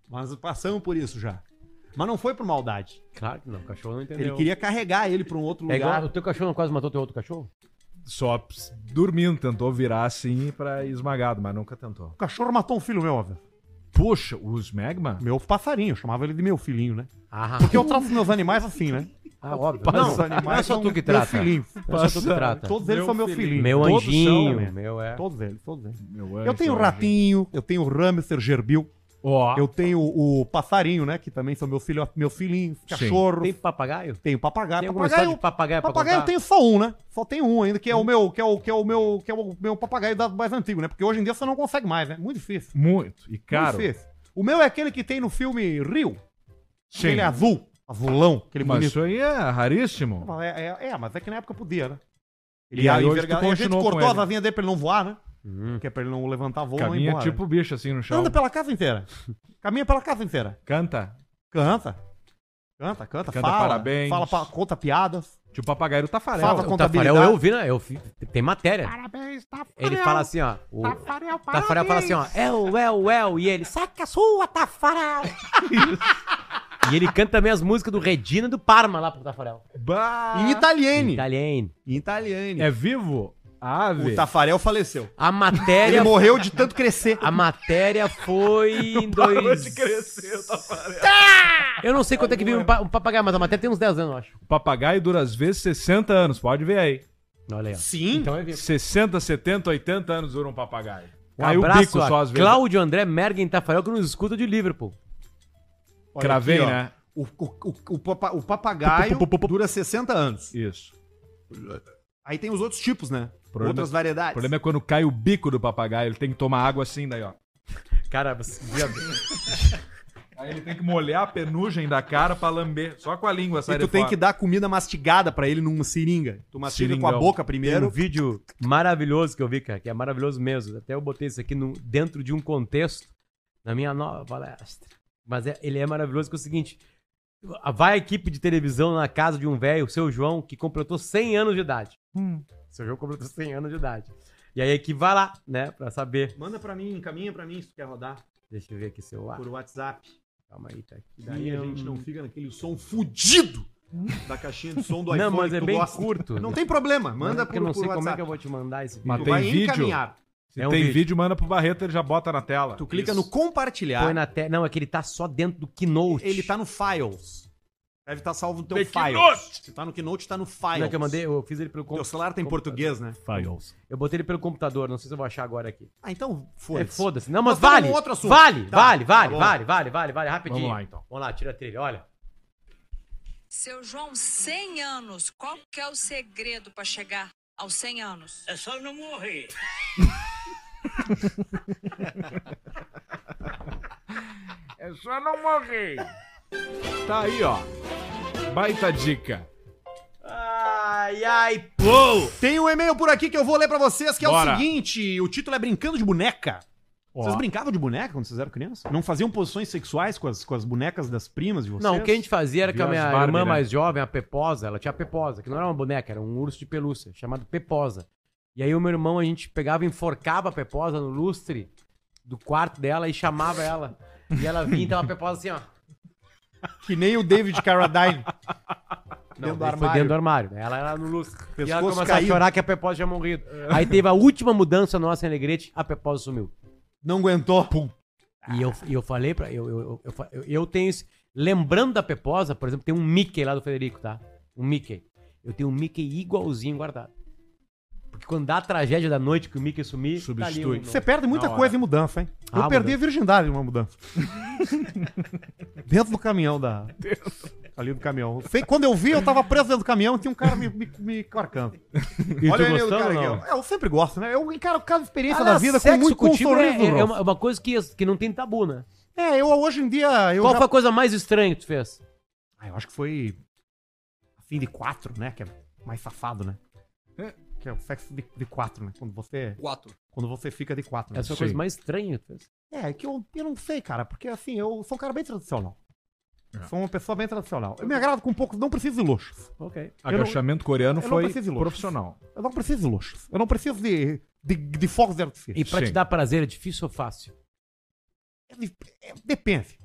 Speaker 1: Mas passamos por isso já. Mas não foi por maldade.
Speaker 3: Claro que não, o cachorro não entendeu.
Speaker 1: Ele queria carregar ele pra um outro
Speaker 3: É igual,
Speaker 1: lugar.
Speaker 3: o teu cachorro não quase matou teu outro cachorro?
Speaker 2: Só ps- dormindo, tentou virar assim pra ir esmagado, mas nunca tentou.
Speaker 1: O cachorro matou um filho meu, velho.
Speaker 2: Puxa, os Megma?
Speaker 1: Meu passarinho, eu chamava ele de meu filhinho, né?
Speaker 3: Ah,
Speaker 1: Porque eu trato meus animais assim, né?
Speaker 3: ah óbvio.
Speaker 1: Meus
Speaker 3: Não, não é só
Speaker 1: são
Speaker 3: tu que
Speaker 1: meu
Speaker 3: trata.
Speaker 1: filhinho.
Speaker 3: Não é só tu que trata.
Speaker 1: Todos eles
Speaker 2: Meu
Speaker 1: são meu filhinho.
Speaker 3: Meu
Speaker 1: Todos são,
Speaker 3: anjinho,
Speaker 1: né?
Speaker 3: meu é.
Speaker 1: Todos eles, todos eles.
Speaker 2: Meu
Speaker 1: Eu tenho o ratinho, eu tenho o hamster gerbil,
Speaker 2: Ó,
Speaker 1: eu tenho o passarinho, né? Que também são meu filho, meu filhinho, cachorro.
Speaker 3: Tem papagaio?
Speaker 1: Tenho papagaio.
Speaker 3: Tem alguma
Speaker 1: papagaio,
Speaker 3: história de papagaio pra Hum?
Speaker 1: papagaio eu
Speaker 3: contar?
Speaker 1: tenho só um, né? Só tenho um ainda, que é o meu, que é o que é o meu, que é o meu papagaio da- mais antigo, né? Porque hoje em dia você não consegue mais, né? Muito difícil.
Speaker 2: muito. E caro.
Speaker 1: Muito difícil. O meu é aquele que tem no filme Rio.
Speaker 2: Sim.
Speaker 1: Aquele azul, azulão, aquele
Speaker 2: Mas
Speaker 1: bonito.
Speaker 2: isso aí é raríssimo.
Speaker 1: Mas É, é- é, mas é que na época podia, né?
Speaker 2: E
Speaker 1: Ele
Speaker 2: aí
Speaker 1: ia
Speaker 2: hoje tu
Speaker 1: envergar... A gente
Speaker 2: continuou com
Speaker 1: cortou a
Speaker 2: ele. Uhum.
Speaker 1: asinha dele pra ele não voar, né?
Speaker 3: Hum.
Speaker 1: Que é pra ele não levantar voo não ir
Speaker 2: Caminha
Speaker 1: embora. né?
Speaker 2: tipo bicho assim no chão.
Speaker 1: Anda pela casa inteira. Caminha pela casa inteira.
Speaker 2: Canta.
Speaker 1: Canta. Canta, canta,
Speaker 2: Canta
Speaker 1: fala.
Speaker 2: parabéns.
Speaker 1: Fala, pa- conta piadas.
Speaker 2: Tipo papagaio Tafarel.
Speaker 1: Fala
Speaker 3: O
Speaker 1: contabilidade.
Speaker 3: Tafarel, eu vi, né? Eu vi, tem matéria.
Speaker 6: Parabéns, Tafarel.
Speaker 2: Ah,
Speaker 3: Ele fala assim, ó. O
Speaker 2: Tá
Speaker 6: Tafarel,
Speaker 3: Tafarel fala assim, ó. El, el, el. E ele, saca a sua, tá Tafarel. e ele canta também as músicas do Regina e do Parma lá pro Tafarel.
Speaker 2: Bah!
Speaker 1: Em italiane.
Speaker 3: Italiano.
Speaker 1: Em italiane.
Speaker 2: É vivo? A ave?
Speaker 1: O Tafarel faleceu.
Speaker 3: A
Speaker 1: Ele
Speaker 3: matéria...
Speaker 1: morreu de tanto crescer.
Speaker 2: Ah,
Speaker 3: A matéria foi em dois... Eu não sei quanto é que vive um, pa- um papagaio, mas a matéria tem uns 10 anos, eu acho.
Speaker 2: O papagaio dura às vezes 60 anos, pode ver aí.
Speaker 3: Olha aí, ó.
Speaker 1: Sim.
Speaker 3: Então é vivo.
Speaker 2: 60, 70, 80 anos dura um papagaio.
Speaker 3: Um
Speaker 2: Caiu o
Speaker 3: abraço
Speaker 2: bico
Speaker 3: a
Speaker 2: só às vezes.
Speaker 3: Cláudio André Mergen Tafarel, que nos escuta de Liverpool.
Speaker 1: Olha
Speaker 2: Cravei,
Speaker 1: aqui, ó.
Speaker 2: né?
Speaker 1: O, o- o- o papa- o papagaio
Speaker 2: Pu- pu- pu- pu-
Speaker 1: dura 60 anos.
Speaker 2: Isso.
Speaker 1: Aí tem os outros tipos, né?
Speaker 2: Problema-
Speaker 1: Outras
Speaker 2: O
Speaker 1: variedades.
Speaker 2: problema é quando cai o bico do papagaio, ele tem que tomar água assim daí, ó.
Speaker 3: Cara, você...
Speaker 2: Aí ele tem que molhar a penugem da cara pra lamber, só com a língua sai
Speaker 1: E tu
Speaker 2: de
Speaker 1: tem
Speaker 2: fora.
Speaker 1: que dar comida mastigada pra ele numa seringa. Tu mastiga com a
Speaker 2: Seringão.
Speaker 1: boca
Speaker 3: Tem um
Speaker 1: primeiro.
Speaker 3: vídeo maravilhoso que eu vi, cara, que é maravilhoso mesmo. Até eu botei isso aqui no- dentro de um contexto na minha nova palestra. Mas é- ele é maravilhoso que é o seguinte: a- vai a equipe de televisão na casa de um velho, o seu João, que completou 100 anos de idade.
Speaker 1: Hum.
Speaker 3: Seu João completou 100 anos de idade. E aí a equipe vai lá, né, pra saber.
Speaker 1: Manda pra mim, encaminha pra mim se tu quer rodar
Speaker 3: Deixa
Speaker 1: Tá.
Speaker 3: eu ver aqui seu ar.
Speaker 1: por WhatsApp.
Speaker 3: Calma aí, tá aqui.
Speaker 1: Daí a gente não fica naquele som fudido da caixinha de som do
Speaker 3: Não,
Speaker 1: iPhone
Speaker 3: mas
Speaker 1: que
Speaker 3: é
Speaker 1: tu
Speaker 3: bem
Speaker 1: gosta.
Speaker 3: curto.
Speaker 1: Não tem problema,
Speaker 3: Manda
Speaker 1: manda
Speaker 3: porque
Speaker 1: pro,
Speaker 3: eu não
Speaker 1: pro
Speaker 3: sei como é
Speaker 1: WhatsApp.
Speaker 3: que eu vou te mandar esse vídeo.
Speaker 2: Mas
Speaker 1: Tu
Speaker 2: tem
Speaker 1: vai
Speaker 2: vídeo?
Speaker 1: encaminhar.
Speaker 2: Se
Speaker 3: É um
Speaker 2: tem
Speaker 3: vídeo.
Speaker 2: vídeo. manda pro Barreto, ele já bota na tela.
Speaker 1: Tu clica
Speaker 2: Isso.
Speaker 1: no compartilhar,
Speaker 3: Põe na te... Não, é que ele tá só dentro do Keynote.
Speaker 1: ele tá no Files. Deve estar salvo no teu
Speaker 2: The
Speaker 1: Files.
Speaker 2: Keynote.
Speaker 1: Se tá no Keynote, tá no Files.
Speaker 3: Não, é que eu mandei, eu fiz ele pelo
Speaker 1: Teu
Speaker 3: computador.
Speaker 1: celular tem em português, né?
Speaker 2: Files.
Speaker 3: Eu botei ele pelo computador, não sei se eu vou achar agora aqui.
Speaker 1: Ah, então
Speaker 3: É,
Speaker 1: foda-se.
Speaker 3: foda-se. Não, mas
Speaker 1: Nós temos
Speaker 3: vale.
Speaker 1: um outro assunto.
Speaker 3: Vale,
Speaker 1: Tá,
Speaker 3: vale,
Speaker 1: tá
Speaker 3: vale,
Speaker 1: bom.
Speaker 3: vale, vale, vale, vale, rapidinho.
Speaker 2: Vamos lá, então.
Speaker 3: Vamos lá, tira a trilha, olha.
Speaker 6: Seu João, 100 anos. Qual que é o segredo para chegar aos 100 anos?
Speaker 7: É só não morrer.
Speaker 2: É só não morrer. Tá aí, ó. Baita dica.
Speaker 3: Ai, ai,
Speaker 1: Tem um e-mail por aqui que eu vou ler pra vocês, que é
Speaker 2: Bora.
Speaker 1: o seguinte: o título é Brincando de Boneca.
Speaker 2: Ó.
Speaker 1: Vocês brincavam de boneca quando vocês eram crianças? Não faziam posições sexuais com as, com as bonecas das primas de vocês?
Speaker 3: Não, o que a gente fazia era que a
Speaker 2: Viu as
Speaker 3: minha
Speaker 2: Barbie,
Speaker 3: irmã
Speaker 2: né?
Speaker 3: mais jovem, a Peposa, ela tinha a Peposa, que não era uma boneca, era um urso de pelúcia, chamado Peposa. E aí o meu irmão, a gente pegava e enforcava a Peposa no lustre do quarto dela e chamava ela. E ela vinha, então a Peposa assim, ó.
Speaker 1: Que nem o David Carradine. Dentro do
Speaker 3: Não, daí foi
Speaker 1: armário.
Speaker 3: dentro do armário. Ela era no lustre. e ela
Speaker 1: Pescoço É.
Speaker 3: começava
Speaker 1: caído.
Speaker 3: a chorar que a Peposa tinha morrido. Aí teve a última mudança nossa em Alegrete, a Peposa sumiu.
Speaker 1: Não aguentou. Tá
Speaker 3: E eu, e eu falei pra. Eu, eu, eu, eu fa- eu, eu tenho isso. Lembrando da Peposa, por exemplo, tem um Mickey lá do Federico, tá? Um Mickey. Eu tenho um Mickey igualzinho guardado. Porque quando dá a tragédia da noite que o Mickey sumir. tá um-
Speaker 2: Substitui.
Speaker 1: um Você perde muita
Speaker 2: Na hora.
Speaker 1: coisa em mudança, hein? Eu
Speaker 3: Ah,
Speaker 1: perdi a virgindade numa mudança. dentro do caminhão da. Ali do caminhão. Sei, quando eu vi, eu tava preso dentro do caminhão e tinha um cara me, me, me carcando.
Speaker 3: E
Speaker 1: Olha o
Speaker 3: tu
Speaker 1: e-mail do
Speaker 3: gostando ou
Speaker 1: cara
Speaker 3: não?
Speaker 1: aqui, ó. É, Eu sempre gosto, né? Eu encaro cada experiência
Speaker 3: Aliás,
Speaker 1: da vida com
Speaker 3: sexo
Speaker 1: muito com um
Speaker 3: contigo é-
Speaker 1: sorriso.
Speaker 3: é, é
Speaker 1: Ralph.
Speaker 3: uma, uma coisa que, que não tem tabu, né?
Speaker 1: É, eu hoje em dia. Eu
Speaker 3: Qual
Speaker 1: já-
Speaker 3: foi a coisa mais estranha que tu fez?
Speaker 1: Ah, eu acho que foi. A fim de quatro, né? Que é mais safado, né? Que é o sexo de, de quatro, né? Quando você.
Speaker 8: Quatro.
Speaker 1: Quando você fica de quatro. Né?
Speaker 3: Essa foi a
Speaker 2: Sim.
Speaker 3: coisa mais estranha que tu fez.
Speaker 1: É, que eu, eu não sei, cara, porque assim, eu sou um cara bem tradicional.
Speaker 3: É.
Speaker 1: Sou uma pessoa bem tradicional. Eu me agrado com um pouco, não preciso de luxos.
Speaker 3: Ok.
Speaker 2: Agachamento coreano
Speaker 1: eu não
Speaker 2: foi
Speaker 1: preciso ir longe.
Speaker 2: profissional.
Speaker 1: Eu não preciso de luxos. Eu não preciso de, de, de fogos de artifício.
Speaker 3: E pra te
Speaker 2: Sim.
Speaker 3: dar prazer, é difícil ou fácil?
Speaker 1: É, é, depende.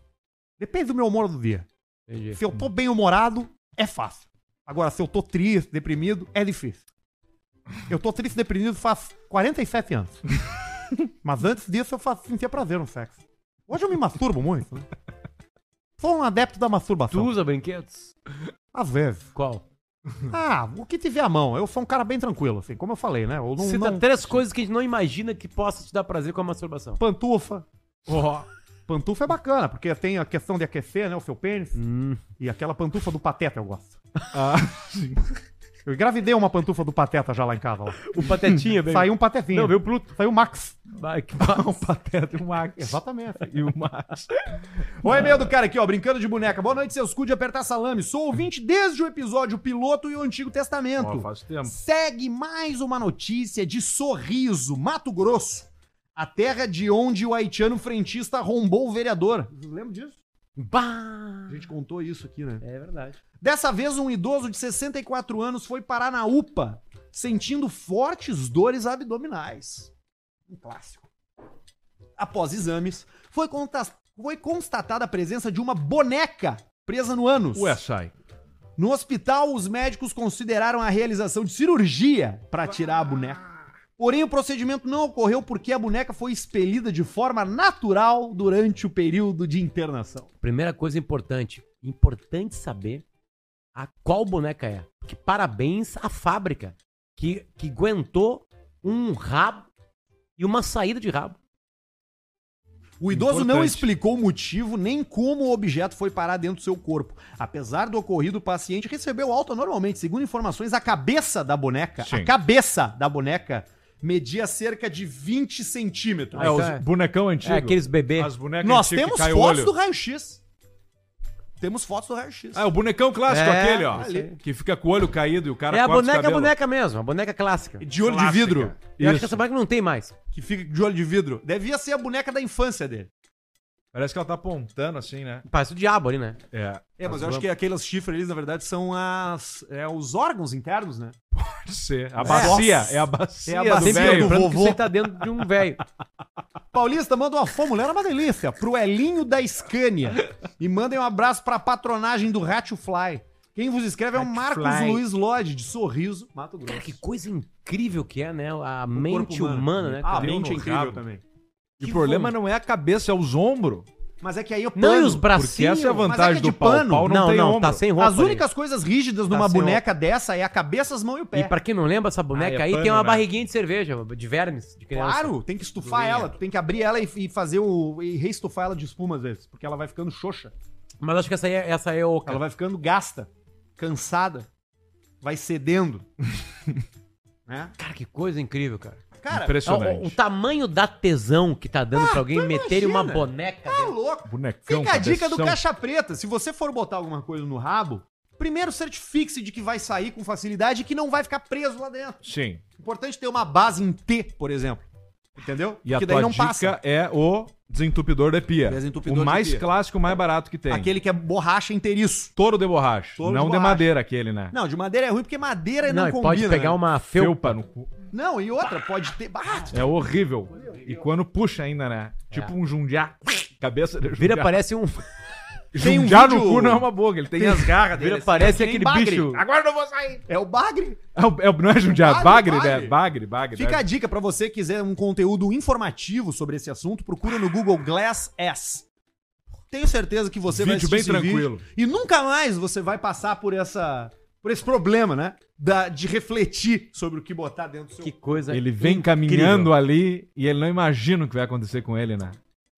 Speaker 1: Depende do meu humor do dia.
Speaker 3: Entendi.
Speaker 1: Se eu tô bem humorado, é fácil. Agora, se eu tô triste, deprimido, é difícil. Eu tô triste, deprimido faz 47 anos. Mas antes disso, eu faço, sentia prazer no sexo. Hoje eu me masturbo muito, né? Sou um adepto da
Speaker 3: Tu
Speaker 1: masturbação.
Speaker 3: usa brinquedos?
Speaker 1: Às vezes.
Speaker 3: Qual?
Speaker 1: Ah, o que tiver à mão. Eu sou um cara bem tranquilo, assim, como eu falei, né? Eu não,
Speaker 3: Cita
Speaker 1: não-
Speaker 3: três coisas que a gente não imagina que possa te dar prazer com a masturbação.
Speaker 1: Pantufa.
Speaker 3: Ó.
Speaker 1: Pantufa é bacana, porque tem a questão de aquecer, né, o seu pênis. E aquela pantufa do pateta eu gosto. Ah, Eu engravidei uma pantufa do pateta já lá em casa. Ó.
Speaker 3: O Patetinha, velho.
Speaker 1: Saiu um patetinho.
Speaker 3: Não, veio o Pluto.
Speaker 1: Saiu o Max.
Speaker 3: Vai, que bom.
Speaker 2: Pateta e um- o Max.
Speaker 1: Exatamente.
Speaker 2: E o Max.
Speaker 1: O e-mail do cara aqui, ó, brincando de boneca. Boa noite, seus cu de apertar salame. Sou ouvinte desde o episódio piloto e o Antigo Testamento.
Speaker 2: Ó, faz tempo.
Speaker 1: Segue mais uma notícia de Sorriso, Mato Grosso. A terra de onde o haitiano frentista arrombou o vereador. Lembra disso?
Speaker 3: Bah!
Speaker 1: A gente contou isso aqui, né?
Speaker 3: É verdade.
Speaker 1: Dessa vez, um idoso de 64 anos foi parar na UPA, sentindo fortes dores abdominais. Um clássico. Após exames, foi, contas- foi constatada a presença de uma boneca presa no ânus.
Speaker 2: Ué, sai.
Speaker 1: No hospital, os médicos consideraram a realização de cirurgia para tirar a boneca. Porém, o procedimento não ocorreu porque a boneca foi expelida de forma natural durante o período de internação.
Speaker 3: Primeira coisa importante. Importante saber a qual boneca é. Porque parabéns à fábrica que, que aguentou um rabo e uma saída de rabo.
Speaker 1: O idoso não
Speaker 2: Importante.
Speaker 1: explicou o motivo nem como o objeto foi parar dentro do seu corpo. Apesar do ocorrido, o paciente recebeu alta normalmente. Segundo informações, a cabeça da boneca, a
Speaker 2: Sim.
Speaker 1: cabeça da boneca, media cerca de 20 centímetros.
Speaker 3: Ah,
Speaker 2: é,
Speaker 3: então
Speaker 2: os
Speaker 3: é-
Speaker 2: bonecão antigo.
Speaker 3: É, aqueles bebês.
Speaker 2: As bonecas
Speaker 1: Nós
Speaker 2: antigas que
Speaker 1: temos
Speaker 2: cai o
Speaker 1: fotos
Speaker 2: olho.
Speaker 1: do raio-x. Temos fotos do raio-x.
Speaker 2: Ah, o bonecão clássico,
Speaker 3: É,
Speaker 2: aquele, ó.
Speaker 1: ali.
Speaker 2: Que fica com o olho caído e o cara
Speaker 3: É a
Speaker 2: corta os
Speaker 3: boneca, a
Speaker 2: cabelos.
Speaker 3: boneca mesmo. A boneca clássica. Eu
Speaker 1: de olho de
Speaker 2: Clássica.
Speaker 1: vidro.
Speaker 3: acho
Speaker 2: Isso.
Speaker 3: que essa boneca não tem mais.
Speaker 1: Que fica de olho de vidro. Devia ser a boneca da infância dele.
Speaker 2: Parece que ela tá apontando assim, né?
Speaker 3: Parece o diabo ali, né?
Speaker 2: É.
Speaker 1: É, mas eu acho que aqueles chifres, eles, na verdade, são as, é, os órgãos internos, né?
Speaker 2: Pode ser. A bacia. É, a bacia.
Speaker 1: É a
Speaker 2: do
Speaker 1: bacia
Speaker 2: velho.
Speaker 1: do-
Speaker 3: Lembrando que
Speaker 1: vovô.
Speaker 3: você tá dentro de um velho.
Speaker 1: Paulista, manda uma fã, mulher é uma delícia, pro Elinho da Scania. E mandem um abraço pra patronagem do Ratio Fly. Quem vos escreve é o Marcos
Speaker 2: McFly.
Speaker 1: Luiz Lodge, de Sorriso, Mato Grosso.
Speaker 3: Cara, que coisa incrível que é, né? A
Speaker 1: corpo
Speaker 3: mente
Speaker 1: humano.
Speaker 3: humana, né?
Speaker 1: Ah,
Speaker 3: cara?
Speaker 1: a mente é incrível
Speaker 2: também. E
Speaker 1: Que
Speaker 2: o problema
Speaker 1: bom.
Speaker 2: não é a cabeça, é os ombros.
Speaker 1: Mas é que aí eu
Speaker 3: Não, e os bracinhos?
Speaker 2: Porque essa é a
Speaker 1: mas é
Speaker 2: vantagem
Speaker 1: que é de
Speaker 2: do pau.
Speaker 1: pano.
Speaker 2: O pau não,
Speaker 3: Não,
Speaker 2: tem
Speaker 3: não,
Speaker 2: ombro.
Speaker 3: tá sem roupa.
Speaker 1: As
Speaker 3: ali.
Speaker 1: únicas coisas rígidas
Speaker 3: Tá
Speaker 1: numa
Speaker 3: sem
Speaker 1: boneca dessa é a cabeça, as mãos e o
Speaker 3: E
Speaker 1: pé.
Speaker 3: pra quem não lembra, essa boneca
Speaker 2: Ah, é
Speaker 3: aí tem
Speaker 2: pano,
Speaker 3: uma
Speaker 2: né?
Speaker 3: barriguinha de cerveja, de vermes, de criança.
Speaker 1: Claro, tem que estufar
Speaker 3: Durinha.
Speaker 1: ela, tu tem que abrir ela e, e fazer o. e reestufar ela de espuma às vezes, porque ela vai ficando xoxa.
Speaker 3: Mas acho que essa aí é, essa aí é oca.
Speaker 1: Ela vai ficando gasta, cansada, vai cedendo. né?
Speaker 3: Cara, que coisa incrível, cara. Então,
Speaker 1: Cara,
Speaker 2: Impressionante.
Speaker 3: O, o tamanho da tesão que tá dando pra alguém
Speaker 1: Ah, tu
Speaker 3: meter
Speaker 1: imagina.
Speaker 3: uma boneca.
Speaker 1: tá
Speaker 3: dentro.
Speaker 1: louco.
Speaker 2: Bonecão,
Speaker 1: Fica a dica do
Speaker 2: cabeção.
Speaker 1: caixa preta. Se você for botar alguma coisa no rabo, primeiro certifique-se de que vai sair com facilidade e que não vai ficar preso lá dentro.
Speaker 2: Sim.
Speaker 1: Importante é ter uma base em T, por exemplo. Entendeu?
Speaker 2: E a tua dica é o desentupidor da pia.
Speaker 1: é Desentupidor
Speaker 2: o
Speaker 1: de
Speaker 2: mais
Speaker 1: pia.
Speaker 2: clássico, o mais barato que tem.
Speaker 1: Aquele que é borracha inteiriço.
Speaker 2: Touro de borracha.
Speaker 1: Touro de
Speaker 2: não de,
Speaker 1: borracha.
Speaker 2: madeira aquele, né?
Speaker 1: Não, de madeira é ruim porque madeira não,
Speaker 3: e
Speaker 1: combina.
Speaker 3: pode pegar
Speaker 1: né?
Speaker 3: uma
Speaker 2: Felpa
Speaker 3: felpa.
Speaker 2: no cu.
Speaker 1: Não, e outra, pode ter. Ah,
Speaker 2: É horrível. E quando puxa ainda, né?
Speaker 1: É.
Speaker 2: Tipo um jundiá. Cabeça de
Speaker 3: Vira,
Speaker 2: jundiá.
Speaker 3: parece um.
Speaker 1: Tem um
Speaker 2: Jundiá no
Speaker 1: vídeo-
Speaker 2: cu não é uma boca, ele tem as garras dele.
Speaker 3: Vira, parece
Speaker 1: tem
Speaker 3: aquele
Speaker 1: bagre.
Speaker 3: bicho.
Speaker 2: Agora eu não vou sair.
Speaker 1: é o bagre.
Speaker 2: É o- é o- não é jundiá,
Speaker 1: Bagre,
Speaker 2: bagre, né?
Speaker 1: bagre.
Speaker 2: Bagre, bagre.
Speaker 1: Fica a
Speaker 2: bagre.
Speaker 1: dica pra você que quiser um conteúdo informativo sobre esse assunto, procura no Google Glass S. Tenho certeza que você
Speaker 2: Vídeo
Speaker 1: vai
Speaker 2: bem
Speaker 1: assistir esse
Speaker 2: tranquilo.
Speaker 1: vídeo e nunca mais você vai passar por essa por esse problema, né? Da, de refletir sobre o que botar dentro do seu
Speaker 3: Que coisa.
Speaker 2: Ele vem
Speaker 3: incrível.
Speaker 2: caminhando ali e ele não imagina o que vai acontecer com ele, né?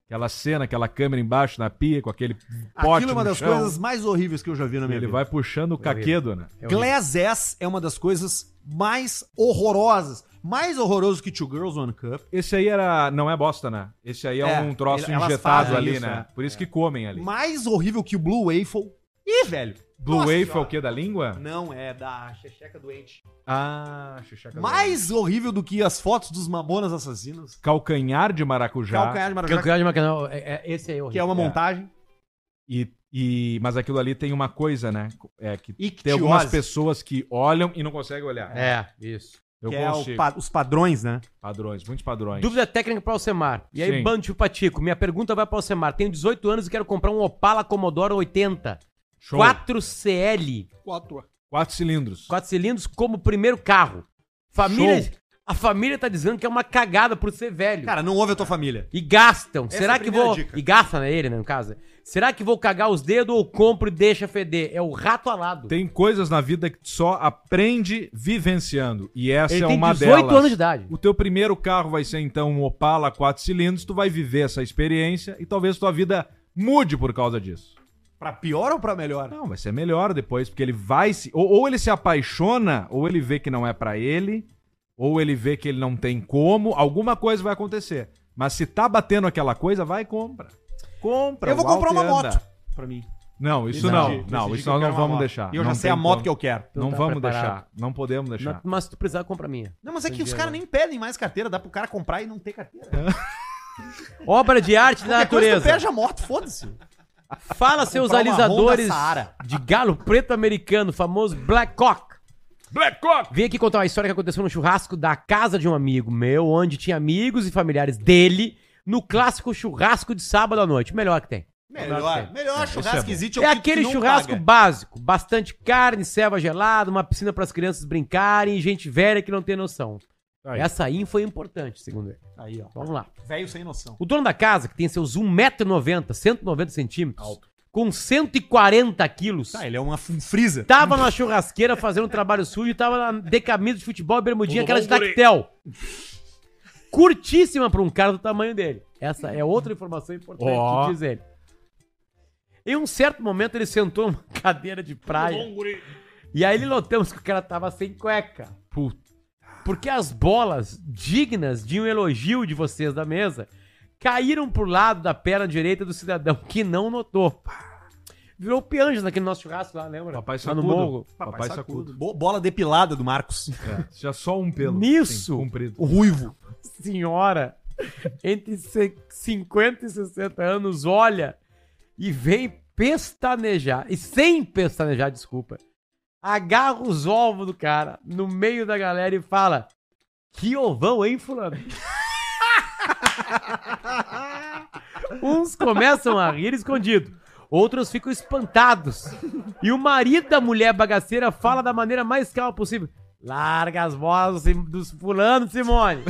Speaker 2: Aquela cena, aquela câmera embaixo na pia, com aquele pote
Speaker 1: Aquilo é uma
Speaker 2: no
Speaker 1: das
Speaker 2: chão.
Speaker 1: coisas né, mais horríveis que eu já vi na minha
Speaker 2: Ele
Speaker 1: vida.
Speaker 2: vai puxando o caquedo, né?
Speaker 3: É horrível.
Speaker 1: Glass S é uma das coisas mais horrorosas. Mais horroroso que Two Girls One Cup.
Speaker 2: Esse aí era. Não é bosta, né? Esse aí é,
Speaker 1: É,
Speaker 2: um troço
Speaker 1: ele- elas
Speaker 2: injetado
Speaker 1: fazem
Speaker 2: ali,
Speaker 1: isso,
Speaker 2: né?
Speaker 1: é.
Speaker 2: Por isso que comem ali.
Speaker 1: Mais horrível que o Blue Waffle. Ih, velho.
Speaker 2: Blue
Speaker 1: Nossa
Speaker 2: Waffle é o
Speaker 1: senhora.
Speaker 2: quê? Da língua?
Speaker 1: Não, é da checheca doente.
Speaker 2: Ah, xixaca.
Speaker 1: Mais horrível do que as fotos dos mamonas assassinos.
Speaker 2: Calcanhar de maracujá.
Speaker 1: Calcanhar de
Speaker 3: Porque o
Speaker 1: maracujá,
Speaker 3: criado de macanal. É, é- esse aí é
Speaker 1: que é
Speaker 3: horrível.
Speaker 1: uma montagem.
Speaker 2: E, e, mas aquilo ali tem uma coisa, né? É que
Speaker 1: Ictiose,
Speaker 2: tem algumas pessoas que olham e não conseguem olhar.
Speaker 3: É, isso.
Speaker 2: Eu
Speaker 1: que é o
Speaker 2: consigo.
Speaker 1: pa- os padrões, né?
Speaker 2: Padrões, muitos padrões.
Speaker 3: Dúvida técnica para Alcemar. E aí,
Speaker 2: Sim.
Speaker 3: Bando Tio Patico, minha pergunta vai para Alcemar. Tenho 18 anos e quero comprar um Opala Commodore 80.
Speaker 2: Show.
Speaker 3: 4CL.
Speaker 2: Quatro cilindros.
Speaker 3: 4 cilindros como primeiro carro. Família,
Speaker 2: Show.
Speaker 3: a família tá dizendo que é uma cagada por ser velho.
Speaker 1: Cara, não ouve a tua família.
Speaker 3: e gastam.
Speaker 1: Essa é
Speaker 3: Será
Speaker 1: a
Speaker 3: que
Speaker 1: primeira
Speaker 3: vou.
Speaker 1: dica.
Speaker 3: E gasta né, ele, né, no caso. Será que vou cagar os dedos ou compro e deixa feder? É o rato alado.
Speaker 2: Tem coisas na vida que tu só aprende vivenciando. E essa
Speaker 3: ele
Speaker 2: é
Speaker 3: tem
Speaker 2: uma
Speaker 3: 18
Speaker 2: delas.
Speaker 3: anos de idade.
Speaker 2: O teu primeiro carro vai ser então um Opala quatro cilindros, tu vai viver essa experiência e talvez tua vida mude por causa disso.
Speaker 1: Pra pior ou pra melhor?
Speaker 2: Não, vai ser melhor depois, porque ele vai se ou, ou ele se apaixona, ou ele vê que não é pra ele, ou ele vê que ele não tem como, alguma coisa vai acontecer. Mas se tá batendo aquela coisa, vai e compra. Compra.
Speaker 1: eu vou
Speaker 2: o
Speaker 1: comprar
Speaker 2: alto
Speaker 1: uma
Speaker 2: e anda.
Speaker 1: moto. Pra mim.
Speaker 2: Não, isso
Speaker 1: Decidi-
Speaker 2: não.
Speaker 1: decidi
Speaker 2: Não,
Speaker 1: que
Speaker 2: isso
Speaker 1: eu
Speaker 2: nós não
Speaker 1: quero uma
Speaker 2: vamos
Speaker 1: moto.
Speaker 2: deixar.
Speaker 1: E eu já
Speaker 2: Não
Speaker 1: sei a
Speaker 2: tem
Speaker 1: moto
Speaker 2: como.
Speaker 1: que eu quero.
Speaker 3: Então
Speaker 2: não
Speaker 3: tá
Speaker 2: vamos
Speaker 3: preparado.
Speaker 2: deixar. Não podemos deixar.
Speaker 3: Não, mas se tu precisar, compra a minha.
Speaker 1: Não, mas é que
Speaker 3: Entendi
Speaker 1: os caras nem pedem mais carteira. Dá pro cara comprar e não ter carteira.
Speaker 3: Obra de arte da
Speaker 1: Qualquer coisa, tu
Speaker 3: natureza.
Speaker 1: perde a moto, foda-se.
Speaker 3: Fala seus
Speaker 1: Comprar uma
Speaker 3: alisadores
Speaker 1: Honda Saara.
Speaker 3: de galo preto americano, famoso Black Cock.
Speaker 2: Black Cock!
Speaker 3: Vim aqui contar uma história que aconteceu no churrasco da casa de um amigo meu, onde tinha amigos e familiares dele no clássico churrasco de sábado à noite. Melhor que tem.
Speaker 1: Melhor, melhor churrasco que existe
Speaker 3: é
Speaker 1: o que
Speaker 3: aquele
Speaker 1: tu não
Speaker 3: churrasco
Speaker 1: paga.
Speaker 3: básico, bastante carne, selva gelada, uma piscina para as crianças brincarem, e gente velha que não tem noção.
Speaker 2: Aí.
Speaker 3: Essa info é importante, segundo ele.
Speaker 1: Aí, ó.
Speaker 3: Vamos lá.
Speaker 1: Velho sem noção.
Speaker 3: O dono da casa, que tem seus 1,90m, 190 centímetros, com 140 quilos,
Speaker 1: Tá, ele é uma um freezer.
Speaker 3: tava na churrasqueira fazendo um trabalho sujo, tava na, de camisa de futebol e bermudinha, aquela de
Speaker 2: um
Speaker 3: tactel. Curtíssima pra um cara do tamanho dele. Essa é outra informação importante
Speaker 2: Ó.
Speaker 3: que diz ele. Em um certo momento ele sentou numa cadeira de praia.
Speaker 2: um
Speaker 3: E aí ele notamos que o cara tava sem cueca.
Speaker 2: Puta.
Speaker 3: Porque as bolas dignas de um elogio de vocês da mesa caíram pro lado da perna direita do cidadão que não notou. Virou pianjas naquele nosso churrasco lá, lembra?
Speaker 2: Papai
Speaker 1: Tá
Speaker 3: lá no
Speaker 2: sacudo.
Speaker 3: morro.
Speaker 2: Papai sacudo.
Speaker 1: Bo- bola depilada do Marcos.
Speaker 2: Já só um pelo.
Speaker 3: Nisso,
Speaker 2: assim, comprido.
Speaker 1: O ruivo.
Speaker 3: senhora entre se- 50 e 60 anos olha e vem pestanejar, e sem pestanejar, desculpa, agarra os ovos do cara no meio da galera e fala: Que ovão, hein, Fulano? Uns começam a rir escondido. Outros ficam espantados. E o marido da mulher bagaceira fala da maneira mais calma possível. Larga as vozes Sim- dos fulano, Simone.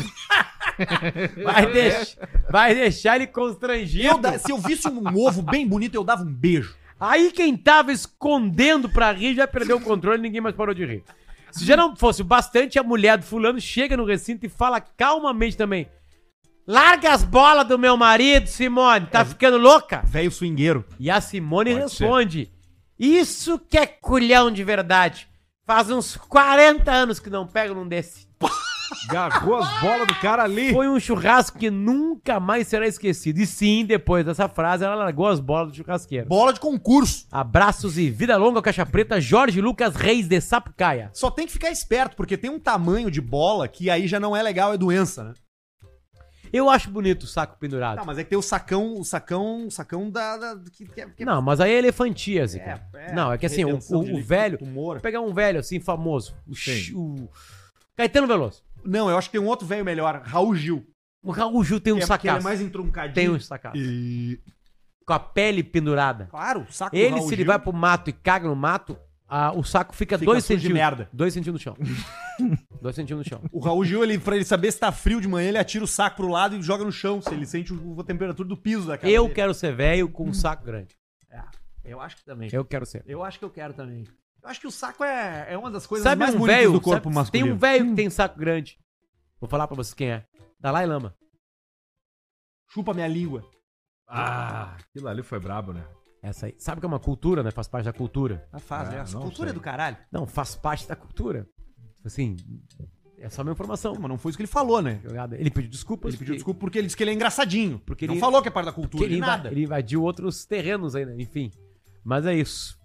Speaker 3: Vai, deix- vai deixar ele constrangido.
Speaker 1: Eu da- se eu visse um ovo bem bonito, eu dava um beijo.
Speaker 3: Aí quem tava escondendo pra rir já perdeu o controle, ninguém mais parou de rir. Se já não fosse o bastante, a mulher do fulano chega no recinto e fala calmamente também. Larga as bolas do meu marido, Simone, tá ficando louca?
Speaker 1: Velho swingueiro.
Speaker 3: E a Simone
Speaker 2: Pode
Speaker 3: responde: Isso que é culhão de verdade. Faz uns 40 anos que não pego num desse.
Speaker 2: Garrou as bolas do cara ali.
Speaker 3: Foi um churrasco que nunca mais será esquecido. E sim, depois dessa frase, ela largou as bolas do churrasqueiro.
Speaker 1: Bola de concurso.
Speaker 3: Abraços e vida longa, Caixa Preta, Jorge Lucas Reis de Sapucaia.
Speaker 1: Só tem que ficar esperto, porque tem um tamanho de bola que aí já não é legal, é doença, né?
Speaker 3: Eu acho bonito o saco pendurado.
Speaker 1: Não,
Speaker 3: Não,
Speaker 1: mas é que tem o sacão, o sacão, o sacão da. da- que, que,
Speaker 3: mas,
Speaker 1: que-
Speaker 3: aí é elefantíase. cara.
Speaker 1: É, é,
Speaker 3: não, é que assim, o,
Speaker 1: retenção
Speaker 3: o-
Speaker 1: de
Speaker 3: o
Speaker 1: líquido,
Speaker 3: velho.
Speaker 1: tumor.
Speaker 3: Vou pegar um velho assim, famoso. O, Ch-
Speaker 2: Sim.
Speaker 3: o Caetano Veloso.
Speaker 1: Não, eu acho que tem um outro velho melhor, Raul Gil.
Speaker 3: O Raul Gil tem um
Speaker 1: que é, porque ele
Speaker 3: sacaço.
Speaker 1: é mais entroncadinho.
Speaker 3: Tem um sacaço.
Speaker 1: E-
Speaker 3: Com a pele pendurada.
Speaker 1: Claro, o saco
Speaker 3: Ele,
Speaker 1: do Raul
Speaker 3: se ele
Speaker 1: Gil
Speaker 3: vai pro mato e caga no mato, ah, o saco fica 2
Speaker 1: sujo de
Speaker 3: centímetros.
Speaker 1: merda.
Speaker 3: 2 centímetros no chão. 2 centímetros no chão.
Speaker 1: O Raul Gil, ele, pra ele saber se tá frio de manhã, ele atira o saco pro lado e joga no chão, se ele sente o- a temperatura do piso da casa.
Speaker 3: Eu
Speaker 1: dele.
Speaker 3: quero ser velho com um saco grande.
Speaker 1: Eu acho que também.
Speaker 3: Eu quero ser.
Speaker 1: Eu acho que eu quero também. Eu acho que o saco é, é uma das coisas
Speaker 3: Sabe
Speaker 1: mais
Speaker 3: um
Speaker 1: bonitas
Speaker 3: velho
Speaker 1: do corpo
Speaker 3: sabe-
Speaker 1: masculino.
Speaker 3: Tem um velho que tem saco grande. Vou falar pra vocês quem é. Dalai Lama.
Speaker 1: Chupa minha língua.
Speaker 2: Ah, aquilo ali foi brabo, né?
Speaker 3: Essa aí. Sabe que é uma cultura, né? Faz parte da cultura.
Speaker 1: Ah, faz,
Speaker 2: Ah,
Speaker 1: é. Essa
Speaker 2: não
Speaker 1: cultura
Speaker 2: sei.
Speaker 1: é do caralho.
Speaker 3: Não, faz parte da cultura. Assim, é só uma informação.
Speaker 1: Não, mas não foi isso que ele falou, né?
Speaker 3: Jogada. Ele pediu desculpas.
Speaker 1: Ele pediu
Speaker 3: porque-
Speaker 1: desculpa porque ele disse que ele é engraçadinho. Porque não
Speaker 3: ele-
Speaker 1: falou que é parte da
Speaker 3: Porque
Speaker 1: cultura,
Speaker 3: ele,
Speaker 1: ele
Speaker 3: inva-
Speaker 1: nada.
Speaker 3: ele invadiu outros terrenos ainda, enfim. Mas é isso.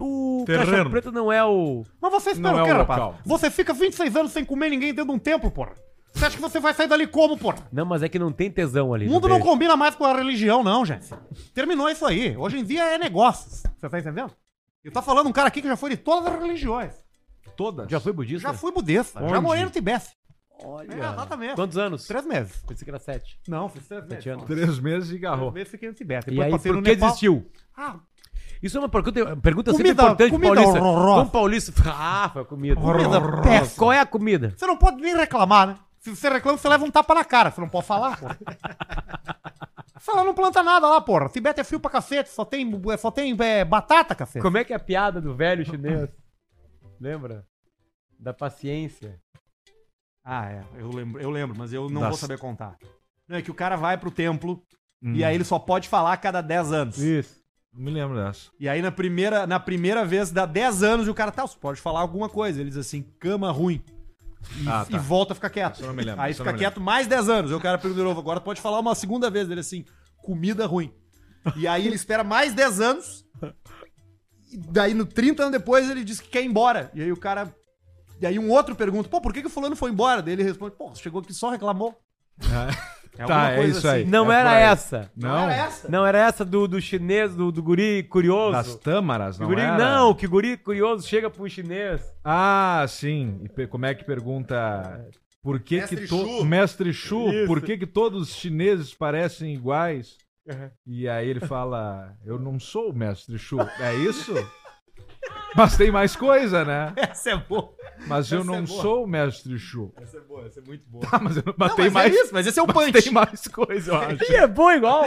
Speaker 3: O
Speaker 2: Terreno.
Speaker 3: Caixa Preta não é o.
Speaker 4: Mas você espera
Speaker 2: Não é
Speaker 4: o quê,
Speaker 2: um
Speaker 4: rapaz?
Speaker 2: local.
Speaker 4: Você fica 26 anos sem comer ninguém dentro de um templo, porra. Você acha que você vai sair dali como, porra?
Speaker 3: Não, mas é que não tem tesão ali.
Speaker 4: O mundo não
Speaker 3: vejo.
Speaker 4: combina mais com a religião, não, gente. Terminou isso aí. Hoje em dia é negócios. Você tá entendendo? Eu tô falando um cara aqui que já foi de todas as religiões.
Speaker 2: Todas.
Speaker 3: Já foi budista?
Speaker 4: Já fui budista, já
Speaker 2: Onde?
Speaker 4: morei no Tibete.
Speaker 3: Olha.
Speaker 4: É, exatamente.
Speaker 3: Quantos anos?
Speaker 4: Três meses.
Speaker 3: Pensei que era sete.
Speaker 4: Não, né, fiz
Speaker 1: Tá
Speaker 4: três meses.
Speaker 3: Sete anos.
Speaker 2: Três meses e
Speaker 4: Três
Speaker 2: garrou.
Speaker 4: meses fiquei no Tibete.
Speaker 3: E aí, por
Speaker 4: passei
Speaker 3: que
Speaker 4: no Nepal.
Speaker 3: desistiu?
Speaker 4: Ah,
Speaker 3: Isso é uma pergunta, pergunta sempre
Speaker 4: Comida-
Speaker 3: importante,
Speaker 4: comida
Speaker 3: Paulista.
Speaker 4: horrorosa.
Speaker 3: Como Paulista. Ah, foi a comida.
Speaker 4: Comida péssima.
Speaker 3: Qual é a comida?
Speaker 4: você não pode nem reclamar, né? Se você reclama, você leva um tapa na cara. Você não pode falar, porra. Você lá não planta nada lá, porra. Tibete é fio pra cacete. Só tem, só tem é, batata, cacete.
Speaker 3: Como é que é a piada do velho chinês? Lembra? Da paciência.
Speaker 1: Ah, é. Eu lembro, eu lembro, mas eu não
Speaker 2: Das-
Speaker 1: vou saber contar. Não, é que o cara vai pro templo
Speaker 2: Hum,
Speaker 1: e aí ele só pode falar a cada 10 anos.
Speaker 3: Isso.
Speaker 2: Não me lembro dessa.
Speaker 1: E aí na primeira, na primeira vez dá 10 anos e o cara tá, você pode falar alguma coisa. Ele diz assim, cama ruim. E,
Speaker 2: Ah, tá.
Speaker 1: e volta a ficar quieto.
Speaker 2: Isso eu não me lembro,
Speaker 1: aí
Speaker 2: isso eu
Speaker 1: fica
Speaker 2: não me
Speaker 1: quieto mais 10 anos. Aí o cara pergunta de novo, agora pode falar uma segunda vez dele assim, comida ruim. E aí ele espera mais 10 anos. E daí no 30 anos depois ele diz que quer ir embora. E aí o cara e aí um outro pergunta, pô, por que, que o fulano foi embora? Daí ele responde, pô, chegou aqui só reclamou. É alguma
Speaker 2: Tá, é
Speaker 1: coisa
Speaker 2: isso aí.
Speaker 3: Não
Speaker 2: É
Speaker 3: era
Speaker 2: por aí.
Speaker 3: essa.
Speaker 2: Não,
Speaker 1: Era essa?
Speaker 3: Não era essa do, do chinês, do, do guri curioso.
Speaker 2: das tâmaras,
Speaker 3: Que
Speaker 2: não
Speaker 3: guri-
Speaker 2: era?
Speaker 3: não, que guri curioso chega pro chinês.
Speaker 2: Ah, sim. E pe- como é que pergunta... Por que
Speaker 4: Mestre
Speaker 2: que to...
Speaker 4: Xu.
Speaker 2: Mestre Chu,
Speaker 3: Isso.
Speaker 2: por que que todos os chineses parecem iguais? E aí ele fala, eu não sou o mestre Chu. É isso? Mas tem mais coisa, né?
Speaker 1: Essa é boa.
Speaker 2: Mas eu
Speaker 1: Essa é
Speaker 2: não
Speaker 1: boa.
Speaker 2: sou o mestre Chu.
Speaker 1: Essa é boa, essa é muito boa.
Speaker 2: Tá, mas, eu não- mas
Speaker 1: Não,
Speaker 2: tem
Speaker 1: mas
Speaker 2: mais...
Speaker 1: é isso, mas esse é o punch.
Speaker 2: Tem mais coisa, eu acho.
Speaker 3: E é bom igual.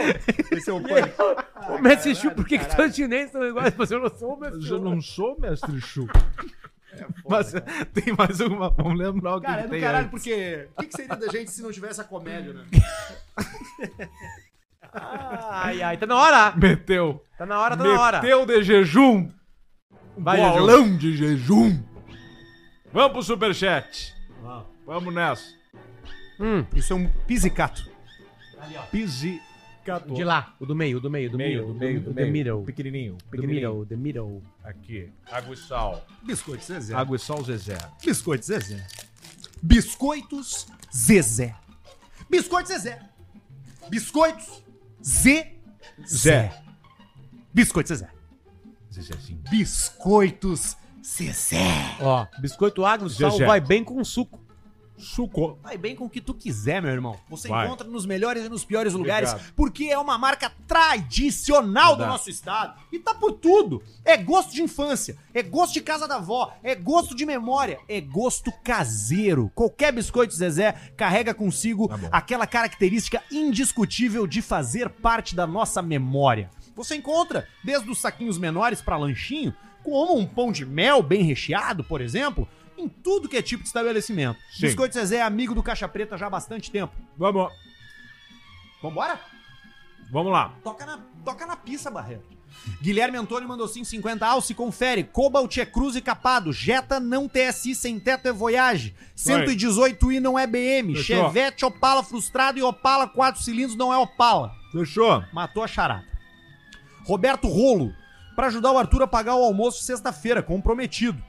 Speaker 1: Esse é o punch.
Speaker 3: o mestre Chu, por que que todos os chineses são iguais? Mas eu não sou o mestre
Speaker 2: Mas
Speaker 3: Chu.
Speaker 2: eu não sou mestre Chu. Mas tem mais alguma. Vamos lembrar o que,
Speaker 1: Cara, é
Speaker 2: que
Speaker 1: do
Speaker 2: tem.
Speaker 1: caralho,
Speaker 2: aí.
Speaker 1: porque o que, que seria da gente se não tivesse a comédia, né?
Speaker 3: Ai, ai, tá na hora.
Speaker 2: Meteu.
Speaker 3: Tá na hora, tá na hora.
Speaker 2: Meteu de jejum. Um
Speaker 3: Vai,
Speaker 2: bolão de jejum. Vamos pro superchat. Vamos nessa.
Speaker 1: Isso é um pisicato.
Speaker 2: Pisi.
Speaker 3: De lá, o do meio, o do meio, do meio, do meio, do middle.
Speaker 2: Pequenininho.
Speaker 3: Do
Speaker 2: Pequenininho.
Speaker 3: middle, the middle.
Speaker 2: Aqui. Água e sal.
Speaker 1: Biscoito Zezé.
Speaker 2: Água e sal, Zezé.
Speaker 1: Biscoito Zezé. Biscoitos Zezé. Biscoito Zezé. Biscoitos Zé. Zé. Biscoito Zezé.
Speaker 2: Zezezinho.
Speaker 1: Biscoitos Zezé.
Speaker 3: Ó, biscoito agro, sal
Speaker 2: Zezé.
Speaker 3: vai bem com suco.
Speaker 2: Suco.
Speaker 1: Vai bem com o que tu quiser, meu irmão. Você
Speaker 2: Vai.
Speaker 1: encontra nos melhores e nos piores
Speaker 2: Obrigado.
Speaker 1: lugares, porque é uma marca tradicional do
Speaker 2: Verdade.
Speaker 1: nosso estado. E tá por tudo. É gosto de infância, é gosto de casa da avó, é gosto de memória, é gosto caseiro. Qualquer biscoito Zezé carrega consigo
Speaker 2: Tá bom.
Speaker 1: aquela característica indiscutível de fazer parte da nossa memória. Você encontra desde os saquinhos menores para lanchinho, como um pão de mel bem recheado, por exemplo, em tudo que é tipo de estabelecimento.
Speaker 2: Sim.
Speaker 1: Biscoito Zezé é amigo do Caixa Preta já há bastante tempo.
Speaker 2: Vamos,
Speaker 1: Vambora?
Speaker 2: vamos lá.
Speaker 1: Toca na, toca na pista, Barreto. Guilherme Antônio mandou 550 Alce, confere. Cobalt é cruz e capado. Jetta não TSI, sem teto é Voyage. 118i não é BM.
Speaker 2: Fechou.
Speaker 1: Chevette Opala frustrado e Opala 4 cilindros não é Opala.
Speaker 2: Fechou.
Speaker 1: Matou a charada. Roberto Rolo, pra ajudar o Arthur a pagar o almoço sexta-feira, comprometido.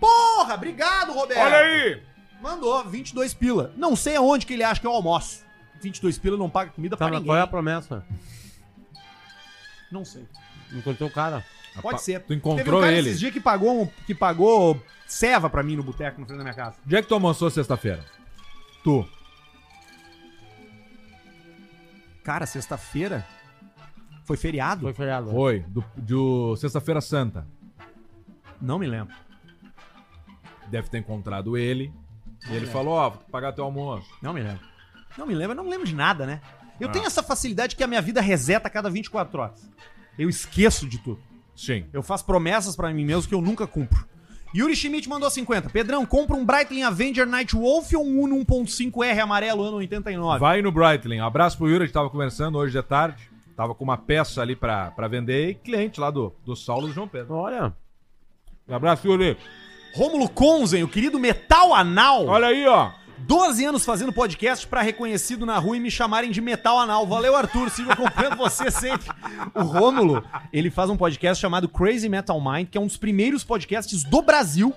Speaker 1: Porra, obrigado, Roberto.
Speaker 2: Olha aí.
Speaker 1: Mandou 22 pila. Não sei aonde que ele acha que é o almoço. 22 pila não paga comida
Speaker 3: Tá,
Speaker 1: pra
Speaker 3: mas
Speaker 1: ninguém.
Speaker 3: qual é a promessa?
Speaker 1: Não sei.
Speaker 3: Encontrou o cara.
Speaker 1: Pode ser.
Speaker 2: Tu
Speaker 1: Teve um
Speaker 2: encontrou
Speaker 1: cara
Speaker 2: ele.
Speaker 1: esses dias que pagou, um- que pagou ceva pra mim no boteco no frente da minha casa.
Speaker 2: Onde é que tu almoçou sexta-feira? Tu.
Speaker 1: Cara, sexta-feira foi feriado?
Speaker 3: Foi feriado. né?
Speaker 2: Foi. Do, do Sexta-feira Santa.
Speaker 1: Não me lembro.
Speaker 2: Deve ter encontrado ele. E
Speaker 1: É.
Speaker 2: ele falou, ó, vou pagar teu almoço.
Speaker 1: Não me lembro. Não me lembro, eu não lembro de nada, né? Eu
Speaker 2: Ah.
Speaker 1: tenho essa facilidade que a minha vida reseta a cada 24 horas. Eu esqueço de tudo.
Speaker 2: Sim.
Speaker 1: Eu faço promessas pra mim mesmo que eu nunca cumpro. Yuri Schmidt mandou 50. Pedrão, compra um Breitling Avenger Night Wolf ou um Uno 1.5R amarelo ano 89.
Speaker 2: Vai no Breitling. Um abraço pro Yuri, a gente tava conversando hoje de tarde. Tava com uma peça ali pra, pra vender e cliente lá do, do Saulo e do João Pedro.
Speaker 3: Olha.
Speaker 2: Um abraço, Yuri.
Speaker 1: Rômulo Conzen, o querido Metal Anal.
Speaker 2: Olha aí, ó.
Speaker 1: 12 anos fazendo podcast pra reconhecido na rua e me chamarem de metal anal. Valeu, Arthur. Sigo acompanhando você sempre. O Rômulo, ele faz um podcast chamado Crazy Metal Mind, que é um dos primeiros podcasts do Brasil.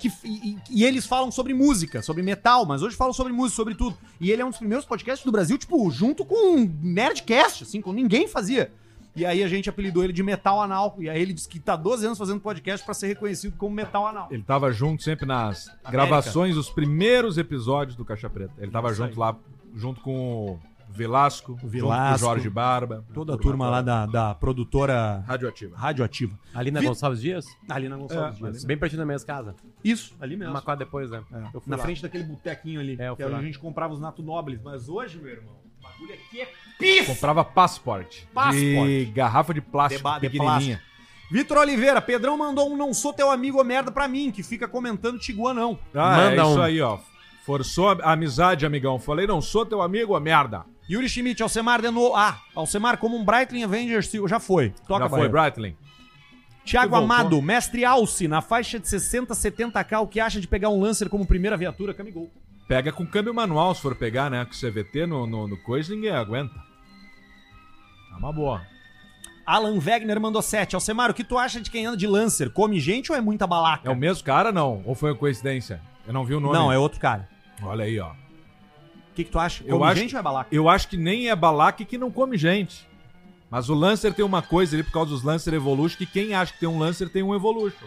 Speaker 1: Que, e, e- e eles falam sobre música, sobre metal, mas hoje falam sobre música, sobre tudo. E ele é um dos primeiros podcasts do Brasil, tipo, junto com um Nerdcast, assim, com ninguém fazia. E aí a gente apelidou ele de Metal Anal. E aí ele disse que tá 12 anos fazendo podcast pra ser reconhecido como Metal Anal.
Speaker 2: Ele tava junto sempre nas gravações dos primeiros episódios do Caixa Preta. Ele tava junto lá, junto com o Velasco, junto com o
Speaker 1: Velasco.
Speaker 2: Jorge Barba.
Speaker 1: Toda a turma lá da, da produtora
Speaker 2: Radioativa.
Speaker 1: radioativa.
Speaker 3: Alina
Speaker 1: Vi-
Speaker 3: Gonçalves Dias?
Speaker 1: Ali na Gonçalves
Speaker 2: É,
Speaker 1: Dias.
Speaker 3: Bem pertinho da minha casa.
Speaker 1: Isso, ali mesmo.
Speaker 3: Uma quadra depois, né?
Speaker 1: É,
Speaker 3: Eu fui
Speaker 1: na
Speaker 3: lá.
Speaker 1: frente daquele botequinho ali,
Speaker 3: É, eu
Speaker 1: que
Speaker 3: fui
Speaker 1: era
Speaker 3: lá.
Speaker 1: onde a gente comprava os nato nobles. Mas hoje, meu irmão, o bagulho aqui é...
Speaker 2: Comprava passaporte.
Speaker 1: Passporte.
Speaker 2: De garrafa de plástico
Speaker 1: Deba- de
Speaker 2: pequenininha.
Speaker 1: Vitor Oliveira, Pedrão mandou um não sou teu amigo ou merda pra mim, que fica comentando Tiguan não.
Speaker 2: Ah, é
Speaker 3: Manda
Speaker 2: isso
Speaker 3: um.
Speaker 2: aí, ó. Forçou a amizade, amigão. Falei, não sou teu amigo, a merda.
Speaker 1: Yuri Schmidt, Alcemar de novo. Ah, Alcemar como um Brightling Avengers Seal. Já foi. Toca,
Speaker 2: Já foi,
Speaker 1: Barreto.
Speaker 2: Breitling.
Speaker 1: Tiago
Speaker 2: Voltou.
Speaker 1: Amado, mestre Alce, na faixa de 60, 70k, o que acha de pegar um Lancer como primeira viatura? Camigol.
Speaker 2: Pega com câmbio manual, se for pegar, né? Com CVT no, no, no coisa, ninguém aguenta. É uma boa.
Speaker 1: Alan Wegner mandou 7. Alcemar, o que tu acha de quem anda de Lancer? Come gente ou é muita balaca?
Speaker 2: É o mesmo cara, não? Ou foi uma coincidência? Eu não vi o nome.
Speaker 1: Não, é outro cara.
Speaker 2: Olha aí, ó.
Speaker 1: O que, que tu acha?
Speaker 2: Eu
Speaker 1: Come
Speaker 2: acho-
Speaker 1: gente ou é balaca?
Speaker 2: Eu acho que nem é balaque que não come gente. Mas o Lancer tem uma coisa ali por causa dos Lancer Evolution, que quem acha que tem um Lancer tem um Evolution.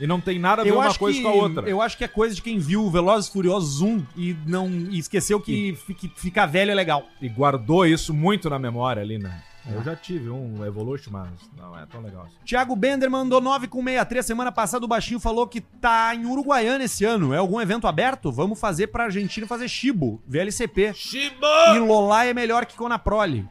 Speaker 2: E não tem nada a ver
Speaker 1: Eu
Speaker 2: uma
Speaker 1: acho,
Speaker 2: coisa
Speaker 1: que,
Speaker 2: com a outra.
Speaker 1: eu acho que é coisa de quem viu o Velozes e Furiosos 1 e não e esqueceu que, fi- que ficar velho é legal.
Speaker 2: E guardou isso muito na memória ali, né? Eu já tive um Evolution, mas não é tão legal assim.
Speaker 1: Thiago Bender mandou 9,63. Semana passada o Baixinho falou que tá em Uruguaiana esse ano. É algum evento aberto? Vamos fazer pra Argentina fazer Chibo, VLCP. Chibo! E Lolá é melhor que Conaprole.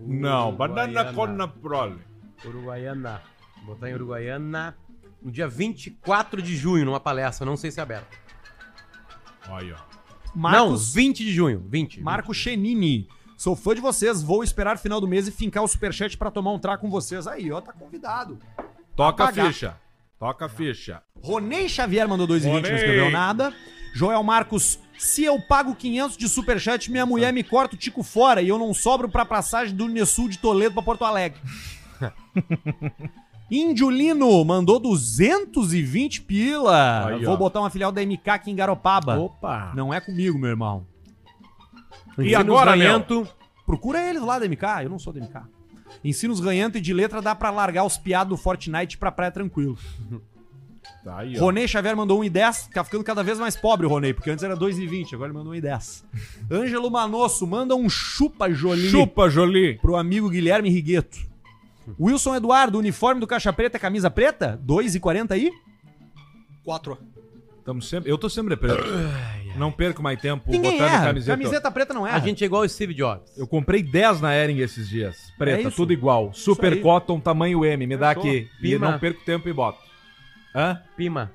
Speaker 2: Não,
Speaker 3: Uruguaiana.
Speaker 2: banana cona prole.
Speaker 3: Uruguaiana. Vou botar em Uruguaiana no dia 24 de junho, numa palestra. Não sei se é aberta.
Speaker 2: Olha, ó.
Speaker 1: Marcos,
Speaker 3: Não, 20 de junho. 20.
Speaker 1: Marco Chenini. Sou fã de vocês, vou esperar final do mês e fincar o superchat pra tomar um trago com vocês. Aí, ó, tá convidado.
Speaker 2: Toca a
Speaker 1: Apagar.
Speaker 2: ficha. Toca a ficha.
Speaker 1: Ronei Xavier mandou 2,20, não
Speaker 2: Ronei.
Speaker 1: escreveu nada. Joel Marcos, se eu pago 500 de superchat, minha mulher me corta o tico fora e eu não sobro pra passagem do Unesul de Toledo pra Porto Alegre. Indiolino mandou 220 pila.
Speaker 2: Aí,
Speaker 1: Vou
Speaker 2: ó.
Speaker 1: botar uma filial da MK aqui em Garopaba.
Speaker 3: Opa!
Speaker 1: Não é comigo, meu irmão.
Speaker 2: E agora, meu?
Speaker 3: Ganhento,
Speaker 1: Procura eles lá da MK, eu não sou da MK. Ensinos ganhando e de letra dá pra largar os piados do Fortnite pra praia tranquilo.
Speaker 7: Tá aí, ó.
Speaker 1: Ronei Xavier mandou 1,10. Tá ficando cada vez mais pobre o Ronei, porque antes era 2,20, agora ele mandou 1,10. Ângelo Manosso manda um chupa jolinho
Speaker 2: Chupa, Jolie.
Speaker 1: pro amigo Guilherme Rigueto. Wilson Eduardo, uniforme do Caixa Preta, é camisa preta? 2,40 aí?
Speaker 7: 4.
Speaker 2: Tamo sempre... Eu tô sempre preto. Não perco mais tempo
Speaker 1: Ninguém
Speaker 2: botando
Speaker 1: erra.
Speaker 2: camiseta.
Speaker 1: Camiseta. preta não erra.
Speaker 3: A gente é igual o Steve Jobs.
Speaker 2: Eu comprei 10 na Ering esses dias. Preta,
Speaker 1: É isso.
Speaker 2: tudo igual. Super
Speaker 1: aí.
Speaker 2: cotton, tamanho M. Me dá aqui. E
Speaker 3: Pima.
Speaker 2: não perco tempo e boto. Hã?
Speaker 3: Pima.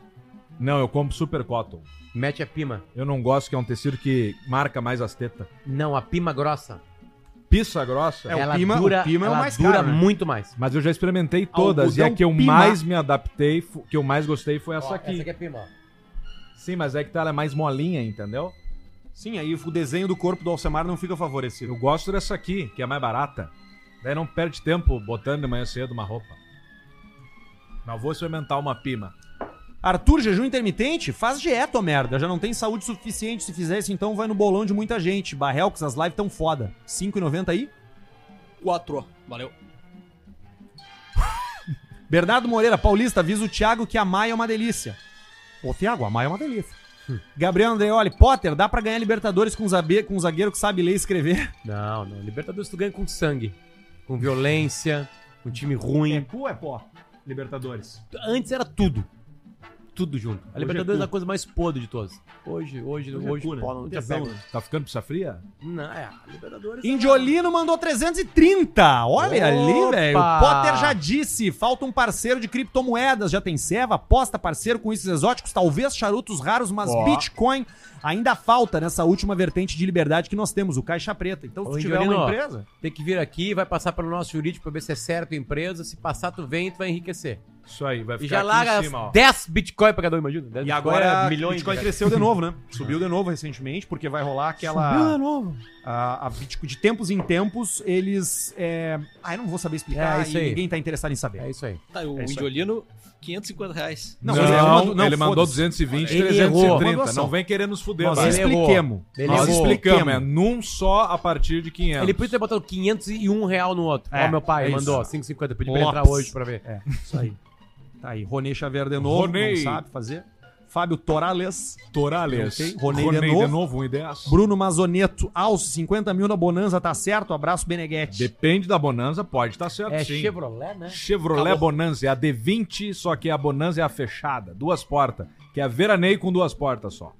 Speaker 2: Não, eu compro super cotton.
Speaker 3: Mete a pima.
Speaker 2: Eu não gosto que é um tecido que marca mais as tetas.
Speaker 3: Não, a pima grossa.
Speaker 2: Pissa grossa.
Speaker 1: É, o
Speaker 3: ela
Speaker 1: pima- o
Speaker 3: dura,
Speaker 1: pima é o
Speaker 3: ela
Speaker 1: mais
Speaker 3: dura
Speaker 1: caro, né?
Speaker 3: muito mais.
Speaker 2: Mas eu já experimentei todas. e a
Speaker 1: Algodão
Speaker 2: que eu
Speaker 1: Pima.
Speaker 2: mais me adaptei, fo- que eu mais gostei foi essa
Speaker 3: Ó,
Speaker 2: aqui.
Speaker 3: é pima, ó.
Speaker 2: Sim, mas é que tá, ela é mais molinha, entendeu?
Speaker 1: Sim, aí o desenho do corpo do Alcemar não fica favorecido.
Speaker 2: Eu gosto dessa aqui, que é mais barata. Daí não perde tempo botando de manhã cedo uma roupa. Mas vou experimentar uma pima.
Speaker 1: Arthur, jejum intermitente? Faz dieta, ô merda. Já não tem saúde suficiente. Se fizer isso, então vai no bolão de muita gente. Barrel, que essas lives tão foda. 5,90 aí?
Speaker 7: 4. Valeu.
Speaker 1: Bernardo Moreira, paulista, avisa o Thiago que a Maia é uma delícia. Ô, Thiago, a Maia é uma delícia. Gabriel Andreoli, Potter, dá pra ganhar Libertadores com, zabe, com um zagueiro que sabe ler e escrever?
Speaker 3: Não, não. Libertadores tu ganha com sangue. Com violência, com time ruim.
Speaker 1: cu, é pó. Libertadores.
Speaker 3: Antes era tudo. Tudo junto. A
Speaker 1: é
Speaker 3: Libertadores é
Speaker 1: cu.
Speaker 3: a coisa mais podre de todas. Hoje, hoje, hoje,
Speaker 1: cu, né?
Speaker 3: pó não te
Speaker 1: Tesão,
Speaker 3: pega.
Speaker 1: né?
Speaker 2: Tá ficando pizza fria?
Speaker 3: Não, é. a Libertadores.
Speaker 1: Indiolino mandou 330. Olha ali,
Speaker 3: Opa!
Speaker 1: velho. O Potter já disse: falta um parceiro de criptomoedas. Já tem Seva, aposta parceiro com esses exóticos, talvez charutos raros, mas
Speaker 7: Ó.
Speaker 1: Bitcoin ainda falta nessa última vertente de liberdade que nós temos, o Caixa Preta. Então, se
Speaker 3: Ô,
Speaker 1: tu tiver
Speaker 3: Indiolino,
Speaker 1: uma
Speaker 3: ó,
Speaker 1: empresa.
Speaker 3: Tem que vir aqui, vai passar pelo nosso jurídico pra ver se é certo a empresa. Se passar, tu vem e tu vai enriquecer.
Speaker 2: Isso aí, vai
Speaker 3: E
Speaker 2: ficar
Speaker 3: já larga
Speaker 2: aqui em cima, ó.
Speaker 3: 10 Bitcoin pra cada um, imagina. 10
Speaker 1: E
Speaker 3: Bitcoin
Speaker 1: agora
Speaker 3: é milhões.
Speaker 1: o Bitcoin
Speaker 3: de reais.
Speaker 1: cresceu de novo, né? Subiu de novo recentemente, porque vai rolar aquela. Subiu de novo. A, a Bitcoin, de tempos em tempos, eles. é, Ah, eu não vou saber explicar
Speaker 3: É, isso
Speaker 1: e
Speaker 3: aí.
Speaker 1: ninguém tá interessado em saber.
Speaker 3: É isso aí.
Speaker 7: Tá, o
Speaker 1: É isso aí.
Speaker 7: Indiolino, 550 reais.
Speaker 2: Não,
Speaker 1: Não,
Speaker 2: ele
Speaker 1: ele
Speaker 2: mandou,
Speaker 1: mandou- não,
Speaker 2: ele mandou
Speaker 1: foda-se.
Speaker 2: 220,
Speaker 3: Ele
Speaker 2: 330.
Speaker 3: errou.
Speaker 1: Mandou ação.
Speaker 2: Não vem querer nos fuder,
Speaker 1: Nós
Speaker 2: vai.
Speaker 3: Ele errou.
Speaker 1: expliquemos.
Speaker 3: Ele
Speaker 2: Nós
Speaker 3: errou.
Speaker 2: explicamos, é num só a partir de 500.
Speaker 3: Ele podia ter botado 501 real no outro. Ó,
Speaker 1: É,
Speaker 3: meu pai
Speaker 1: é isso.
Speaker 3: mandou 550. Pediu pra ele entrar
Speaker 1: Lopes.
Speaker 3: hoje pra ver.
Speaker 1: É, isso aí. Tá aí. Ronei Xavier de novo,
Speaker 2: Ronei.
Speaker 1: não sabe fazer. Fábio Torales.
Speaker 2: Torales.
Speaker 1: Ok.
Speaker 2: Ronei,
Speaker 1: Ronei
Speaker 2: de,
Speaker 1: de
Speaker 2: novo.
Speaker 1: novo.
Speaker 2: um ideias.
Speaker 1: Bruno Mazoneto. Alce, 50 mil na Bonanza, tá certo? Abraço, Beneguete.
Speaker 2: Depende da Bonanza, pode estar certo
Speaker 3: É
Speaker 2: sim.
Speaker 3: Chevrolet, né?
Speaker 2: Chevrolet
Speaker 7: Acabou.
Speaker 2: Bonanza, é a D20, só que a Bonanza é a fechada, duas portas, que é a Veranei com duas portas só.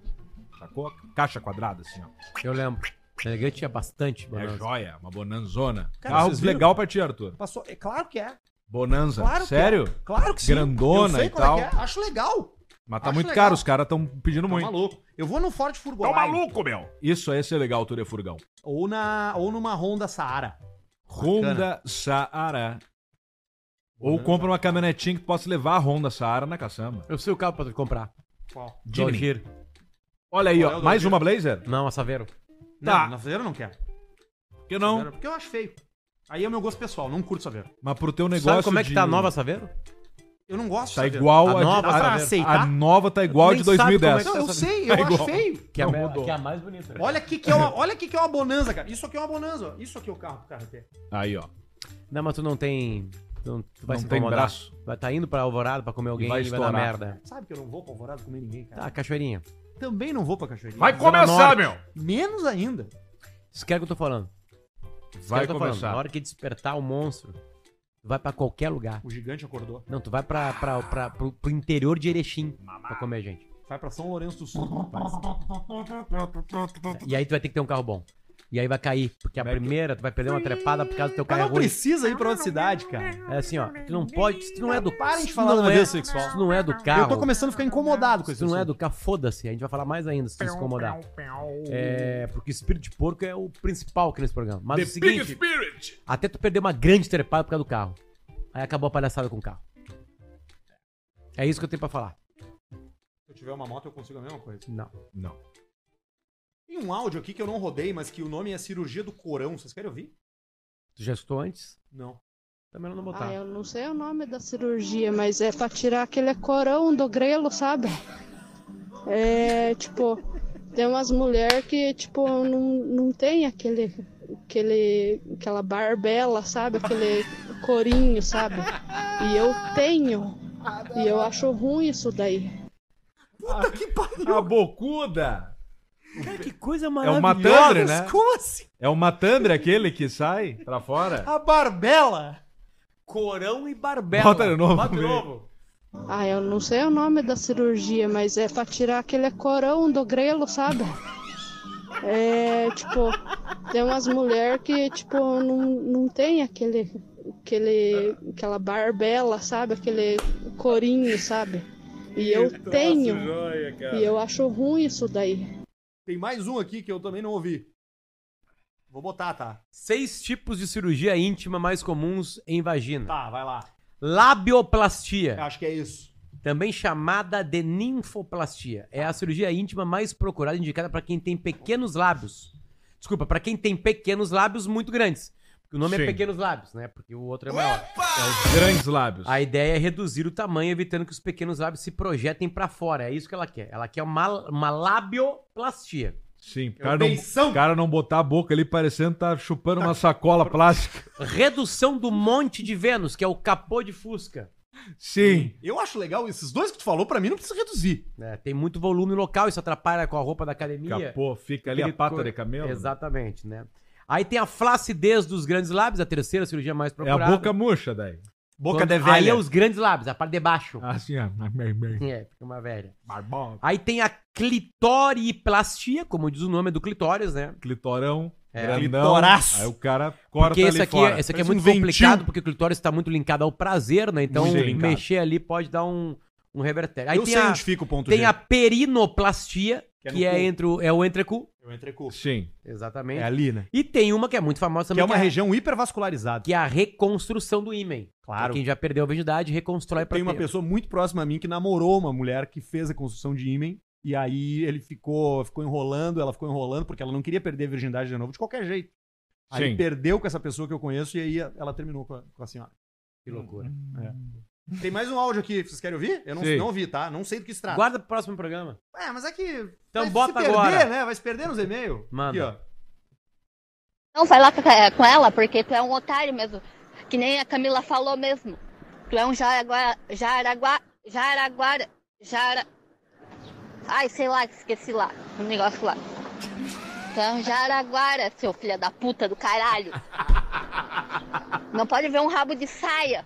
Speaker 2: Sacou? Caixa quadrada, assim, ó.
Speaker 3: Eu lembro. Alegrete tinha bastante,
Speaker 2: É
Speaker 3: bonança.
Speaker 2: joia, uma bonanzona.
Speaker 1: Cara,
Speaker 2: Carro
Speaker 1: vocês viram?
Speaker 2: legal pra ti, Arthur.
Speaker 1: Passou. É claro que é.
Speaker 2: Bonanza,
Speaker 1: Claro que
Speaker 2: Tá
Speaker 1: é.
Speaker 2: sério?
Speaker 1: Claro que sim.
Speaker 2: Grandona
Speaker 1: Eu sei
Speaker 2: e
Speaker 1: qual
Speaker 2: tal.
Speaker 1: é que é. Acho legal.
Speaker 2: Mas tá
Speaker 1: Acho
Speaker 2: muito
Speaker 1: legal.
Speaker 2: caro, os caras estão pedindo
Speaker 1: Tá
Speaker 2: muito. Tá
Speaker 1: maluco. Eu vou no Ford Furgon.
Speaker 2: meu! Isso aí ia ser legal, Ture Furgão.
Speaker 1: Ou, na, ou numa Honda Saara.
Speaker 2: Honda Saara. Ou compra uma caminhonetinha que tu possa levar a Honda Saara na caçamba.
Speaker 3: Eu sei o carro pra tu comprar.
Speaker 1: Qual?
Speaker 2: Jimny.
Speaker 3: Dodge.
Speaker 2: Olha aí,
Speaker 1: Qual é
Speaker 2: ó.
Speaker 1: o
Speaker 2: Mais
Speaker 1: Dodge?
Speaker 2: uma Blazer?
Speaker 3: Não, a Saveiro.
Speaker 2: Tá. Então-
Speaker 1: Não, na Saveiro eu não quero.
Speaker 2: Que não.
Speaker 1: Saveiro, Porque eu acho feio. Aí é o meu gosto pessoal, não curto Saveiro.
Speaker 2: Mas pro teu negócio.
Speaker 3: Sabe como é que
Speaker 2: de-
Speaker 3: tá a nova Saveiro?
Speaker 1: Eu não gosto de
Speaker 2: Tá
Speaker 1: Saveiro.
Speaker 2: igual
Speaker 3: A
Speaker 2: a, de-
Speaker 3: nova,
Speaker 2: a-
Speaker 3: pra
Speaker 2: a
Speaker 1: aceitar?
Speaker 2: nova tá igual a de
Speaker 3: Nem sabe como é
Speaker 2: 2010.
Speaker 3: que
Speaker 1: Não, eu sei,
Speaker 2: Tá
Speaker 1: eu
Speaker 2: igual.
Speaker 1: acho feio.
Speaker 3: Que é,
Speaker 2: Não
Speaker 3: a,
Speaker 2: mudou.
Speaker 3: que é a mais bonita. né?
Speaker 1: Olha aqui que é uma, olha aqui que é uma bonanza, cara. Isso aqui é uma bonanza, ó. Isso aqui é o carro pro cara ter.
Speaker 2: Aí, ó.
Speaker 3: Não, mas tu não tem. Tu, não- tu vai
Speaker 2: Não
Speaker 3: se
Speaker 2: tem
Speaker 3: incomodar.
Speaker 2: braço.
Speaker 3: Vai tá indo pra Alvorada pra comer alguém e
Speaker 2: vai
Speaker 3: vai, dar
Speaker 2: estourar.
Speaker 3: merda.
Speaker 1: Sabe que eu não vou pra Alvorada comer ninguém, cara.
Speaker 3: Tá, cachoeirinha.
Speaker 1: Também não vou pra cachoeirinha.
Speaker 2: Vai
Speaker 3: Zona
Speaker 2: começar,
Speaker 3: Norte.
Speaker 2: meu!
Speaker 1: Menos ainda.
Speaker 3: Isso que é o que eu tô falando. Isso
Speaker 2: Vai
Speaker 3: que eu tô falando.
Speaker 2: começar.
Speaker 3: Na hora que despertar o monstro, tu vai pra qualquer lugar.
Speaker 1: O gigante acordou.
Speaker 3: Não, tu vai pra, pra, pra, pro, pro interior de Erechim pra comer, gente.
Speaker 1: Vai pra São Lourenço do Sul.
Speaker 3: E aí tu vai ter que ter um carro bom. E aí vai cair, porque a
Speaker 1: é
Speaker 3: primeira tu vai perder uma trepada por causa do teu
Speaker 1: Cara,
Speaker 3: carro é
Speaker 1: não
Speaker 3: ruim.
Speaker 1: precisa ir pra outra cidade, cara.
Speaker 3: É assim, ó, tu não pode, se tu não é do
Speaker 1: Parem de
Speaker 3: se tu
Speaker 1: falar da
Speaker 3: não
Speaker 1: minha
Speaker 3: é,
Speaker 1: vida sexual.
Speaker 3: Se tu não é do
Speaker 1: Eu
Speaker 3: carro,
Speaker 1: tô começando a ficar incomodado com
Speaker 3: se
Speaker 1: isso.
Speaker 3: tu não é do carro, foda-se, a gente vai falar mais ainda se tu se incomodar. É, porque espírito de porco é o principal aqui nesse programa. Mas é o seguinte, até tu perder uma grande trepada por causa do carro. Aí acabou a palhaçada com o carro. É isso que eu tenho pra falar.
Speaker 1: Se eu tiver uma moto, eu consigo a mesma coisa.
Speaker 3: Não.
Speaker 2: Não.
Speaker 1: Tem um áudio aqui que eu não rodei, mas que o nome é Cirurgia do Corão. Vocês querem ouvir?
Speaker 3: Tu já escutou antes?
Speaker 1: Não.
Speaker 3: Também não
Speaker 8: Ah,
Speaker 3: botar.
Speaker 8: eu não sei o nome da cirurgia, mas é pra tirar aquele corão do grelo, sabe? É, tipo, tem umas mulheres que, tipo, não, não tem aquele, aquele, aquela barbela, sabe? Aquele corinho, sabe? E eu tenho. E eu acho ruim isso daí.
Speaker 1: Puta que pariu.
Speaker 2: A bocuda!
Speaker 3: Cara, que coisa
Speaker 2: É o
Speaker 3: maravilhosa.
Speaker 2: Matandre, né?
Speaker 4: Como assim?
Speaker 2: É o Matandre aquele que sai pra fora?
Speaker 4: A Barbela?
Speaker 3: Corão e Barbela.
Speaker 2: Bota de novo,
Speaker 3: Bota de
Speaker 2: amigo.
Speaker 3: novo.
Speaker 8: Ah, eu não sei o nome da cirurgia, mas é pra tirar aquele corão do grelo, sabe? É, tipo, tem umas mulheres que, tipo, não, não tem aquele, aquele, aquela barbela, sabe? Aquele corinho, sabe? E eu tenho. e eu acho ruim isso daí.
Speaker 1: Tem mais um aqui que eu também não ouvi. Vou botar, tá?
Speaker 3: Seis tipos de cirurgia íntima mais comuns em vagina.
Speaker 1: Tá, vai lá. Eu
Speaker 3: Labioplastia,
Speaker 1: acho que é isso.
Speaker 3: também chamada de ninfoplastia, é a cirurgia íntima mais procurada e indicada para quem tem pequenos lábios. Desculpa, para quem tem pequenos lábios muito grandes. Porque o nome
Speaker 2: Sim.
Speaker 3: é pequenos lábios, né? Porque o outro é maior.
Speaker 2: Grandes lábios.
Speaker 3: A ideia é reduzir o tamanho, evitando que os pequenos lábios se projetem para fora. É isso que ela quer. Ela quer uma, uma labioplastia.
Speaker 2: Sim, o
Speaker 1: Eu
Speaker 2: cara não,
Speaker 1: pensão.
Speaker 2: o cara não botar a boca ali parecendo que tá chupando uma sacola plástica.
Speaker 3: Redução do monte de Vênus, que é o capô de Fusca.
Speaker 2: Sim.
Speaker 1: Eu acho legal esses dois que tu falou, pra mim não precisa reduzir.
Speaker 3: né? Tem muito volume local, isso atrapalha com a roupa da academia.
Speaker 2: Capô, fica ali a
Speaker 3: Aquele
Speaker 2: pata
Speaker 3: cor-
Speaker 2: de camelo.
Speaker 3: Exatamente, né? Aí tem a flacidez dos grandes lábios, a terceira cirurgia mais
Speaker 2: É a
Speaker 3: procurada.
Speaker 2: boca murcha daí.
Speaker 1: Boca
Speaker 3: Quando-
Speaker 1: de velha. Ah.
Speaker 3: Aí é os grandes lábios, a parte de baixo.
Speaker 2: Assim, ó.
Speaker 3: É, fica uma velha. Aí tem a clitoriplastia, como diz o nome, é do clitóris, né?
Speaker 2: Clitorão.
Speaker 3: É.
Speaker 2: grandão.
Speaker 1: Clitoraço.
Speaker 2: Aí o cara corta
Speaker 3: Porque esse
Speaker 2: ali
Speaker 3: aqui,
Speaker 2: fora.
Speaker 3: esse aqui é
Speaker 1: Parece
Speaker 3: muito
Speaker 1: um ventil.
Speaker 3: complicado, porque o clitóris está muito linkado ao prazer, né? Então
Speaker 2: Muito linkado.
Speaker 3: mexer ali pode dar um, um revertério. Aí
Speaker 1: eu
Speaker 3: tem,
Speaker 1: sei
Speaker 3: a,
Speaker 1: onde fica o ponto
Speaker 3: tem
Speaker 1: G.
Speaker 3: a perinoplastia,
Speaker 1: Que é no
Speaker 3: que,
Speaker 1: cu.
Speaker 3: é, entre o, é o entrecu.
Speaker 1: Eu entrei com-
Speaker 2: Sim.
Speaker 3: Exatamente.
Speaker 1: ali, né?
Speaker 3: E tem uma que é muito famosa
Speaker 1: Que
Speaker 3: também,
Speaker 1: é uma
Speaker 3: que, é,
Speaker 1: região hipervascularizada.
Speaker 3: que é a reconstrução do ímen.
Speaker 1: Claro.
Speaker 3: Pra Quem já perdeu a virgindade, reconstrói pra
Speaker 1: Tem uma
Speaker 3: ter.
Speaker 1: pessoa muito próxima a mim que namorou uma mulher que fez a construção de ímen. E aí ele ficou, ficou enrolando, ela ficou enrolando, porque ela não queria perder a virgindade de novo de qualquer jeito. Aí
Speaker 2: Sim.
Speaker 1: perdeu com essa pessoa que eu conheço e aí ela terminou com a, com a senhora.
Speaker 3: Que loucura. Hum.
Speaker 1: Tem mais um áudio aqui, vocês querem ouvir? Eu não,
Speaker 2: Sim.
Speaker 1: não ouvi, tá? Não sei do que se trata.
Speaker 3: Guarda pro próximo programa.
Speaker 1: É, mas é que.
Speaker 3: Então
Speaker 1: vai
Speaker 3: bota
Speaker 1: se perder,
Speaker 3: agora.
Speaker 1: né? Vai se perder nos e-mails.
Speaker 3: Manda.
Speaker 1: Aqui, ó.
Speaker 9: Não, vai lá com é, com ela, porque tu é um otário mesmo. Que nem a Camila falou mesmo. Tu é um jaraguá. Jaraguá. Jaraguara. Jara. Ai, sei lá, esqueci lá. Um negócio lá. Tu é um jaraguara, seu filho da puta do caralho. Não pode ver um rabo de saia.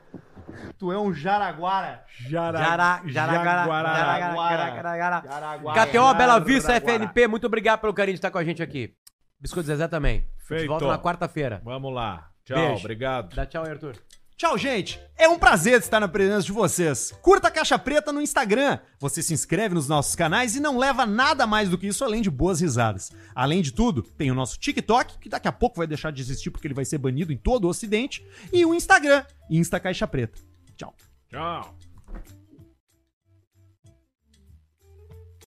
Speaker 1: Tu é um Jaraguara.
Speaker 3: Jará, jará,
Speaker 2: Jaguará.
Speaker 3: jará, jará, jará, jará, jará.
Speaker 1: Jaraguara.
Speaker 3: KTO Bela Vista, FNP, muito obrigado pelo carinho de estar com a gente aqui. Biscoito Zezé também. A gente
Speaker 2: Feito.
Speaker 3: volta na quarta-feira.
Speaker 2: Vamos lá. Tchau,
Speaker 3: Beijo.
Speaker 2: obrigado.
Speaker 3: Dá tchau aí, Arthur.
Speaker 1: Tchau, gente! É um prazer estar na presença de vocês. Curta a Caixa Preta no Instagram. Você se inscreve nos nossos canais e não leva nada mais do que isso além de boas risadas. Além de tudo, tem o nosso TikTok, que daqui a pouco vai deixar de existir porque ele vai ser banido em todo o Ocidente, e o Instagram, Insta Caixa Preta. Tchau.
Speaker 2: Tchau.